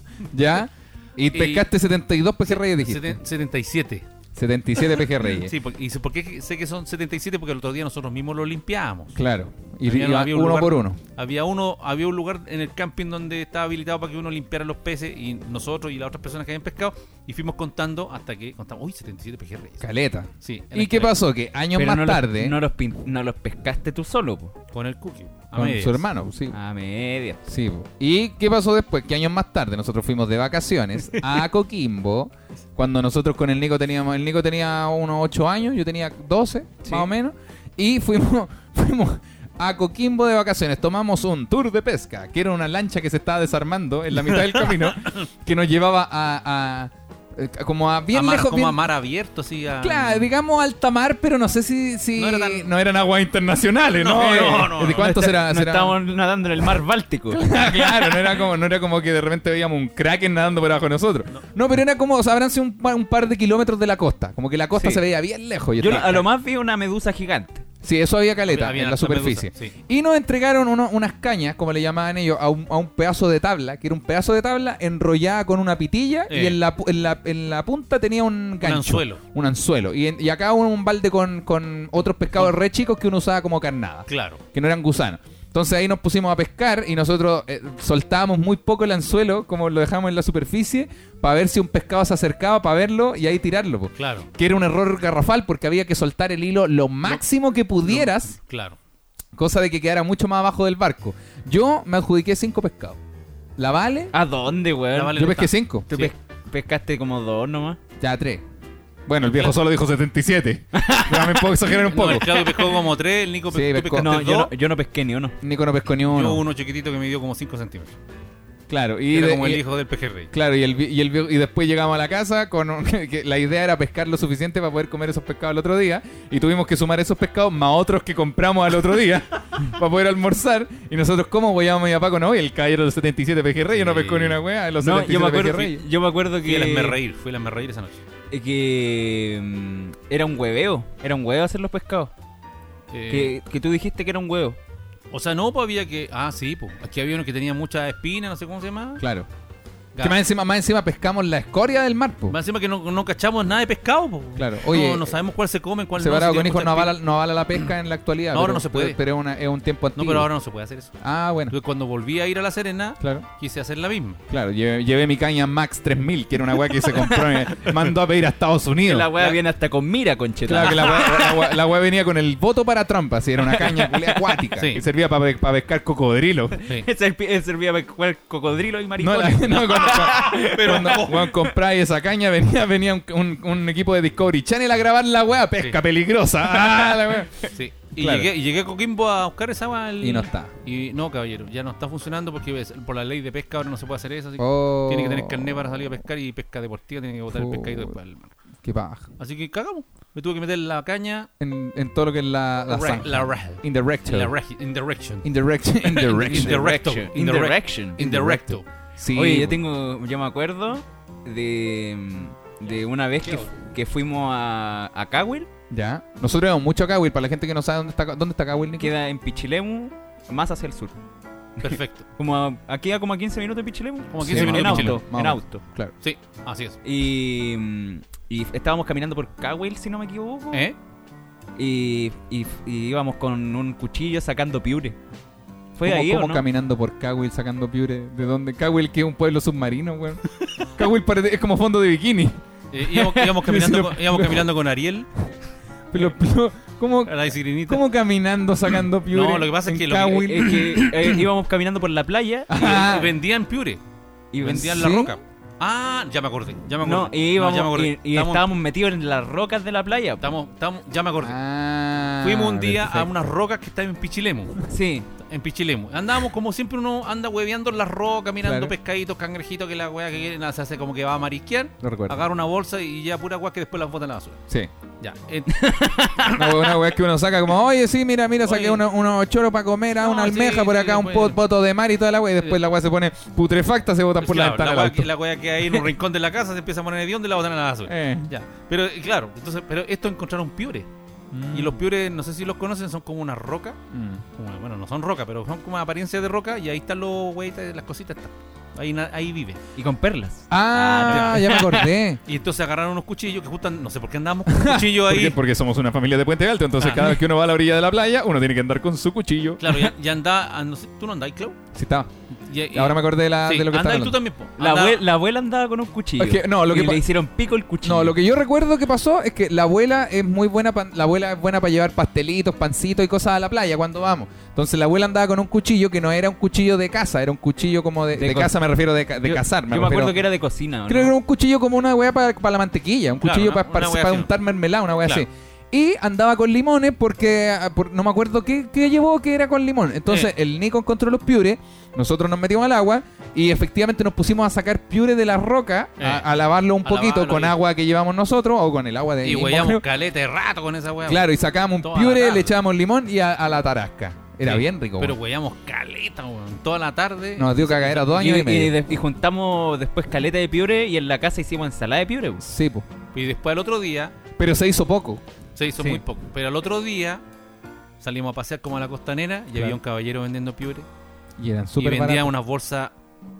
Ya. Y pescaste 72 pejerreyes, dijiste. Seten- 77. 77 pejerreyes. Sí, por- y sé- ¿por qué sé que son 77? Porque el otro día nosotros mismos lo limpiábamos. Claro. Y, Había- y va había un uno lugar- por uno. Había uno, había un lugar en el camping donde estaba habilitado para que uno limpiara los peces y nosotros y las otras personas que habían pescado y fuimos contando hasta que contamos, uy, 77 pejerreyes. Caleta. Sí, en ¿Y el qué canasto, pasó? Que años Pero más no los- tarde, ¿eh? no, los pin- no los pescaste tú solo, po. Con el cookie. a con medias. Ah. su hermano, sí. A media. Sí, po. ¿Y qué pasó después? Que años más tarde nosotros fuimos de vacaciones a Coquimbo, cuando nosotros con el Nico teníamos, el Nico tenía unos 8 años, yo tenía 12, Sí. más o menos, y fuimos, fuimos a Coquimbo de vacaciones, tomamos un tour de pesca, que era una lancha que se estaba desarmando en la mitad del camino, que nos llevaba a, a- eh, como a bien A mar- lejos, como bien- a mar abierto, así. A... claro, digamos alta mar, pero no sé si, si- No era tan- no eran aguas internacionales, ¿no? No, Eh, no, no, ¿De no. cuánto No está- será? no será- estábamos nadando en el mar Báltico. Ah, claro, no era como, no era como que de repente veíamos un kraken nadando por abajo de nosotros. No, pero era como, o sea, habrán sido un, pa- un par de kilómetros de la costa. Como que la costa Sí. se veía bien lejos. y Yo estaba- a lo más vi una medusa gigante. Sí, eso había caleta Había en la harta superficie. medusa, sí. Y nos entregaron uno- unas cañas, como le llamaban ellos, a un, a un pedazo de tabla, que era un pedazo de tabla enrollada con una pitilla y Eh. en la, pu- en, la, en la punta tenía un gancho. anzuelo. Un anzuelo. Y, en- y acá un, un balde con, con otros pescados re chicos que uno usaba como carnada Claro. que no eran gusanos. Entonces ahí nos pusimos a pescar y nosotros eh, soltábamos muy poco el anzuelo, como lo dejamos en la superficie, para ver si un pescado se acercaba, para verlo y ahí tirarlo. po. Claro. Que era un error garrafal porque había que soltar el hilo lo máximo que pudieras, Claro. cosa de que quedara mucho más abajo del barco. Yo me adjudiqué cinco pescados. ¿La vale? ¿A dónde, weón? La Ah, Vale Yo no pesqué está. cinco. Tú Sí. pes- pescaste como dos nomás. Ya tres. Bueno, el viejo solo dijo 77. Pero me puedo exagerar un No, poco. el Claudio pescó como tres, el Nico Sí, pe- tú pescó- pescaste No yo, dos. no, yo no pesqué ni uno. Nico no pescó ni uno. Yo uno chiquitito que me dio como 5 centímetros. Claro, y, Era de- como el y- hijo del pejerrey. Claro, y, el, vi- y, el vi- y después llegamos a la casa con un- que- que la idea era pescar lo suficiente para poder comer esos pescados el otro día y tuvimos que sumar esos pescados más otros que compramos al otro día para poder almorzar y nosotros cómo voyamos a mi papá con hoy el caballero de los 77 pejerrey, yo no Sí. pesco ni una weá de los No, yo 77 me acuerdo, pejerrey. yo me acuerdo Fui que... a las me reír, fui a las me reír esa noche. eh, que mm, era un hueveo, era un hueveo hacer los pescados. Eh, Que, que tú dijiste que era un huevo. O sea, no, pues había que. Ah, sí, pues. Aquí había uno que tenía muchas espinas, no sé cómo se llama. Claro. Que más encima, más encima pescamos la escoria del mar, po. Más encima que no, no cachamos nada de pescado, po. Claro, oye, No, no sabemos cuál se come, cuál Separado no. si con tiene hijos no mucha avala, espina. no avala la pesca en la actualidad. Ahora pero- no se puede. Pero, pero es una- es un tiempo antiguo. No, pero ahora no se puede hacer eso. Ah, bueno. Entonces, cuando volví a ir a la Serena, Claro. quise hacer la misma. Claro, llevé, llevé mi caña Max 3000, que era una weá que se compró, eh, mandó a pedir a Estados Que Unidos. la hueá viene hasta con mira, conchetón. Claro que la weá- la weá- la weá venía con el voto para Trump, así era una caña culia acuática Sí. que servía para pescar cocodrilo. Sí. Servía, servía para jugar cocodrilo y No, maricones. la- no, cuando, cuando- cuando compráis esa caña venía, venía un, un- un equipo de Discovery Channel a grabar la weá, pesca Sí. peligrosa. Ah, la weá. Sí. Y, Claro. llegué, y llegué a Coquimbo a buscar esa agua. al- Y no está. Y no, caballero, ya no está funcionando porque ves, por la ley de pesca ahora no se puede hacer eso. Así que Oh. Tiene que tener carnet para salir a pescar y pesca deportiva tiene que botar el Puta. pescadito después al mar. Qué paja. Así que cagamos. Me tuve que meter la caña. En, en todo lo que es la, la Ra- zanja. la ra- In the recto. La regi- in direction. In the recto. In the recto. In the recto. In the the rec- direction. In the recto. Sí, Oye, yo weón. tengo, yo me acuerdo de, mm, de una vez que, fu- que fuimos a, a Cahuil, Ya. Nosotros vemos mucho a Cowell. Para la gente que no sabe dónde está, dónde está Cowell, Nico. queda en Pichilemu, más hacia el sur. Perfecto. Como a, aquí a como a 15 minutos de Pichilemu. Como Sí, 15 en minutos de auto, Chile. Pichilemu. Más en o menos. auto. Claro. Sí, así es. Y, mm, y estábamos caminando por Cahuil, si no me equivoco. ¿Eh? Y, y- y íbamos con un cuchillo sacando piure. ¿Fue ¿Cómo- ahí cómo o no? caminando por Cowell sacando piure? ¿De dónde? Cowell que es un pueblo submarino, weón. Cowell parece- es como fondo de bikini. Eh, íbamos, íbamos caminando con, íbamos caminando con Ariel, Pero, pero, ¿cómo, a la sirenita. cómo caminando sacando piure? Eh. No, lo que pasa es en que lo que- Cowell? Es que eh, íbamos caminando por la playa Y ven- Ah. vendían piure. y Y vendían ¿Sí? la roca. Ah, ya me acordé. Ya me acordé. No, y íbamos, ya me acordé. y, y Estamos- estábamos metidos en las rocas de la playa. estamos- estamos- ya me acordé. Ah, Fuimos un día a perfecto. unas rocas que están en Pichilemu. Sí, En Pichilemu. Andábamos como siempre uno anda hueveando en las rocas, mirando Claro. pescaditos, cangrejitos, que la weá que quieren, se hace como que va a marisquear. Lo recuerdo. Agarra una bolsa y ya pura weá que después las bota en la basura. Sí. Ya. Eh, Una weá- una weá que uno saca como, oye, sí, mira, mira, saqué Oye. uno- unos choros para comer, ah, No, una almeja sí, por sí, acá, un después- pot, poto de mar y toda la weá. Y después la weá se pone putrefacta, se botan por la claro, la ventana. weá del que, auto. la weá que hay en un rincón de la casa se empieza a poner hediondo y la botan en la basura. Eh. Ya. Pero eh, claro, entonces, pero esto encontraron piures. Y los piures, no sé si los conocen, son como una roca. Eh. Mm. como- bueno, no son roca, pero son como apariencia de roca y ahí están los huevitas, las cositas. Están. Ahí, na- ahí vive. Y con perlas. Ah, ya me acordé. Y entonces agarraron unos cuchillos que justan, no sé por qué andábamos con un cuchillo ¿Por qué? ahí. Porque somos una familia de Puente Alto, entonces Ah. cada vez que uno va a la orilla de la playa, uno tiene que andar con su cuchillo. Claro, ya, ya andá, ah, no sé, tú no andás, Clau. Sí, estaba. Y- y- Ahora me acordé de, la, sí, de lo que andá estaba y tú hablando. también, po. La, Andá- abue- la abuela andaba con un cuchillo. Es que, no, lo que y pa- le hicieron pico el cuchillo. No, lo que yo recuerdo que pasó es que la abuela es muy buena, pa- la abuela es buena para llevar pastelitos, pancitos y cosas a la playa cuando vamos. Entonces la abuela andaba con un cuchillo que no era un cuchillo de casa, era un cuchillo como de, De de co- casa, me refiero de, ca- de Yo- cazar. Yo me acuerdo que era de cocina. ¿o Creo que no? era un cuchillo como una weá para la mantequilla, un Claro, cuchillo una- para una weá así. untar mermelada, una weá Claro. así. Y andaba con limones porque ah, por- no me acuerdo qué, qué llevó que era con limón. Entonces Eh. el Nico encontró los piures, nosotros nos metimos al agua y efectivamente nos pusimos a sacar piures de la roca, a, Eh. a lavarlo un A poquito lavarlo con y- agua que llevamos nosotros o con el agua de Y limón, huellamos creo. caleta de rato con esa weá. Claro, y sacábamos un Toda la piure, tarde. le echábamos limón y a, a la tarasca. Era Sí, bien rico. Pero weón. huellamos caleta, weón. Toda la tarde. Nos dio cagadera dos años y, y, medio. y de- y juntamos después caleta de piure y en la casa hicimos ensalada de piure. pues. Sí, po. Y después al otro día, pero se hizo poco. se hizo Sí. muy poco. Pero al otro día salimos a pasear como a la costanera y había un caballero vendiendo piure. Y eran Y súper vendía baratos. unas bolsas,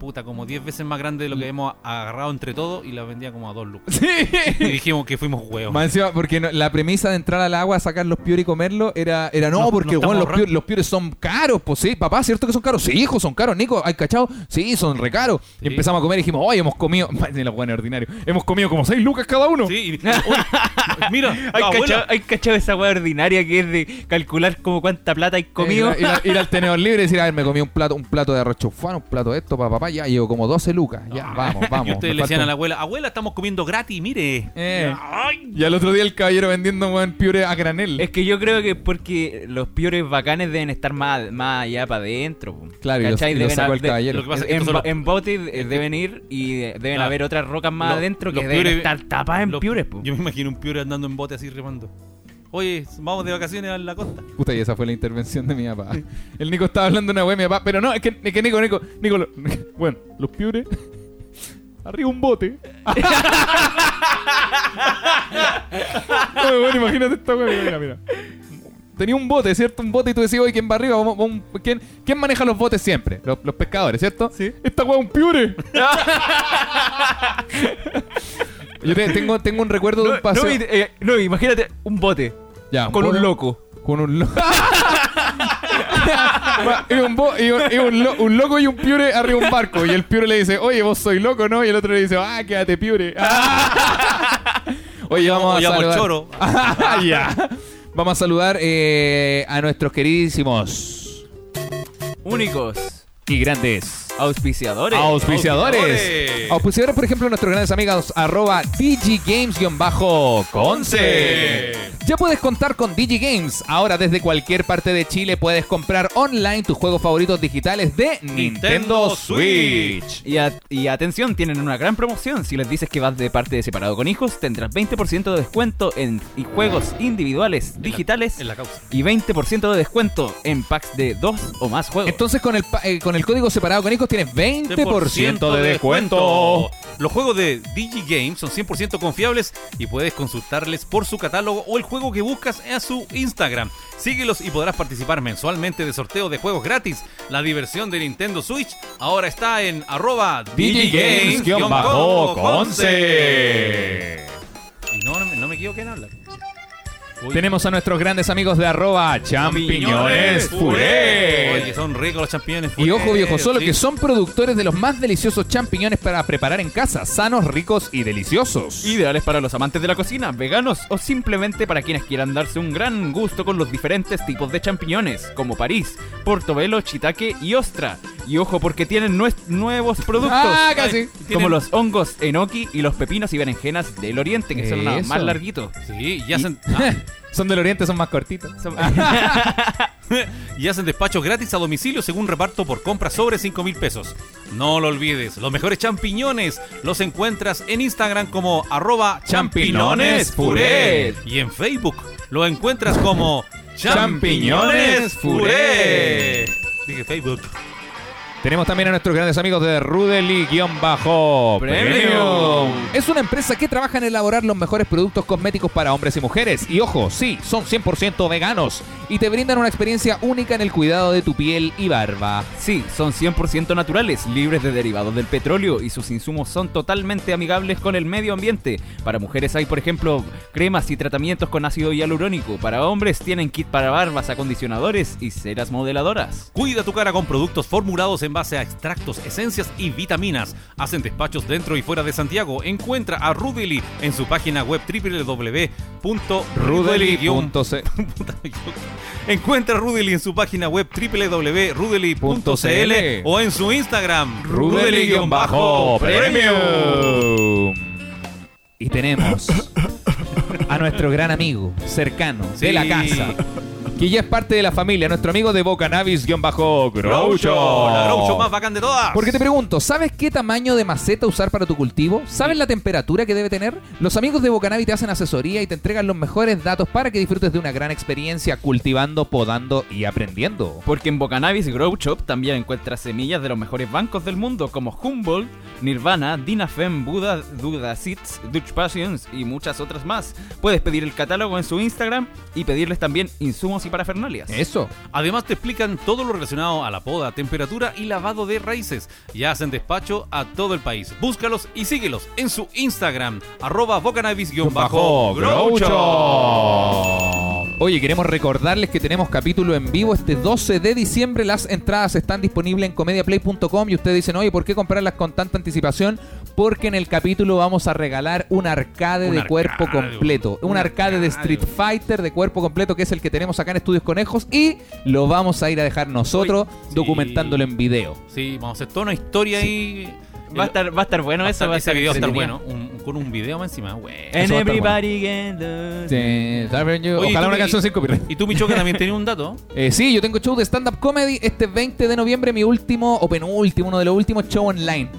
puta, como 10 veces más grandes de lo que hemos agarrado entre todos y las vendía como a 2 lucas. Mm. Sí. Y dijimos que fuimos huevos. Más encima, porque no- la premisa de entrar al agua, sacar los piures y comerlos era, era no, No, porque no estamos weón, los, ahorrando. piures, los piures son caros, pues sí, papá, ¿cierto que son caros? Sí, hijo, son caros, Nico, ¿hay cachado? Sí, son re caros. Y Sí. empezamos a comer y dijimos, oye, hemos comido, de los buenos ordinarios, hemos comido como seis lucas cada uno. Sí, y- oye, mira, ¿Hay, abuela, cachado, hay cachado esa weá ordinaria que es de calcular como cuánta plata hay comido? Ir, a- ir al tenedor libre Eh, y decir, a ver, me comí un plato, un plato de arroz chaufán, un plato de esto para papá, ya llevo como 12 lucas. Ah, Ya, vamos, vamos. Y ustedes me le falta decían a un- la abuela, abuela, estamos comiendo gratis, mire. Eh. Ay, Y al otro día el caballero vendiendo weón, piure a granel. Es que yo creo que es porque los piores bacanes deben estar más, más allá para adentro. po. Claro, y los- ¿Cachai? y los Deben sacó el haber- de- caballero. Lo que pasa es que en, estos son bo- los- en bote eh, deben ir y eh, deben Claro. haber otras rocas más Los- adentro que los deben piures- estar tapadas en Lo- piures. po. Yo me imagino un piure andando en bote así remando. Oye, vamos de vacaciones a la costa. Puta, y esa fue la intervención de mi papá. El Nico estaba hablando una wea de mi papá, pero no, es que, es que Nico, Nico, Nico, lo- Bueno, los piures. Arriba un bote. Oye, bueno, imagínate esta wea, mira, mira, mira. Tenía un bote, ¿cierto? Un bote y tú decías, oye, ¿quién va arriba? Vamos- vamos- ¿quién, quién maneja los botes siempre? Los, los pescadores, ¿cierto? Sí. Esta weá es un piure. Yo te- tengo, tengo un recuerdo de un paseo. y- eh, no, imagínate un bote Ya, con bote- un loco. Con un loco. y un, bo- y un- y un lo- un loco y un piure arriba de un barco. Y el piure le dice, oye, vos soy loco, ¿no? Y el otro le dice, ah, quédate piure. oye, vamos a Oye, amo el saludar. choro. Ah, ya. Vamos a saludar eh, a nuestros queridísimos Únicos Y grandes. auspiciadores. Auspiciadores. Auspiciadores. auspiciadores, por ejemplo, nuestros grandes amigos arroba digigames-conce. Ya puedes contar con DigiGames. Ahora desde cualquier parte de Chile puedes comprar online tus juegos favoritos digitales de Nintendo Nintendo Switch. Switch. Y, a- y atención, tienen una gran promoción. Si les dices que vas de parte de separado con hijos, tendrás 20% de descuento en y juegos individuales, digitales En la causa. y 20% de descuento en packs de dos o más juegos. Entonces con el, pa- eh, con el código separado con hijos tienes 20% de descuento. Los juegos de DigiGames son 100% confiables y puedes consultarles por su catálogo o el juego que buscas en su Instagram. Síguelos y podrás participar mensualmente de sorteos de juegos gratis. La diversión de Nintendo Switch ahora está en arroba DigiGames-Conce. Y no, no me- no me equivoqué en hablar. Uy. Tenemos a nuestros grandes amigos de arroba champiñones Oye, puré. son ricos los champiñones Y ojo viejo, solo sí. que son productores de los más deliciosos champiñones para preparar en casa, sanos, ricos y deliciosos. Ideales para los amantes de la cocina, veganos o simplemente para quienes quieran darse un gran gusto con los diferentes tipos de champiñones, como París, Portobelo, Chitaque y Ostra. Y ojo porque tienen nues- nuevos productos. Ah, casi. Como Tienen- los hongos enoki y los pepinos y berenjenas del oriente, que son nada Eso. más larguitos. Sí, y hacen, ah, Son del oriente, son más cortitos. Son- y hacen despachos gratis a domicilio según reparto por compra sobre 5 mil pesos. No lo olvides, los mejores champiñones los encuentras en Instagram como arroba Champiñones champiñonespuré. Puré. y en Facebook lo encuentras como Champiñones champiñonespuré. Puré. Dije Facebook. Tenemos también a nuestros grandes amigos de Rudely-Premium. Es una empresa que trabaja en elaborar los mejores productos cosméticos para hombres y mujeres. Y ojo, sí, son 100% veganos. Y te brindan una experiencia única en el cuidado de tu piel y barba. Sí, son 100% naturales, libres de derivados del petróleo y sus insumos son totalmente amigables con el medio ambiente. Para mujeres hay, por ejemplo, cremas y tratamientos con ácido hialurónico. Para hombres tienen kit para barbas, acondicionadores y ceras modeladoras. Cuida tu cara con productos formulados en base a extractos, esencias y vitaminas. Hacen despachos dentro y fuera de Santiago. Encuentra a Rudely en su página web www.rudely.com. Rudely.c. Puta, me equivoqué. Encuentra a Rudely en su página web www.rudely.cl o en su Instagram Rudely-Premium. Y tenemos a nuestro gran amigo cercano de la Sí. casa. Que ya es parte de la familia, nuestro amigo de Groucho, la Groucho más Bocanavis-Groucho. bacán de todas. Porque te pregunto, ¿sabes qué tamaño de maceta usar para tu cultivo? ¿Sabes la temperatura que debe tener? Los amigos de Bocanavi te hacen asesoría y te entregan los mejores datos para que disfrutes de una gran experiencia cultivando, podando y aprendiendo. Porque en Bocanabis Grow Shop también encuentras semillas de los mejores bancos del mundo como Humboldt, Nirvana, Dinafem, Buda, Duda Seeds, Dutch Passions y muchas otras más. Puedes pedir el catálogo en su Instagram y pedirles también insumos y parafernalias. Eso. Además te explican todo lo relacionado a la poda, temperatura y lavado de raíces. Y hacen despacho a todo el país. Búscalos y síguelos en su Instagram, arroba bocanabis-groucho. Oye, queremos recordarles que tenemos capítulo en vivo este 12 de diciembre. Las entradas están disponibles en comediaplay.com y ustedes dicen, oye, ¿por qué comprarlas con tanta anticipación? Porque en el capítulo vamos a regalar un arcade Un de arcade, cuerpo completo. Un, un arcade, de arcade. Street Fighter de cuerpo completo, que es el que tenemos acá en Estudios Conejos. Y lo vamos a ir a dejar nosotros Uy, sí. documentándolo en video. Sí, vamos a hacer toda una historia ahí. Va a estar, va a estar bueno Va a eso. estar- va a ese video va a estar entretenido. bueno, un- con un video más encima, güey. And Eso va a estar everybody get lost. Oye, Ojalá tú una me- canción sin copyright. Y tú, Michoca, también tenía un dato. Eh, sí, yo tengo show de stand-up comedy este 20 de noviembre, mi último o penúltimo, uno de los últimos show online.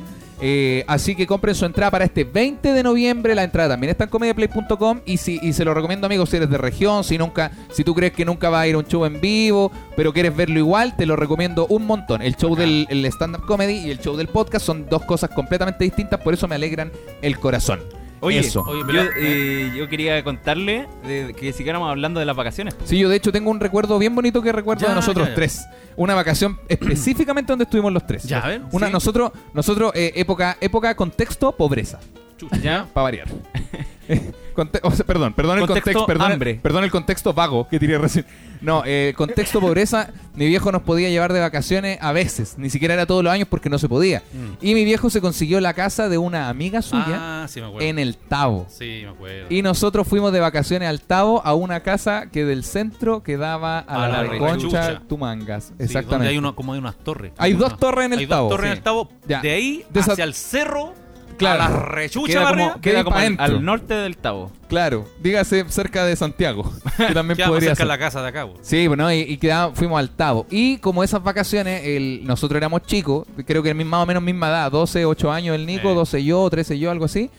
Eh, así que compren su entrada para este 20 de noviembre. La entrada también está en comediaplay.com y, si, y se lo recomiendo, amigos, si eres de región, si nunca, si tú crees que nunca va a ir a un show en vivo, pero quieres verlo igual, te lo recomiendo un montón. El show del el stand-up comedy y el show del podcast son dos cosas completamente distintas, por eso me alegran el corazón. Oye, Eso. Oye, yo, pero- eh, yo quería contarle de- que siguiéramos hablando de las vacaciones. Sí, yo de hecho tengo un recuerdo bien bonito que recuerdo Ya, de nosotros ya, ya. tres. Una vacación específicamente donde estuvimos los tres. Ya, a ver, Una, sí. Nosotros, nosotros eh, época, época, contexto, pobreza. Chucha. Para variar. Conte- o sea, perdón, perdón el Contexto, contexto, perdón, hambre. perdón el contexto vago que tiré recién. No, eh, contexto, pobreza. Mi viejo nos podía llevar de vacaciones a veces. Ni siquiera era todos los años porque no se podía. Mm. Y mi viejo se consiguió la casa de una amiga suya Ah, sí, me acuerdo. en el Tavo. Sí, me acuerdo. Y nosotros fuimos de vacaciones al Tavo a una casa que del centro quedaba a, A la, la concha Reconchucha. Tumangas. Sí, Exactamente. donde hay una, como hay unas torres. Hay dos Ah, torres en el Hay dos Tavo, torres sí. en el Tavo. Ya. De ahí De esa- hacia el cerro. Claro. A la rechucha Queda para como, arriba, queda queda como pa' al, dentro. al norte del Tabo. Claro, dígase cerca de Santiago, que también queda más podría cerca ser. la casa de acá. bo. Sí, bueno, y, y quedaba- fuimos al Tavo. Y como esas vacaciones, el- nosotros éramos chicos, creo que más o menos misma edad, 12, 8 años el Nico, Eh. 12 yo, 13 yo, algo así.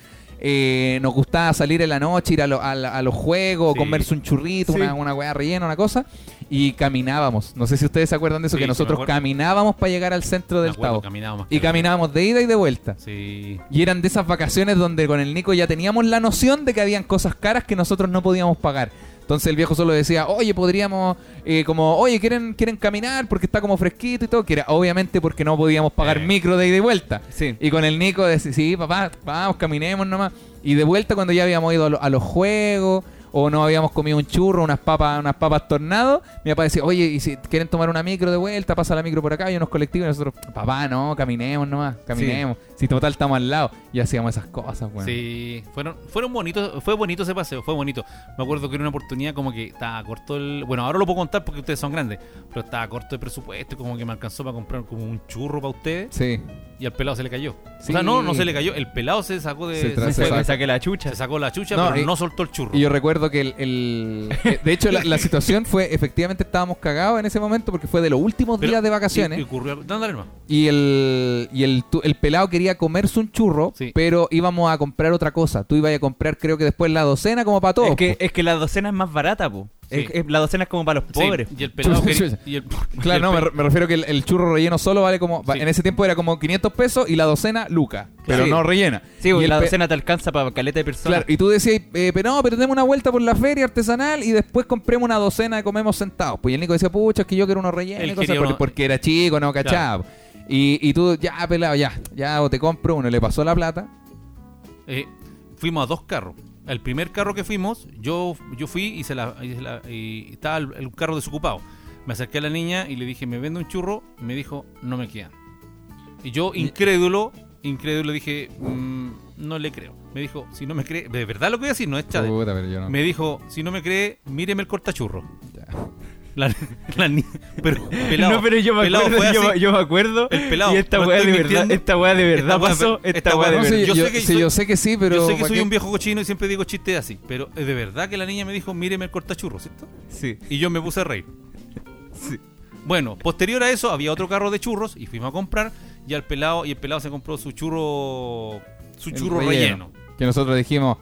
eh, nos gustaba salir en la noche, ir a, lo- a la- a los juegos, Sí. comerse un churrito, Sí. una, una hueá rellena, una cosa. Y caminábamos. No sé si ustedes se acuerdan de eso, Sí, que sí, me nosotros acuerdo. caminábamos para llegar al centro Me del acuerdo, Tavo. caminábamos. Y caminábamos de ida y de vuelta. Sí. Y eran de esas vacaciones donde con el Nico ya teníamos la noción de que habían cosas caras que nosotros no podíamos pagar. Entonces el viejo solo decía, oye, podríamos, eh, como, oye, ¿quieren, quieren caminar porque está como fresquito y todo, que era obviamente porque no podíamos pagar Eh. micro de ida y vuelta. Sí. Y con el Nico decía, sí, papá, vamos, caminemos nomás. Y de vuelta cuando ya habíamos ido a, lo- a los juegos o no habíamos comido un churro, unas papas, unas papas tornado, mi papá decía, oye, y si quieren tomar una micro de vuelta, pasa la micro por acá, hay unos colectivos y nosotros, papá, no, caminemos nomás, caminemos. Si total estamos al lado. Y hacíamos esas cosas, weón. Sí, fueron, fueron bonitos, fue bonito ese paseo, fue bonito. Me acuerdo que era una oportunidad como que estaba corto el. Bueno, ahora lo puedo contar porque ustedes son grandes, pero estaba corto el presupuesto, y como que me alcanzó para comprar como un churro para ustedes Sí. y al pelado se le cayó. Sí. O sea, no, no se le cayó, el pelado se sacó de. Se Se, tra- Me se sa- saca. me saqué la chucha. se sacó la chucha, No, pero y- no soltó el churro. Y yo recuerdo que el... el- eh, de hecho, la, la situación fue, efectivamente estábamos cagados en ese momento porque fue de los últimos Pero- días de Y, y vacaciones. ocurrió. no, dale nomás. Y el, y el, tu- el pelado quería comerse un churro, Sí. pero íbamos a comprar otra cosa. Tú ibas a comprar, creo que después la docena, como para todos. Es que, po. es que la docena es más barata, po. Eh, eh, la docena es como para los Sí, pobres. Y el pelado Chucha, que- chucha. y el- eh, Claro, y no, el me, pe- re- me refiero que el, el churro relleno solo vale como. va- Sí. En ese tiempo era como 500 pesos y la docena, lucas. Pero Sí. no rellena. Sí, porque el la pe- docena te alcanza para caleta de personas. Claro, y tú decías, eh, pero no, pero demos una vuelta por la feria artesanal y después compremos una docena de comemos sentados. Pues y el Nico decía, pucha, es que yo quiero unos rellenos, Él y cosas, quería porque, uno- porque era chico, no cachaba. Y, y tú, ya, pelado, ya, ya, o te compro uno, le pasó la plata. eh, fuimos a dos carros. El primer carro que fuimos, yo, yo fui y, se la, y se la- y estaba el, el carro desocupado. Me acerqué a la niña y le dije, ¿me vende un churro? Y me dijo, no me quedan. Y yo, incrédulo, incrédulo, dije, "Mm, no le creo. Me dijo, si no me cree, de verdad lo que voy a decir, no es chade. Puta, pero yo no. Me dijo, si no me cree, míreme el cortachurro. La, la ni- pero, pelado, no, pero yo me pelado, acuerdo, fue yo, así. yo me acuerdo. El pelado, Y esta no weá de estoy verdad, mintiendo. esta weá de Esta verdad weá- pasó, esta esta weá weá de No, sí, verdad. yo, Yo yo- sé que sí, soy- yo sé que sí, pero. Yo sé que ¿para soy qué? un viejo cochino y siempre digo chistes así, pero es de verdad que la niña me dijo, míreme el cortachurro, ¿cierto? Sí. Y yo me puse a reír. Sí. Bueno, posterior a eso había otro carro de churros y fuimos a comprar y al pelado y el pelado se compró su churro su El churro relleno. Que nosotros dijimos,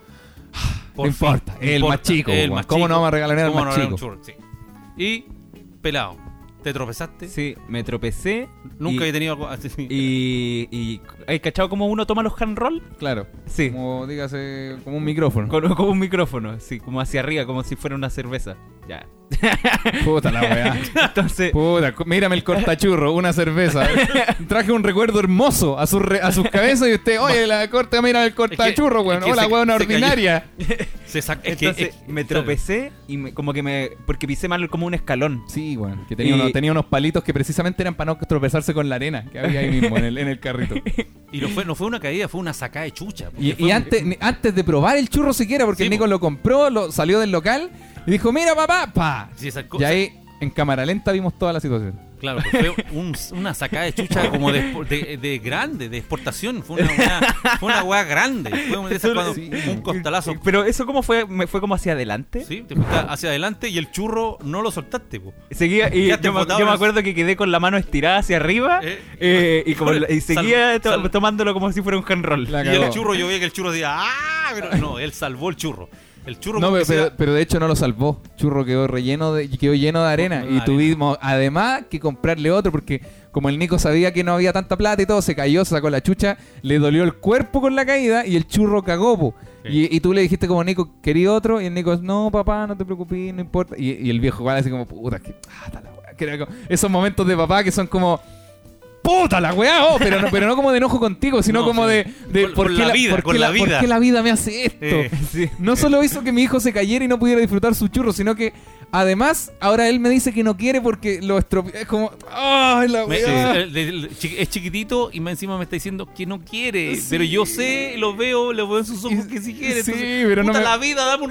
Por No fin, importa, el más chico, weón. ¿Cómo no vamos a regalar el más ¿Cómo no regalar un chico? churro? Sí. Y pelado, ¿te tropezaste? Sí, me tropecé. Nunca y, he tenido algo así. y, y- ¿Hay cachado cómo uno toma los hand roll? claro, Sí. como dígase, como un micrófono. Con, con un micrófono, así, como hacia arriba, como si fuera una cerveza. Ya. Puta la weá. Entonces, Puta, cu- mírame el cortachurro, una cerveza. Traje un recuerdo hermoso a, su re- a sus cabezas y usted, oye, la corta, mira el cortachurro, es weón. que Hola, se- weón, se cayó. ordinaria. Se saca- es que- entonces es que- me tropecé y me- como que me. Porque pisé mal como un escalón. Sí, weón. Que tenía, Y- unos, tenía unos palitos que precisamente eran para no tropezarse con la arena que había ahí mismo en el, en el carrito. Y no fue, no fue una caída, fue una sacada de chucha. porque Y, fue y un- antes, ni- antes de probar el churro siquiera, porque Sí, el Nico po. lo compró, lo, salió del local y dijo, mira papá, pa. Sí, esa Y cosa- ahí, en cámara lenta, vimos toda la situación. Claro, pero fue un- una sacada de chucha como de, expo- de- de grande, de exportación. Fue una weá, fue una weá grande. Fue un, de esas cuando- Sí. un costalazo. Pero eso, ¿cómo fue? ¿Me fue como hacia adelante? Sí, te fuiste hacia adelante y el churro no lo soltaste. po. Seguía, y Ya te yo, me- botaban yo me así. acuerdo que quedé con la mano estirada hacia arriba Eh. eh, y, como, la- y Sal- seguía to- sal- tomándolo como si fuera un hand roll. La Y el cagó. churro, yo veía que el churro decía, ¡ah! Pero no, él salvó el churro. El churro No, como pero, que se pero, da- pero de hecho no lo salvó. Churro quedó relleno de, quedó lleno de arena. Lleno de Y arena. tuvimos además que comprarle otro porque como el Nico sabía que no había tanta plata y todo, se cayó, se sacó la chucha, le dolió el cuerpo con la caída y el churro cagó. po. Sí. Y, y tú le dijiste como Nico, quería otro, y el Nico, no papá, no te preocupes, no importa. Y, y el viejo igual así como, puta, que, ah, está la weá", que era como- esos momentos de papá que son como... ¡Puta la weá! oh", pero, no, pero no como de enojo contigo, sino No, como sí. de... de Con- con la vida, por con qué la ¿Por vida. qué la vida me hace esto? Eh, Sí. No solo hizo que mi hijo se cayera y no pudiera disfrutar su churro, sino que además ahora él me dice que no quiere porque lo estropeó. Es como. ¡Ay, la me- weá! el- el- chi- es chiquitito y más encima me está diciendo que no quiere. Pero yo sé, lo veo, lo veo en sus ojos que sí quiere. Sí, entonces, pero no puta me- la vida, dame un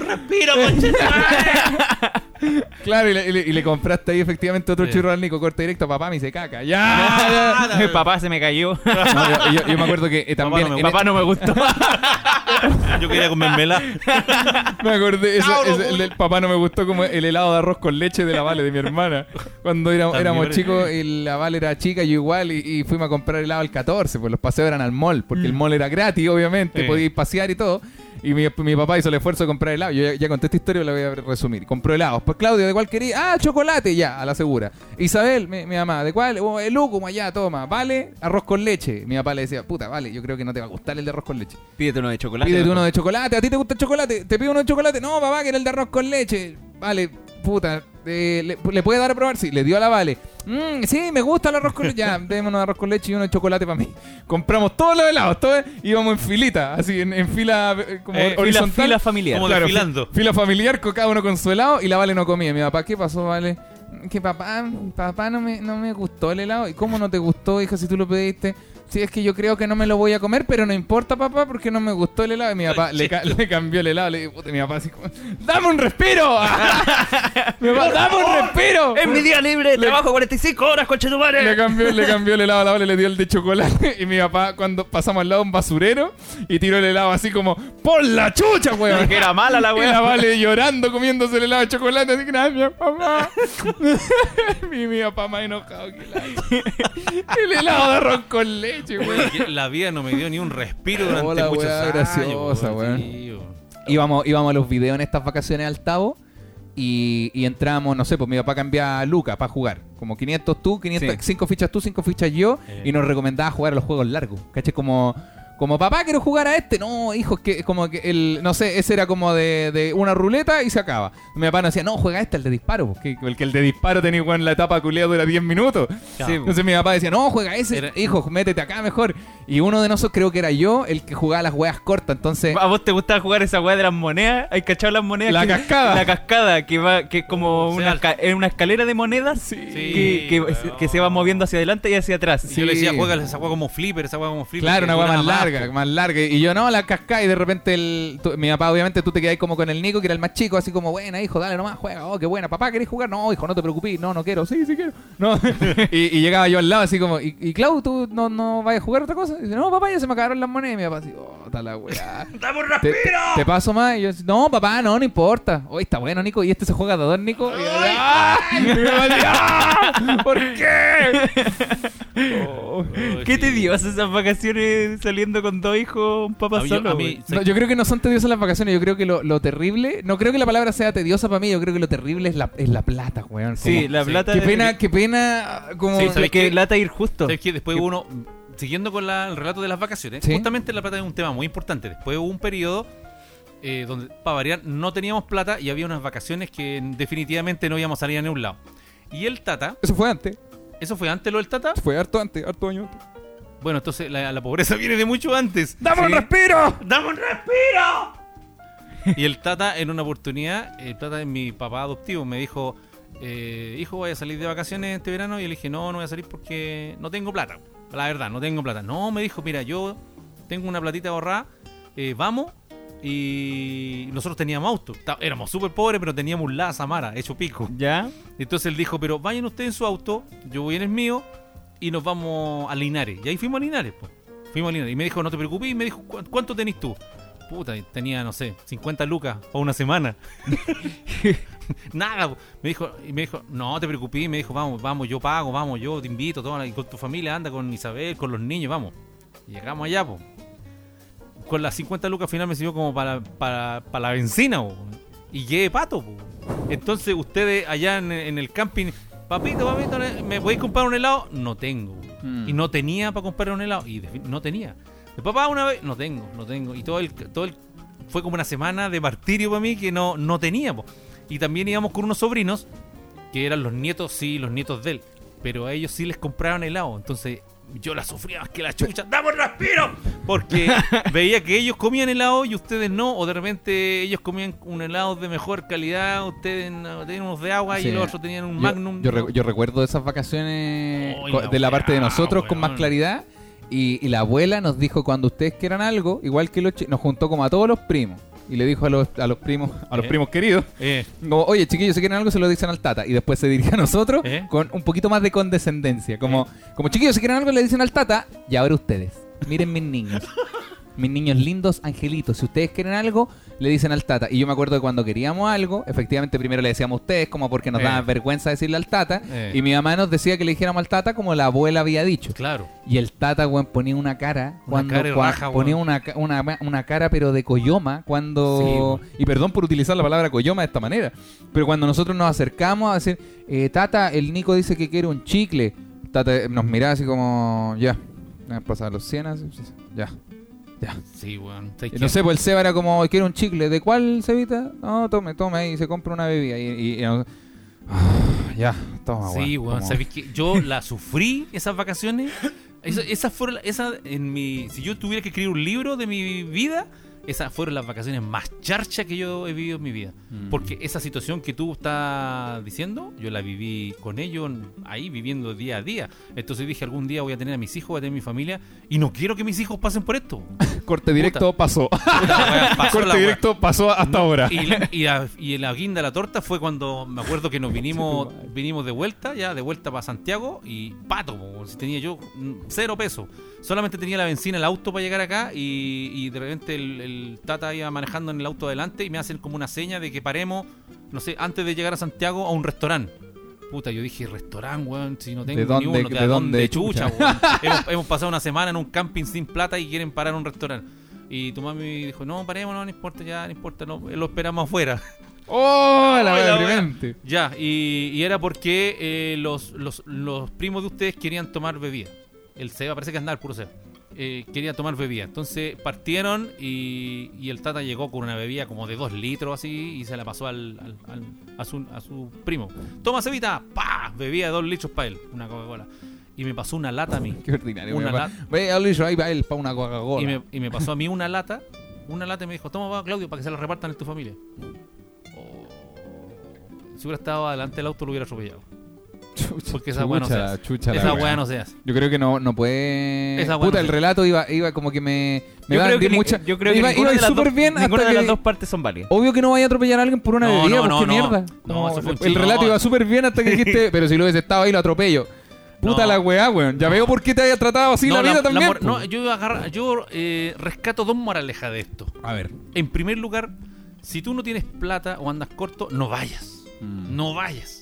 respiro, conchetumare. Claro, y le, y le- y le compraste ahí efectivamente otro Sí. churro al Nico, corte directo, papá me dice caca. ¡Ya! Nada. Mi papá se me cayó. No, yo, yo- yo me acuerdo que eh, también. no me en- papá no me gustó. Yo quería comérmela. Me acordé, ese- Cabro, ese- el voy. del papá no me gustó como el helado de arroz con leche de la Vale, de mi hermana. Cuando era- También éramos parece. chicos, y la Vale era chica, yo igual, y, y fuimos a comprar helado al 14, pues los paseos eran al mall, porque el mall era gratis, obviamente, Sí. podíais pasear y todo. Y mi, mi papá hizo el esfuerzo de comprar helado. Yo ya, ya conté esta historia, la voy a resumir. Compró helados. Pues Claudio, ¿de cuál quería? Ah, chocolate, ya, a la segura. Isabel, mi, mi mamá, ¿de cuál? Oh, el Luco, allá, toma. Vale, arroz con leche. Mi papá le decía, puta, vale, yo creo que no te va a gustar el de arroz con leche. Pídete uno de chocolate. Pídete mejor. uno de chocolate. ¿A ti te gusta el chocolate? ¿Te pido uno de chocolate? No, papá, que era el de arroz con leche. Vale, puta. eh, ¿le, le puede dar a probar? Sí, le dio a la Vale. Mm, sí, me gusta el arroz con leche. Ya, démonos arroz con leche y uno de chocolate para mí. Compramos todos los helados. Todos íbamos en filita, así, en, en fila eh, como Eh, fila- Fila, horizontal. fila familiar. Como Claro, fi- desfilando. Fila familiar, con cada uno con su helado y la Vale no comía. Mi papá, ¿qué pasó, Vale? Que papá, papá no me, no me gustó el helado. ¿Y cómo no te gustó, hija, si tú lo pediste? Sí, es que yo creo que no me lo voy a comer, pero no importa, papá, porque no me gustó el helado. Y mi papá le, ca- le cambió el helado. Le dije, puta, mi papá así como, ¡dame un respiro! mi papá, ¡dame un respiro! ¡Es mi día libre! ¡Trabajo 45 horas, coche tu Le cambió, le cambió el helado a la Vale, le dio el de chocolate. Y mi papá, cuando pasamos al lado de un basurero, y tiró el helado así como, ¡por la chucha, weón! Que era mala la Y la wea. Vale llorando, comiéndose el helado de chocolate. Así, gracias, papá. mi, mi papá más enojado que la... El helado de arroz con leche, güey. Porque La vida no me dio ni un respiro durante Hola, muchos weá, años. graciosa, weón, weón. sí, weón. Íbamos, íbamos a los videos en estas vacaciones al Tavo. Y, y entramos, no sé, pues mi papá cambiaba a Lucas para jugar. Como 500 tú, 500, Sí. 5 fichas tú, 5 fichas yo. Eh. Y nos recomendaba jugar a los juegos largos. ¿Cachai? Como, como papá, quiero jugar a este. No, hijo, es que como que el, no sé, ese era como de, de una ruleta y se acaba. Mi papá nos decía, no, juega a este, el de disparo. Porque el que el de disparo tenía weón, la etapa culea dura 10 minutos. Sí, Claro. entonces mi papá decía, no, juega ese, Era- hijo, métete acá mejor. Y uno de nosotros creo que era yo el que jugaba las weas cortas. Entonces, ¿A vos te gustaba jugar esa weá de las monedas? ¿Hay cachado las monedas? La Que- cascada. La cascada, que va, que es como Se una, alza. esca- es una escalera de monedas que, que- weón. que se va moviendo hacia adelante y hacia atrás. Y yo le decía, Sí. juega esa agua como flipper, esa agua como flipper. claro, que una wea suena más abajo. larga, más larga. Y yo no, la cascada. Y de repente, el, tu- mi papá, obviamente, tú te quedás como con el Nico, que era el más chico, así como, buena, hijo, dale nomás, juega, oh, qué buena. Papá, ¿querés jugar? No, hijo, no te preocupes, no, no quiero, sí, sí quiero. No. y, y llegaba yo al lado, así como, ¿y, y Clau, tú no, no vas a jugar otra cosa? Y dice, no, papá, ya se me acabaron las monedas. Y mi papá, así, oh, está la wea. ¡Dame un te, respiro! te- te paso más. Y yo, no, papá, no, no importa. Hoy está bueno, Nico. Y este se juega de a dos, Nico. Y yo, ¡ah! Y mi mamá así, ¡ah! ¿Por qué? Oh, ¿Qué sí. te dio esas vacaciones saliendo con dos hijos, un papá A mí- yo- solo? a mí- weón? No, yo creo que no son tediosas las vacaciones. Yo creo que lo, lo terrible. No creo que la palabra sea tediosa para mí. Yo creo que lo terrible es la, es la plata, weón. sí, Como- la sí. plata. Qué de- pena, qué pena. Como. Sí, la ¿sabes que qué? lata ir justo. ¿Sabes qué? Después uno, siguiendo con la- el relato de las vacaciones, Sí. justamente la plata es un tema muy importante. Después hubo un periodo eh, donde, para variar, no teníamos plata y había unas vacaciones que definitivamente no íbamos a salir a ningún lado. Y el Tata, Eso fue antes. ¿eso fue antes lo del Tata? Fue harto antes, harto año antes. Bueno, entonces la, la pobreza viene de mucho antes. ¡Dame un Sí. respiro! ¡Dame un respiro! Y el Tata, en una oportunidad, el Tata es mi papá adoptivo, me dijo, eh, hijo, voy a salir de vacaciones este verano. Y le dije, no, no voy a salir porque no tengo plata. La verdad, no tengo plata. No, me dijo, mira, yo tengo una platita ahorrada, eh, vamos. Y nosotros teníamos auto. Ta- Éramos súper pobres, pero teníamos un Lada Samara, hecho pico. ¿Ya? Entonces él dijo, pero vayan ustedes en su auto, yo voy en el mío y nos vamos a Linares. Y ahí fuimos a Linares, po. Fuimos a Linares. Y me dijo, no te preocupes, y me dijo, "¿Cu- ¿cuánto tenés tú? Puta, y tenía, no sé, 50 lucas para una semana. Nada, po. me dijo, y me dijo, no te preocupes, y me dijo, vamos, vamos, yo pago, vamos, yo te invito, toda la- y con tu familia, anda con Isabel, con los niños, vamos. Llegamos allá, po. Con las 50 lucas al final me sirvió como para, para, para la benzina, po. Y llegué pato, po. Entonces ustedes allá en, en el camping, papito, papito, ¿me podéis comprar un helado? No tengo. Y no tenía para comprar un helado. Y defi- no tenía. De papá una vez, no tengo, no tengo. Y todo el, todo el- fue como una semana de martirio para mí que no, no tenía. po. Y también íbamos con unos sobrinos, que eran los nietos, sí, los nietos de él. Pero a ellos sí les compraban helado. Entonces yo la sufría más que la chucha. ¡Dame un respiro! Porque veía que ellos comían helado y ustedes no. O de repente ellos comían un helado de mejor calidad. Ustedes no, tenían unos de agua Sí. y los otros tenían un Yo- magnum. Yo, recu- yo recuerdo esas vacaciones Oy, co- la de la weá, parte de nosotros con más weón. claridad. Y, y la abuela nos dijo cuando ustedes quieran algo, igual que los chi- nos juntó como a todos los primos. Y le dijo a los, a los primos, A los ¿Eh? primos queridos. Eh, como, oye chiquillos, si quieren algo, se lo dicen al tata. Y después se dirige a nosotros ¿Eh? con un poquito más de condescendencia. Como, como chiquillos, si quieren algo, le dicen al tata. Y ahora ustedes, miren mis niños. Mis niños lindos, angelitos, si ustedes quieren algo, le dicen al tata. Y yo me acuerdo que cuando queríamos algo, efectivamente primero le decíamos a ustedes, como porque nos Eh. daba vergüenza decirle al tata. Eh. Y mi mamá nos decía que le dijéramos al tata como la abuela había dicho. claro. Y el Tata, weón, ponía una cara. Una cuando, cara y cua- raja, ponía weón. una, ca- una, una cara, pero de coyoma. Cuando. y perdón por utilizar la palabra coyoma de esta manera. Pero cuando nosotros nos acercamos a decir, eh, Tata, el Nico dice que quiere un chicle. Tata eh, nos miraba así como, ya. Me pasado los 100, así, sí, sí, ya. Sí, weón. ¿Sabes Y qué? no sé, pues el Seba era como, quiero un chicle. ¿De cuál, Cebita? No, tome, tome ahí. Se compra una bebida. Y, y- y nos- Ah, ya, toma, Sí, weón. Como- ¿sabes qué? Yo la sufrí esas vacaciones. Esa, esas fueron la- esa en mi. Si yo tuviera que escribir un libro de mi vida, esas fueron las vacaciones más charchas que yo he vivido en mi vida. Mm. Porque esa situación que tú estás diciendo, yo la viví con ellos ahí viviendo día a día. Entonces dije, algún día voy a tener a mis hijos, voy a tener a mi familia. Y no quiero que mis hijos pasen por esto. Corte directo pasó. Puta, weón, pasó la Corte weá. directo pasó hasta ahora. Y, la- y la, y la guinda de la torta fue cuando me acuerdo que nos vinimos vinimos de vuelta, ya de vuelta para Santiago y pato, po, si tenía yo mm, cero pesos. Solamente tenía la benzina, el auto para llegar acá y, y de repente el, el tata iba manejando en el auto adelante y me hacen como una seña de que paremos, no sé, antes de llegar a Santiago a un restaurante. Puta, yo dije, restaurante, weón, si no tengo dónde- ni uno, de que a dónde, dónde, chucha, weón. hemos, hemos pasado una semana en un camping sin plata y quieren parar en un restaurante. Y tu mami dijo, no, paremos, no, no importa, ya, no importa, no, lo esperamos afuera. ¡Oh, la Ay, wea la deprimente! Ya, y, y era porque eh, los, los- los primos de ustedes querían tomar bebida. El Seba, parece que andaba el puro Seba. Eh, quería tomar bebida. Entonces partieron y, y el Tata llegó con una bebida como de dos litros así y se la pasó al, al- al- a, su, a su primo. Toma Cevita, pa, bebida de dos litros para él, una Coca-Cola. Y me pasó una lata a mí. Qué ordinario. wea. Una lata. Ve, ya lo hizo ahí para él, para una Coca-Cola. Y me, y me pasó a mí una lata. Una lata y me dijo, toma, va, Claudio, para que se la repartan en tu familia. Oh. Si hubiera estado adelante del auto, lo hubiera atropellado. Chucha, Porque esa weá no se chucha, hace. chucha la Esa wea. weá no se hace. Yo creo que no, no puede. Esa Puta, buena el sí. relato iba, iba como que me. me yo da- creo di que, ni- mucha- yo creo que iba, ninguna iba de las súper dos- bien ninguna hasta de que- las dos partes son válidas. Obvio que no vaya a atropellar a alguien por una No, bebida, no, pues no, qué no. mierda. No, eso fue un el chiste. relato No. iba súper bien hasta que dijiste, pero si lo hubiese estado ahí lo atropello. Puta No. la weá, weón. Ya veo por qué te haya tratado así la vida también. mor- po. no, yo agarra- yo eh, rescato dos moralejas de esto. A ver. En primer lugar, si tú no tienes plata o andas corto, no vayas. Mm. No vayas.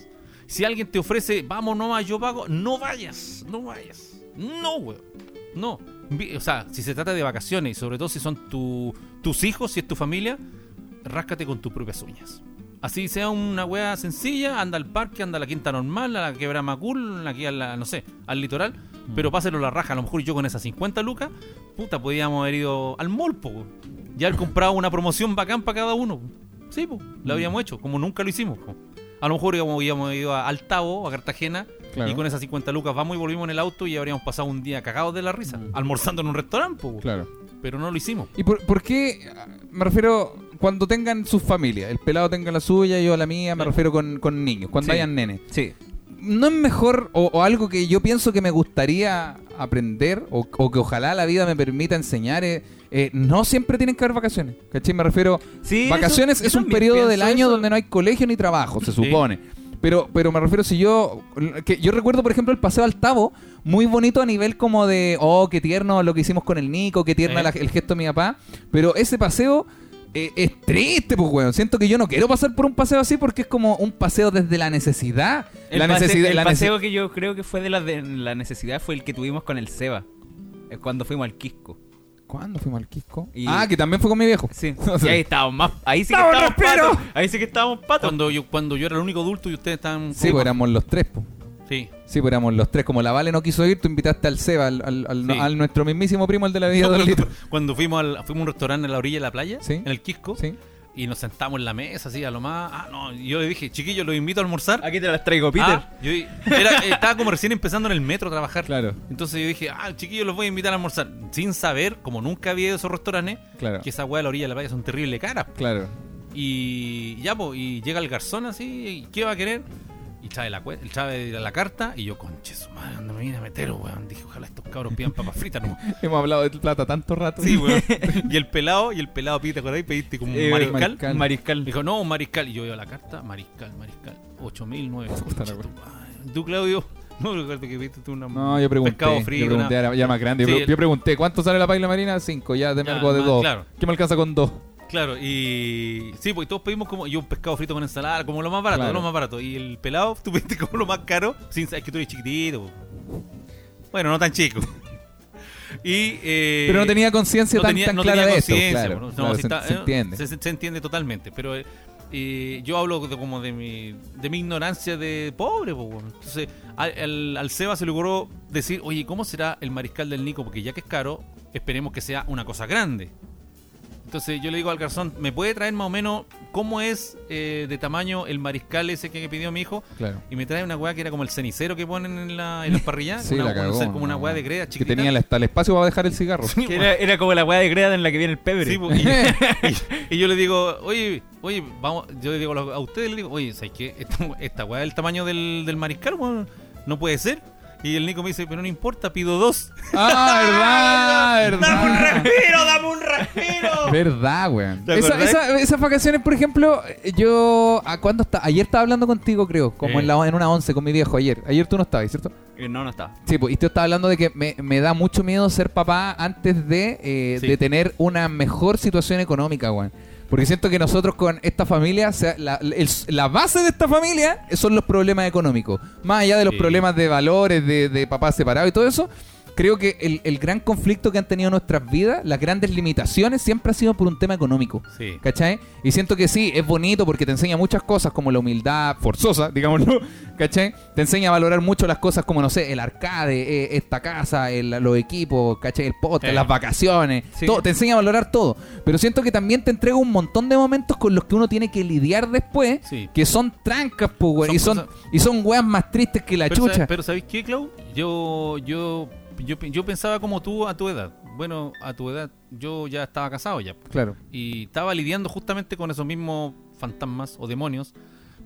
Si alguien te ofrece, vamos nomás, yo pago, no vayas. No vayas. No, weón. No. Vi- O sea, si se trata de vacaciones, y sobre todo si son tu- tus hijos, si es tu familia, ráscate con tus propias uñas. Así sea una wea sencilla, anda al parque, anda a la quinta normal, a la quebra Macul, aquí a la, no sé, al litoral, pero páselo la raja. A lo mejor yo con esas 50 lucas, puta, podíamos haber ido al mall, po. weón. Y haber comprado una promoción bacán para cada uno. Sí, po, lo habíamos hecho, como nunca lo hicimos. po. A lo mejor íbamos, íbamos ido a Altavo, a Cartagena, Claro. y con esas 50 lucas vamos y volvimos en el auto y habríamos pasado un día cagados de la risa, almorzando en un restaurante, po, weón. Mm. Claro. pero no lo hicimos. ¿Y por, por qué? Me refiero, cuando tengan sus familias, el pelado tenga la suya, yo la mía, me refiero con, con niños, cuando Sí. hayan nenes. Sí. ¿No es mejor o, o algo que yo pienso que me gustaría aprender o, o que ojalá la vida me permita enseñar? eh, eh, no siempre tienen que haber vacaciones, ¿cachai? Me refiero, Sí, eso- vacaciones yo es un también periodo pienso del año eso. donde no hay colegio ni trabajo, se supone. Pero, pero me refiero, si yo. Que yo recuerdo, por ejemplo, el paseo al Tavo, muy bonito a nivel como de. Oh, qué tierno lo que hicimos con el Nico, qué tierna Eh. la- el gesto de mi papá. Pero ese paseo. eh, es triste, pues, weón. Siento que yo no quiero pasar por un paseo así porque es como un paseo desde la necesidad. El, la pase- necesidad. el la nece- paseo que yo creo que fue de la, de la necesidad fue el que tuvimos con el Seba. Es cuando fuimos al Quisco. ¿Cuándo fuimos al Quisco? Y- Ah, que también fue con mi viejo. Sí. No sé. Y ahí estábamos más. Ahí sí que ¡Vamos, estábamos Raspero! patos. Ahí sí que estábamos patos. Cuando yo, cuando yo era el único adulto y ustedes estaban... Sí, pues éramos los tres, pues. Sí. Sí, pues éramos los tres. Como la Vale no quiso ir, tú invitaste al Seba, al, al- al- Sí. al nuestro mismísimo primo, el de la vida de los litros. Cuando fuimos, al, fuimos a un restaurante en la orilla de la playa, Sí. en el Quisco, Sí. y nos sentamos en la mesa, así, a lo más... Ah, no, y yo le dije, chiquillos, los invito a almorzar. Aquí te las traigo, Peter. Ah, yo era- estaba como recién empezando en el metro a trabajar. Claro. Entonces yo dije, ah, chiquillos, los voy a invitar a almorzar. Sin saber, como nunca había ido a esos restaurantes, Claro. que esa weá de la orilla de la playa son terrible caras. Claro. Y ya, pues, y llega el garzón así, ¿y ¿qué va a querer? Y trae la, cue- trae la carta, y yo, conche, su madre, ¿dónde me vine a meter, weón? Dije, ojalá estos cabros pidan papas fritas, no. Hemos hablado de plata tanto rato. Sí, weón. Y el pelado, y el pelado, pide, ¿te acordás? Pediste como un Eh, mariscal. mariscal. Un Me Mariscal. Dijo, no, un mariscal. Y yo veo la carta, mariscal, mariscal. 8000, 9. Puta la Tú, Claudio, no recuerdo que viste tú una. No, yo pregunté. Pescado frito. yo pregunté, una- era ya más grande. Yo Sí, pre- el- yo pregunté, ¿cuánto sale la paila marina? Cinco, ya, deme Ya, algo de más, dos. claro. ¿Qué me alcanza con dos? Claro, y. Sí, pues todos pedimos como. Yo un pescado frito con ensalada, como lo más barato, Claro. lo más barato. Y el pelado, tú pediste como lo más caro, sin saber que tú eres chiquitito. po. Bueno, no tan chico. Y. eh, Pero no tenía conciencia no tan, tenía- tan no clara tenía de esto. conciencia, Claro, bueno, no, claro, si se, está- se eh, entiende. se- se entiende totalmente, pero eh, eh, yo hablo de, como de mi, de mi ignorancia de pobre. po, weón. Entonces, al, al- al Seba se le ocurrió decir, oye, ¿cómo será el mariscal del Nico? Porque ya que es caro, esperemos que sea una cosa grande. Entonces yo le digo al garzón, ¿me puede traer más o menos cómo es eh, de tamaño el mariscal ese que pidió mi hijo? Claro. Y me trae una weá que era como el cenicero que ponen en, la, en las parrillas. Sí, una- la cagó, como una no. weá de greda Que chiquitita. tenía la- hasta el espacio para dejar el cigarro. Que era, era como la weá de greda en la que viene el pebre. Sí, po, y, y- y yo le digo, oye, oye, vamos, yo le digo a los- a ustedes, le digo, oye, ¿sabes qué? Esta, esta weá es el tamaño del, del mariscal, weón, no puede ser. Y el Nico me dice, pero no importa, pido dos. ah, verdad, ¡Dame un verdad. respiro, dame un respiro! Verdad, weón. ¿Te Esa- acordás? esa- esas vacaciones, por ejemplo, yo. ¿a cuándo está? Ayer estaba hablando contigo, creo. Como Eh. en, la, en una once con mi viejo ayer. Ayer tú no estabas, ¿cierto? Eh, No, no estaba. Sí, pues, y tú estabas hablando de que me, me da mucho miedo ser papá antes de, eh, Sí. de tener una mejor situación económica, weón. Porque siento que nosotros con esta familia, o sea, la, el- la base de esta familia son los problemas económicos. Más allá de los Sí. problemas de valores, de, de papás separados y todo eso, creo que el, el gran conflicto que han tenido nuestras vidas, las grandes limitaciones, siempre ha sido por un tema económico. Sí. ¿Cachai? Y siento que sí, es bonito porque te enseña muchas cosas como la humildad forzosa, digámoslo, ¿cachai? Te enseña a valorar mucho las cosas como, no sé, el arcade, eh, esta casa, el- los equipos, ¿cachai? El podcast, Eh. las vacaciones, todo, te enseña a valorar todo. Pero siento que también te entrega un montón de momentos con los que uno tiene que lidiar después, Sí. que son trancas, pues, güey, Son y, son, cosas- y son weas más tristes que la pero, chucha. sa- pero ¿sabéis qué, Clau? Yo, yo, yo, pe- yo pensaba como tú a tu edad. Bueno, a tu edad yo ya estaba casado ya. Claro. Y estaba lidiando justamente con esos mismos fantasmas o demonios.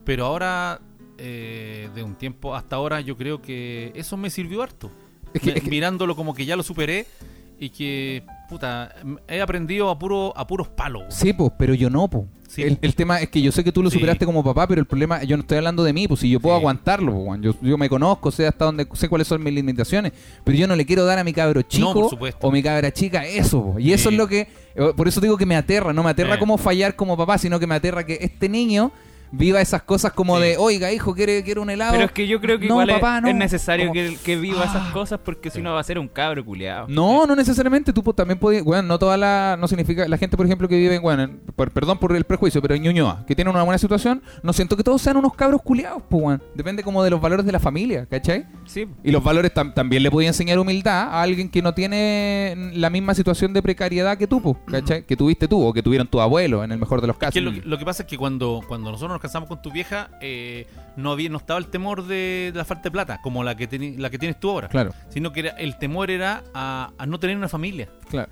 Pero ahora, eh, de un tiempo hasta ahora, yo creo que eso me sirvió harto. Es que- Me- es que- Mirándolo como que ya lo superé y que, puta, m- he aprendido a, puro, a puros palos. güey. Sí, pues, pero yo no, pues. Sí, el, po. el tema es que yo sé que tú lo Sí. superaste como papá, pero el problema, yo no estoy hablando de mí, pues si yo puedo Sí. aguantarlo, pues, weón. yo, yo me conozco, sé hasta dónde, sé cuáles son mis limitaciones, pero yo no le quiero dar a mi cabro por chico supuesto. o mi cabra chica eso, po. y eso Sí. es lo que, eh, por eso digo que me aterra, no me aterra Eh. como fallar como papá, sino que me aterra que este niño viva esas cosas como Sí. de, oiga hijo, quiere, quiere un helado. Pero es que yo creo que No, igual es- papá, es, no. necesario Como- Ah. que, que viva esas cosas porque si no va a ser un cabro culiado. No, no necesariamente. Tú po- también podías. Bueno, no toda la. No significa. La gente, por ejemplo, que vive en. Bueno, en- por- perdón por el prejuicio, pero en Ñuñoa, que tiene una buena situación, no siento que todos sean unos cabros culiados, pues, weón. Depende como de los valores de la familia, ¿cachai? Sí. Y los valores tam- también le podía enseñar humildad a alguien que no tiene la misma situación de precariedad que tú, pues, ¿cachai? Que tuviste tú o que tuvieron tu abuelo, en el mejor de los casos. Que lo, que- lo que pasa es que cuando, cuando nosotros nos casamos con tu vieja, eh, no había, no estaba el temor de, de la falta de plata, como la que teni- la que tienes tú ahora. Claro, Sino que era, el temor era a, a no tener una familia. claro.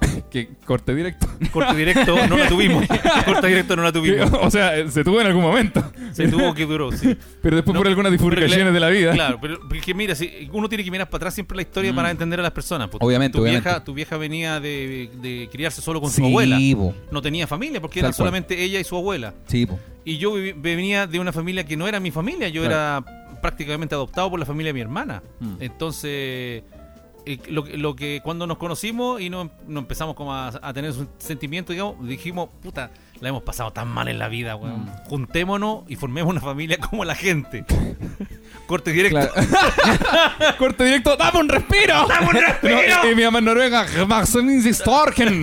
que corte directo. Corte directo no la tuvimos. Corte directo no la tuvimos. o sea, eh, se tuvo en algún momento. Se tuvo que duró, sí. Pero después No, por algunas pero bifurcaciones cla- de la vida. Claro, pero porque mira, si uno tiene que mirar para atrás siempre la historia para entender a las personas. porque Mm. Obviamente, tu obviamente. Vieja, tu vieja venía de, de criarse solo con Sí, su abuela. po. No tenía familia porque Tal era cual. solamente ella y su abuela. Sí, po. Y yo vivi- venía de una familia que no era mi familia, yo era prácticamente adoptado por la familia de mi hermana. Entonces, eh, lo, que- lo que cuando nos conocimos y nos, nos empezamos como a, a tener un sentimiento, digamos, dijimos, puta, la hemos pasado tan mal en la vida, weón. Juntémonos y formemos una familia como la gente. Corte directo. Claro. Corte directo, ¡dame un respiro! ¡Dame un respiro! y, mi mamá en Noruega, "Maximilian Storken".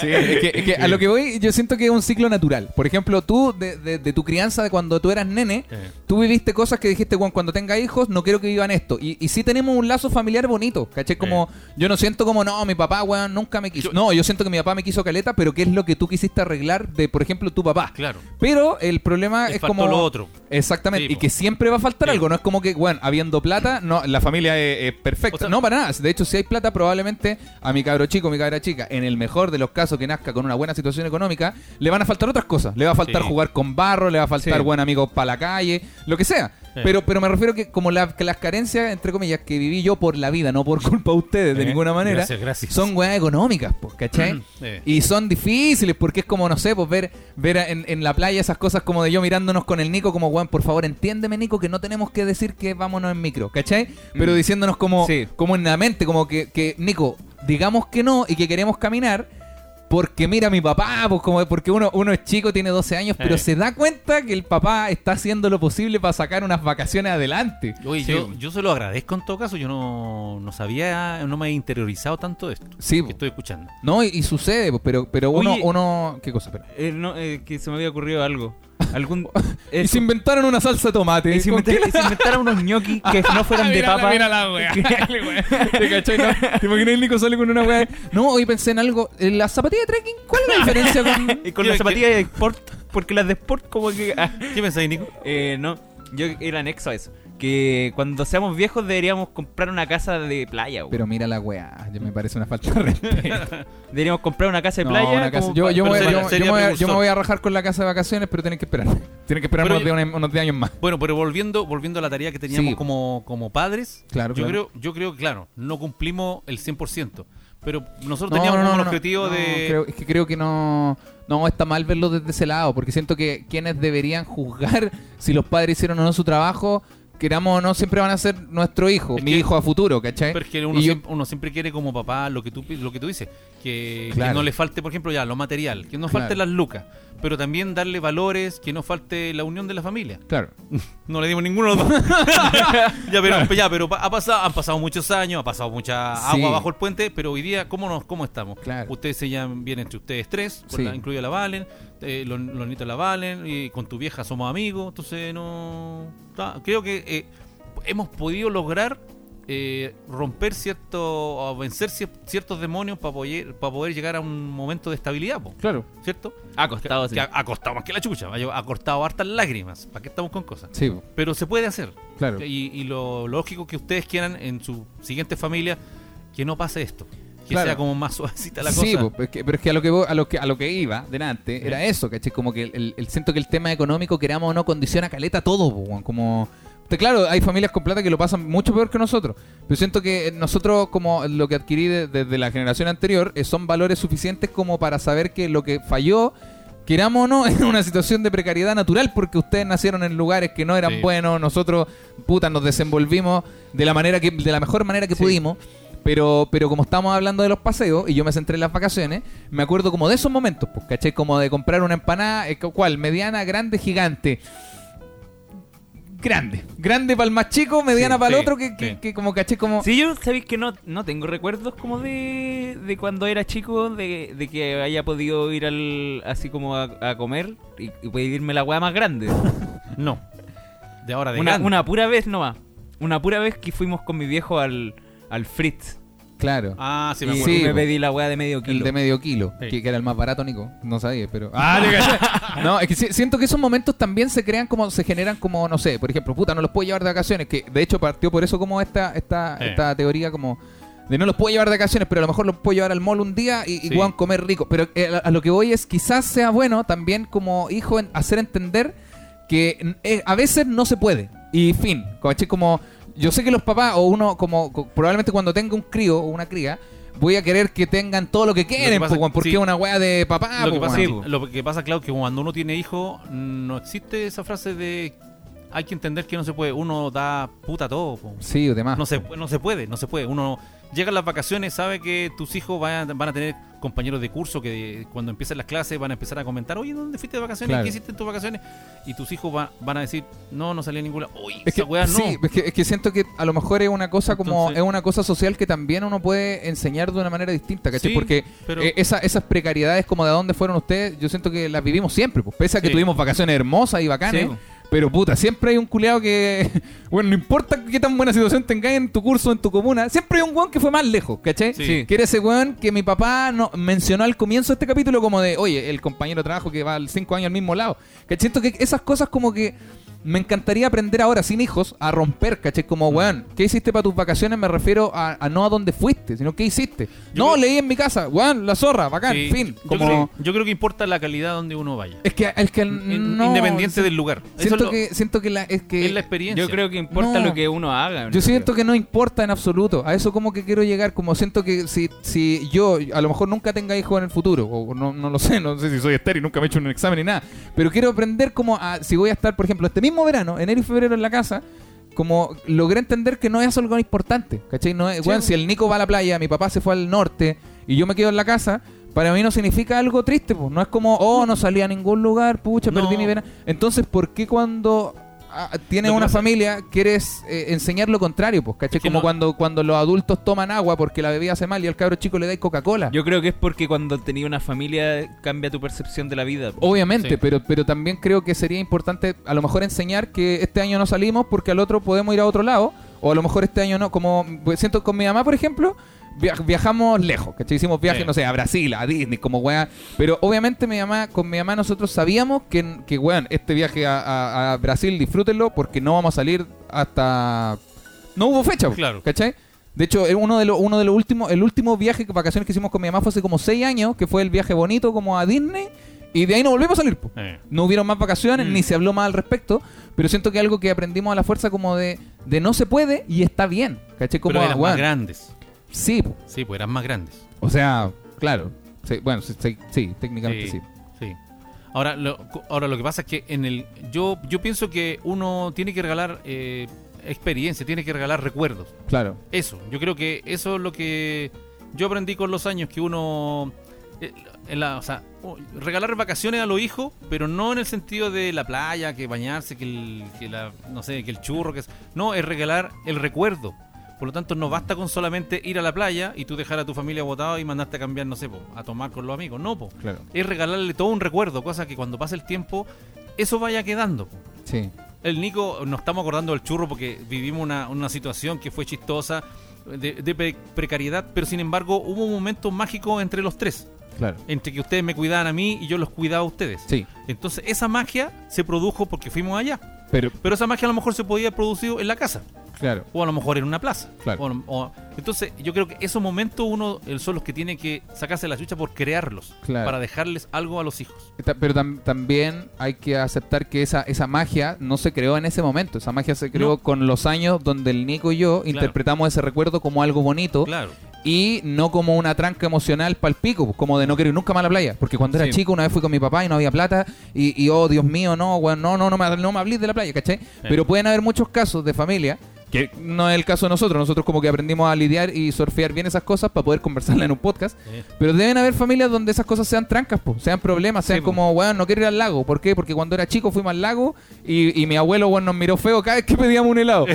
Sí, es que, es que a lo que voy, yo siento que es un ciclo natural. Por ejemplo, tú, de, de- de tu crianza, de cuando tú eras nene, Eh. tú viviste cosas que dijiste, "Juan, cuando tenga hijos, no quiero que vivan esto. Y, y sí tenemos un lazo familiar bonito, ¿caché? Como, yo no siento como, no, mi papá, weón, nunca me quiso. Yo- no, yo siento que mi papá me quiso caleta, pero ¿qué es lo que tú quisiste arreglar de, por ejemplo, tu papá? Claro. Pero el problema Le es faltó como... lo otro. Exactamente. Sí, y po. que siempre va a faltar Sí. algo. No es como que, bueno, habiendo plata, no, la familia es, es perfecta. O sea- no, para nada. De hecho, si hay plata, probablemente a mi cabro chico, mi cabra chica, en el mejor de los casos que nazca con una buena situación económica, le van a faltar otras cosas. Le va a faltar Sí. jugar con barro, le va a faltar Sí. buen amigo para la calle, lo que sea. Sí. Pero, pero me refiero que como la- que las carencias, entre comillas, que viví yo por la vida, no por culpa de ustedes de Eh, ninguna manera, gracias, gracias. son weas económicas, pues, ¿cachai? Eh. Y son difíciles porque es como, no sé, pues ver, ver en, en la playa esas cosas como de yo mirándonos con el Nico, como, weón, por favor, entiéndeme, Nico, que no tenemos que decir que vámonos en micro, ¿cachai? Pero diciéndonos como, Mm. Sí. como en la mente, como que, que, Nico, digamos que no y que queremos caminar. Porque mira mi papá, pues como porque uno, uno es chico, tiene 12 años, pero Eh. se da cuenta que el papá está haciendo lo posible para sacar unas vacaciones adelante. Oye, Sí, yo, yo se lo agradezco en todo caso, yo no, no sabía, no me he interiorizado tanto de esto Sí, que po. estoy escuchando. No, y, y sucede, pues, pero, pero uno, Oye. uno. ¿Qué cosa? Espera. Eh, no, eh, que se me había ocurrido algo. Algún, Eh, Y se inventaron una salsa de tomate. Y si ¿Con inventa- qué y si inventaran unos ñoquis que no Ah, fueran de Mira la- papa. Mira la wea. ¿Te cachai? No, ¿Te imaginas el Nico sale con una weá? No, hoy pensé en algo. ¿En ¿La zapatilla de trekking? ¿Cuál es la diferencia con.? Y Mira con las que- zapatillas de sport, porque las de sport como que... ah, ¿Qué pensáis, Nico? eh, no, yo era anexo a eso. Que cuando seamos viejos deberíamos comprar una casa de playa, güey. Pero mira la weá, ya me parece una falta de respeto. Deberíamos comprar una casa de No, playa. una casa- como Yo, pa- yo me voy- pero yo- sería- sería yo me voy a- yo precursor. me voy a rajar con la casa de vacaciones, pero tienen que esperar. Tienen que esperar Pero unos, yo- 10 unos 10 años más. Bueno, pero volviendo, volviendo a la tarea que teníamos Sí. como, como padres, Claro, yo claro. creo, yo creo que claro, no cumplimos el 100%, pero nosotros No, teníamos no, no, como el no, objetivo no, de creo- es que creo que no. No, está mal verlo desde ese lado, porque siento que quienes deberían juzgar si los padres hicieron o no su trabajo queramos o no, siempre van a ser nuestro hijo, Es mi que- hijo a futuro, ¿cachai? Pero es que uno, Y yo- siempre, uno siempre quiere como papá lo que tú, pi- lo que tú dices. Que, que Claro. no le falte, por ejemplo, ya lo material. Que no Claro. falten las lucas. Pero también darle valores. Que no falte la unión de la familia. Claro. No le dimos ninguno de los dos. ya, pero, ya, pero pa- ha pasado, han pasado muchos años. Ha pasado mucha Sí. agua bajo el puente. Pero hoy día, ¿cómo, nos, cómo estamos? Claro. Ustedes se llaman bien entre ustedes tres. con Sí. la- incluida la Valen. eh, los, los nietos la Valen. Y con tu vieja somos amigos. Entonces, no. ta- creo que eh, hemos podido lograr eh, romper cierto o vencer cier- ciertos demonios para poder, para poder llegar a un momento de estabilidad, po, Claro. ¿cierto? Ha Que, costado, sí. que ha, ha Ah, costado más que la chucha, ha lle- ha costado hartas lágrimas. ¿Para qué estamos con cosas? Sí, po, Pero se puede hacer. claro. Y, y lo lógico que ustedes quieran en su siguiente familia que no pase esto. Que Claro. sea como más suavecita la Sí, cosa. po, pero es que, pero es que a lo que vo- a lo que a lo que iba delante era eso, ¿cachai? Como que el, el- el- siento que el tema económico, queramos o no, condiciona caleta todo, po, weón. como te- claro, hay familias con plata que lo pasan mucho peor que nosotros. Pero siento que nosotros, como lo que adquirí de- desde la generación anterior, eh, son valores suficientes como para saber que lo que falló, queramos o no, es una situación de precariedad natural, porque ustedes nacieron en lugares que no eran Sí. buenos, nosotros, puta, nos desenvolvimos de la manera que, de la mejor manera que pudimos. Pero, pero como estábamos hablando de los paseos y yo me centré en las vacaciones, me acuerdo como de esos momentos, pues, ¿cachai? Como de comprar una empanada, eh, ¿cuál? Mediana, grande, gigante. Grande. Grande para el más chico, mediana Sí, para el sí, otro, que, que- sí. que como, ¿cachai? Como... Sí, yo sabéis que no, no tengo recuerdos como de, de cuando era chico, de, de que haya podido ir al, así como a, a comer y, y pedirme la weá más grande. No. De ahora de una, grande. una pura vez nomás. Una pura vez que fuimos con mi viejo al, al Fritz. Claro. Ah, sí, me y acuerdo. Sí, me po. pedí la weá de medio El kilo. de medio kilo, Sí. Ah, que, que era el más barato, Nico. No sabía, pero. no, es que si- siento que esos momentos también se crean como, se generan como, no sé, por ejemplo, puta, no los puedo llevar de vacaciones, que de hecho partió por eso como esta, esta, Eh. esta teoría como de no los puedo llevar de vacaciones, pero a lo mejor los puedo llevar al mall un día y, y Sí. weón, comer rico. Pero eh, a- a lo que voy es quizás sea bueno también como hijo en- hacer entender que mm, eh, a veces no se puede. Y fin, ¿cachai? Como yo sé que los papás o uno como co- probablemente cuando tenga un crío o una cría voy a querer que tengan todo lo que quieren, pasa- po, weón, porque sí. es una weá de papá. lo, que po, pasa, weón. lo que pasa, claro, que cuando uno tiene hijos, no existe esa frase de hay que entender que no se puede. Uno da puta todo. po. sí, demás. No, se, no se puede, no se puede. Uno llega a las vacaciones, sabe que tus hijos van a, van a tener compañeros de curso que cuando empiezan las clases van a empezar a comentar, oye, ¿dónde fuiste de vacaciones? Claro. ¿Qué hiciste en tus vacaciones? Y tus hijos va- van a decir, no, no salí a ninguna. Oye, Es que, esa weá no. sí, eh, es, que, es que siento que a lo mejor es una cosa como Entonces- es una cosa social que también uno puede enseñar de una manera distinta, ¿cachai? Sí, Porque pero- eh, esa- esas precariedades como de dónde fueron ustedes, yo siento que las vivimos siempre, pues, pese a que Sí. tuvimos vacaciones hermosas y bacanas. Sí, po. Pero puta, siempre hay un culeado que, bueno, no importa qué tan buena situación tengas en tu curso, en tu comuna, siempre hay un weón que fue más lejos, ¿cachai? Sí. Sí. Que era ese weón que mi papá no, mencionó al comienzo de este capítulo como de, oye, el compañero de trabajo que va al cinco años al mismo lado. ¿Cachai? Siento que esas cosas como que me encantaría aprender ahora sin hijos a romper, ¿cachai? Como, Mm. weón, ¿qué hiciste para tus vacaciones? Me refiero a, a no a dónde fuiste, sino qué hiciste. no, creo- leí en mi casa, weón, la zorra, bacán, Sí, fin. yo, Como... creo, yo creo que importa la calidad donde uno vaya. Es que, es que In- no, Independiente si- del lugar. Siento Eso es, lo- que, eh, siento que la, es que es la experiencia. Yo creo que importa No. lo que uno haga. Yo siento que no importa en absoluto. A eso como que quiero llegar. Como siento que si, si yo a lo mejor nunca tenga hijos en el futuro, o no, no lo sé, no sé si soy estéril, nunca me he hecho un examen ni nada. Pero quiero aprender como a, si voy a estar, por ejemplo, este mismo verano, enero y febrero en la casa, como logré entender que no es algo importante. ¿Cachai? No es, weón, si el Nico va a la playa, mi papá se fue al norte y yo me quedo en la casa. Para mí no significa algo triste, pues. No es como, oh, no salí a ningún lugar, pucha, No. perdí mi verano. Entonces, ¿por qué cuando ah, tienes Lo que una pasa- familia quieres eh, enseñar lo contrario, pues, ¿cachai? Es que como no- cuando, cuando los adultos toman agua porque la bebida hace mal y al cabro chico le da Coca-Cola. Yo creo que es porque cuando tenía una familia cambia tu percepción de la vida. Obviamente, Sí. pero, pero también creo que sería importante a lo mejor enseñar que este año no salimos porque al otro podemos ir a otro lado, o a lo mejor este año no, como pues, siento con mi mamá, por ejemplo, via- viajamos lejos, ¿cachai? Hicimos viajes, Sí. no sé, a Brasil, a Disney, como weá, pero obviamente mi mamá, con mi mamá nosotros sabíamos que, que weón, este viaje a, a- a Brasil disfrútenlo porque no vamos a salir hasta... No hubo fecha, Claro. ¿cachai? De hecho, el- uno de los uno de los últimos, el último viaje que vacaciones que hicimos con mi mamá fue hace como seis años, que fue el viaje bonito como a Disney, y de ahí no volvimos a salir. po. Eh. No hubieron más vacaciones, Mm. ni se habló más al respecto, pero siento que algo que aprendimos a la fuerza como de, de no se puede y está bien. ¿Caché? Como Pero eran weón, más grandes. Sí, po. Sí, pues eran más grandes. o sea, claro. Sí, bueno, sí, sí, sí, técnicamente sí. sí. Ahora lo, ahora lo que pasa es que en el yo yo pienso que uno tiene que regalar eh, experiencia, tiene que regalar recuerdos. Claro. Eso, yo creo que eso es lo que yo aprendí con los años, que uno... eh, en la- o sea, u- regalar vacaciones a los hijos, pero no en el sentido de la playa, que bañarse, que el, que la, no sé, que el churro, que es- no, es regalar el recuerdo. Por lo tanto, no basta con solamente ir a la playa y tú dejar a tu familia botado y mandarte a cambiar, no sé, po, a tomar con los amigos. No, po. Claro. es regalarle todo un recuerdo, cosa que cuando pase el tiempo, eso vaya quedando. po. Sí. El Nico, nos estamos acordando del churro porque vivimos una, una situación que fue chistosa, de, de pre- precariedad, pero sin embargo hubo un momento mágico entre los tres, Claro. entre que ustedes me cuidaban a mí y yo los cuidaba a ustedes. Sí. Entonces esa magia se produjo porque fuimos allá, Pero, pero esa magia a lo mejor se podía haber producido en la casa, claro. o a lo mejor en una plaza. Claro. o a lo- o- entonces yo creo que esos momentos uno eh, son los que tiene que sacarse la chucha por crearlos, Claro. para dejarles algo a los hijos. Ta- Pero tam- también hay que aceptar que esa, esa magia no se creó en ese momento. Esa magia se creó No. con los años donde el Nico y yo interpretamos ese recuerdo como algo bonito Claro. y no como una tranca emocional pal pico, pues, como de no quiero ir nunca más a la playa. Porque cuando era Sí. chico, una vez fui con mi papá y no había plata y, y, oh, Dios mío, no, weón, no, no, no me, no me hablís de la playa, ¿cachai? Pero pueden haber muchos casos de familia. Que no es el caso de nosotros, nosotros como que aprendimos a lidiar y surfear bien esas cosas para poder conversarla en un podcast. Sí. Pero deben haber familias donde esas cosas sean trancas, po, sean problemas, sean Sí, po. como, weón, no quiero ir al lago. ¿Por qué? Porque cuando era chico fuimos al lago y, y mi abuelo, weón, nos miró feo cada vez que pedíamos un helado.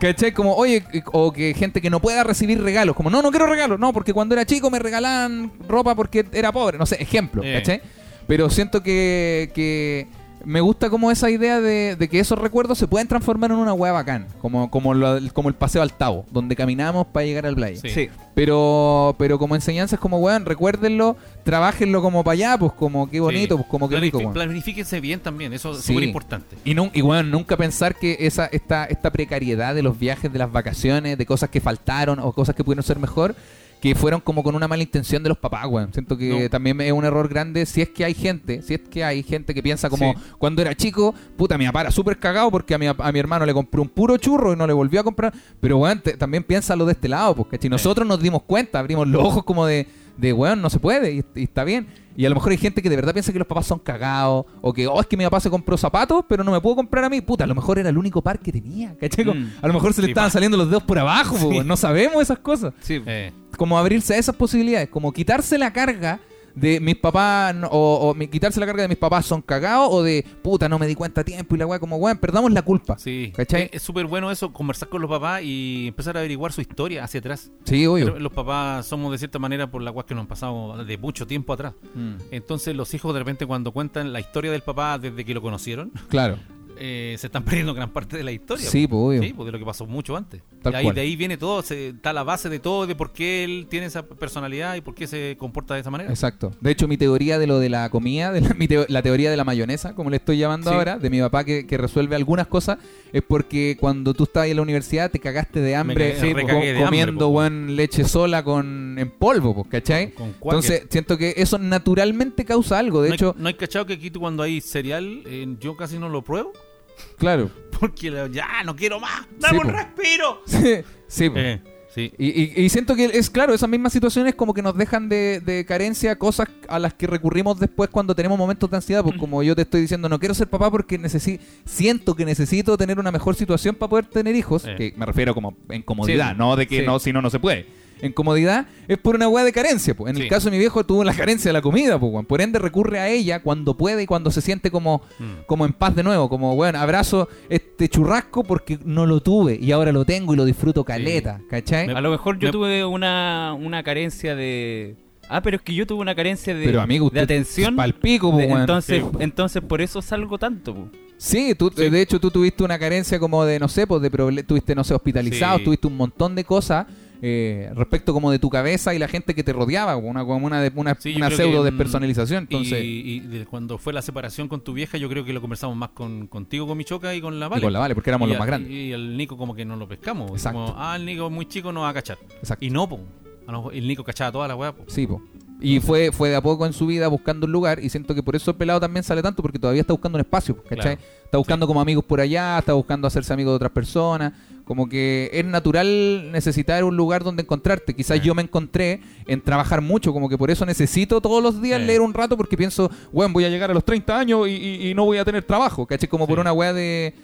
¿Cachai? Como, oye, eh, o que gente que no pueda recibir regalos. Como, no, no quiero regalos. No, porque cuando era chico me regalaban ropa porque era pobre. No sé, ejemplo, Eh. ¿cachai? Pero siento que, que me gusta como esa idea de, de que esos recuerdos se pueden transformar en una hueá bacán. Como, como, lo- como el paseo al Tavo, donde caminamos para llegar al playa. Sí. Sí. Pero, pero como enseñanza es como, weón, recuérdenlo, trabajenlo como para allá, pues como qué bonito, Sí. pues como qué rico, Planifi- weón. Planifíquense bien también, eso es Sí. súper importante. Y, nun- y weón, nunca pensar que esa, esta, esta precariedad de los viajes, de las vacaciones, de cosas que faltaron o cosas que pudieron ser mejor, que fueron como con una mala intención de los papás, weón. Siento que No. también es un error grande si es que hay gente, si es que hay gente que piensa como, Sí. cuando era chico, puta, mi papá era súper cagado porque a mi, a mi hermano le compró un puro churro y no le volvió a comprar. Pero weón, te- también piénsalo de este lado, porque si nosotros nos dimos cuenta, abrimos los ojos como de, de weón, no se puede y, y está bien. Y a lo mejor hay gente que de verdad piensa que los papás son cagados o que, oh, es que mi papá se compró zapatos, pero no me pudo comprar a mí. Puta, a lo mejor era el único par que tenía, ¿cachai? Como, Mm. A lo mejor se le Sí, estaban pa. saliendo los dedos por abajo, po, Sí. weón. no sabemos esas cosas Sí. Eh, como abrirse a esas posibilidades, como quitarse la carga de mis papás no- o, o mi- quitarse la carga de mis papás son cagados o de puta no me di cuenta a tiempo y la weá como weón, perdamos la culpa. sí. Eh, ¿Cachai? Es- Es súper bueno eso, conversar con los papás y empezar a averiguar su historia hacia atrás. Sí, obvio. Pero Los papás somos de cierta manera por la cual que nos han pasado de mucho tiempo atrás. Mm, Entonces los hijos de repente cuando cuentan la historia del papá desde que lo conocieron, claro. eh, se están perdiendo gran parte de la historia. Sí, pues, obvio. Sí, pues, de lo que pasó mucho antes. Tal Y ahí- cual. de ahí viene todo, se- está la base de todo, de por qué él tiene esa personalidad y por qué se comporta de esa manera. Exacto. De hecho, mi teoría de lo de la comida, de la, mi teo- la teoría de la mayonesa, como le estoy llamando Sí. ahora, de mi papá que, que resuelve algunas cosas, es porque cuando tú estabas ahí en la universidad te cagaste de hambre cagué- co- recagué de hambre, comiendo po. weón, leche sola con en polvo, po, ¿cachai? Con cuáquer. Entonces, siento que eso naturalmente causa algo. De no hecho, hay, no hay cachado que aquí tú cuando hay cereal, eh, yo casi no lo pruebo. claro. Porque la- ya no quiero más. Sí, Dame un po. Mm. respiro. Sí, sí, po. Eh, sí. Y, y- y siento que es claro, esas mismas situaciones como que nos dejan de, de carencia cosas a las que recurrimos después cuando tenemos momentos de ansiedad. Pues como yo te estoy diciendo, no quiero ser papá porque necesi siento que necesito tener una mejor situación para poder tener hijos. Eh. Que me refiero como en comodidad, Sí. No, de que Sí. no, si no, no se puede. En comodidad es por una weá de carencia. pues. En el Sí. caso de mi viejo tuvo la carencia de la comida, pues, weón. por ende recurre a ella cuando puede y cuando se siente como, como en paz de nuevo. Como, bueno, abrazo este churrasco porque no lo tuve y ahora lo tengo y lo disfruto caleta, ¿cachai? A lo mejor yo Me- tuve una, una carencia de. Ah, pero es que yo tuve una carencia de, Pero amigo, usted de atención. es pa'l pico, po, De- weón. entonces, Sí. entonces por eso salgo tanto. po. Sí, tú, de hecho tú tuviste una carencia como de, no sé, pues de proble- tuviste, no sé, hospitalizado, Sí. tuviste un montón de cosas eh, respecto como de tu cabeza y la gente que te rodeaba, como una, como una, de- una, Sí, yo una creo que, pseudo mm, despersonalización. Entonces, y, Y, y de cuando fue la separación con tu vieja, yo creo que lo conversamos más con, contigo, con Michoca y con la Vale. con la vale, porque éramos Y los a- más grandes. Y el Nico como que no lo pescamos. Exacto. Como, ah, el Nico es muy chico, no va a cachar. Exacto. Y no, po. A lo mejor El Nico cachaba toda la weá, po. Sí, po. Y fue, fue de a poco en su vida buscando un lugar y siento que por eso el pelado también sale tanto porque todavía está buscando un espacio, ¿cachai? Claro. Está buscando como amigos por allá, está buscando hacerse amigo de otras personas, como que es natural necesitar un lugar donde encontrarte. Quizás yo me encontré en trabajar mucho, como que por eso necesito todos los días Sí. leer un rato porque pienso, bueno, voy a llegar a los 30 años y, y- y no voy a tener trabajo, ¿cachai? Como por Sí. una weá de...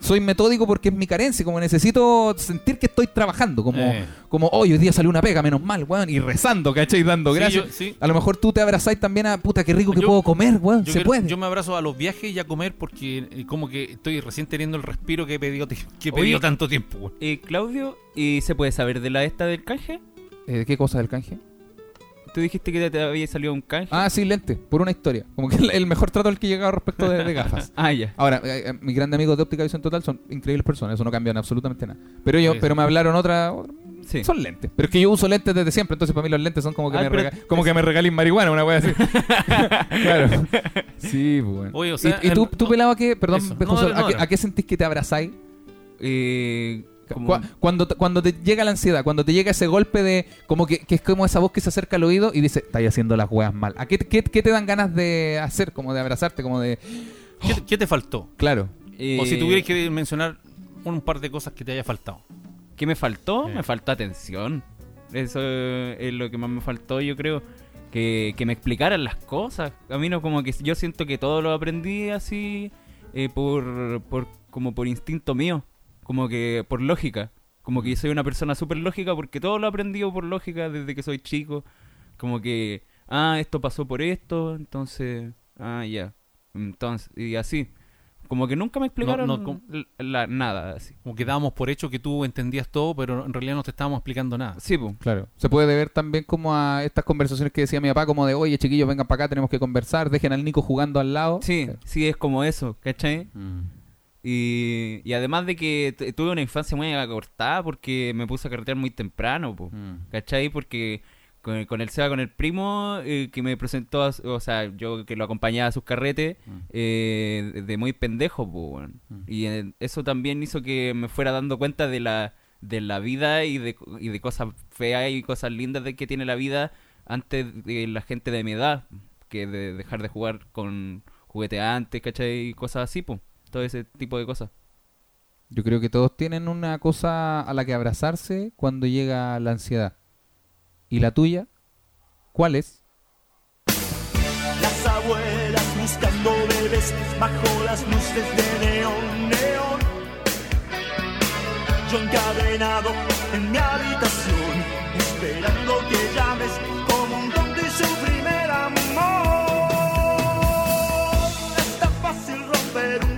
soy metódico porque es mi carencia, como necesito sentir que estoy trabajando, como, Eh. como "Oy, hoy día salió una pega, menos mal, weón, y rezando, ¿cachai? Dando Sí, gracias. yo- sí. A lo mejor tú te abrazáis también a puta, qué rico que Yo- puedo comer, weón, Yo, Ah, se quiero- puede. yo me abrazo a los viajes y a comer porque eh, como que estoy recién teniendo el respiro que he pedido, que he pedido Oye. tanto tiempo. güey. Eh, Claudio, ¿y se puede saber de la esta del canje? Eh, ¿Qué cosa del canje? Tú dijiste que te había salido un canje. Ah, sí, lente, por una historia. Como que el, el mejor trato al que he llegado respecto de, de gafas. Ah, ya. Ahora, eh, eh, mis grandes amigos de Óptica Visión Total son increíbles personas, eso no cambian absolutamente nada. Pero yo, Sí, sí. pero me hablaron otra, otra- Sí. son lentes. Pero es que yo uso lentes desde siempre, entonces para mí los lentes son como que, Ah, me, pero- rega- como que me regalen marihuana, una wea así. claro. Sí, pues, bueno. Oye, o sea, em, ¿Y, y tú, el- tú pelado, a qué, perdón, Eso. José, No, no, no, ¿a, qué, no. a qué sentís que te abrazáis? Eh, como- Cu- Cuando, te- cuando te llega la ansiedad, cuando te llega ese golpe de. como que, que es como esa voz que se acerca al oído y dice, estáis haciendo las weas mal. ¿A qué, qué- qué te dan ganas de hacer? Como de abrazarte, como de. ¿Qué, te- qué te faltó? Claro. eh, O si tuvieras que mencionar un par de cosas que te haya faltado. ¿Qué me faltó? Sí. Me faltó atención. Eso eh, es lo que más me faltó, yo creo. Que, que me explicaran las cosas. A mí no como que yo siento que todo lo aprendí así eh, por, por como por instinto mío, como que por lógica. Como que soy una persona súper lógica porque todo lo he aprendido por lógica desde que soy chico. Como que, ah, esto pasó por esto, entonces, ah, ya. Entonces, y así. Como que nunca me explicaron no, com- l- la- nada así. Como que dábamos por hecho que tú entendías todo, pero en realidad no te estábamos explicando nada. Sí, pues. Claro. Se puede ver también como a estas conversaciones que decía mi papá, como de, oye, chiquillos, vengan para acá, tenemos que conversar, dejen al Nico jugando al lado. Sí, Claro. sí, es como eso, ¿cachai? Y, y además de que t- tuve una infancia muy acortada porque me puse a carretear muy temprano, po, ¿cachai? Porque con, el- con el Seba, con el primo, eh, que me presentó, a su- o sea, yo que lo acompañaba a sus carretes, eh, de- de muy pendejo, po, weón. Y eh, eso también hizo que me fuera dando cuenta de la, de la vida y de, y de cosas feas y cosas lindas de que tiene la vida antes de la gente de mi edad, que de dejar de jugar con jugueteantes, ¿cachai? Y cosas así, pues. Todo ese tipo de cosas. Yo creo que todos tienen una cosa a la que abrazarse cuando llega la ansiedad. ¿Y la tuya? ¿Cuál es? Las abuelas buscando bebés bajo las luces de neón, neón. Yo encadenado en mi habitación, esperando que llames como un don de su primer amor. Es tan fácil romper un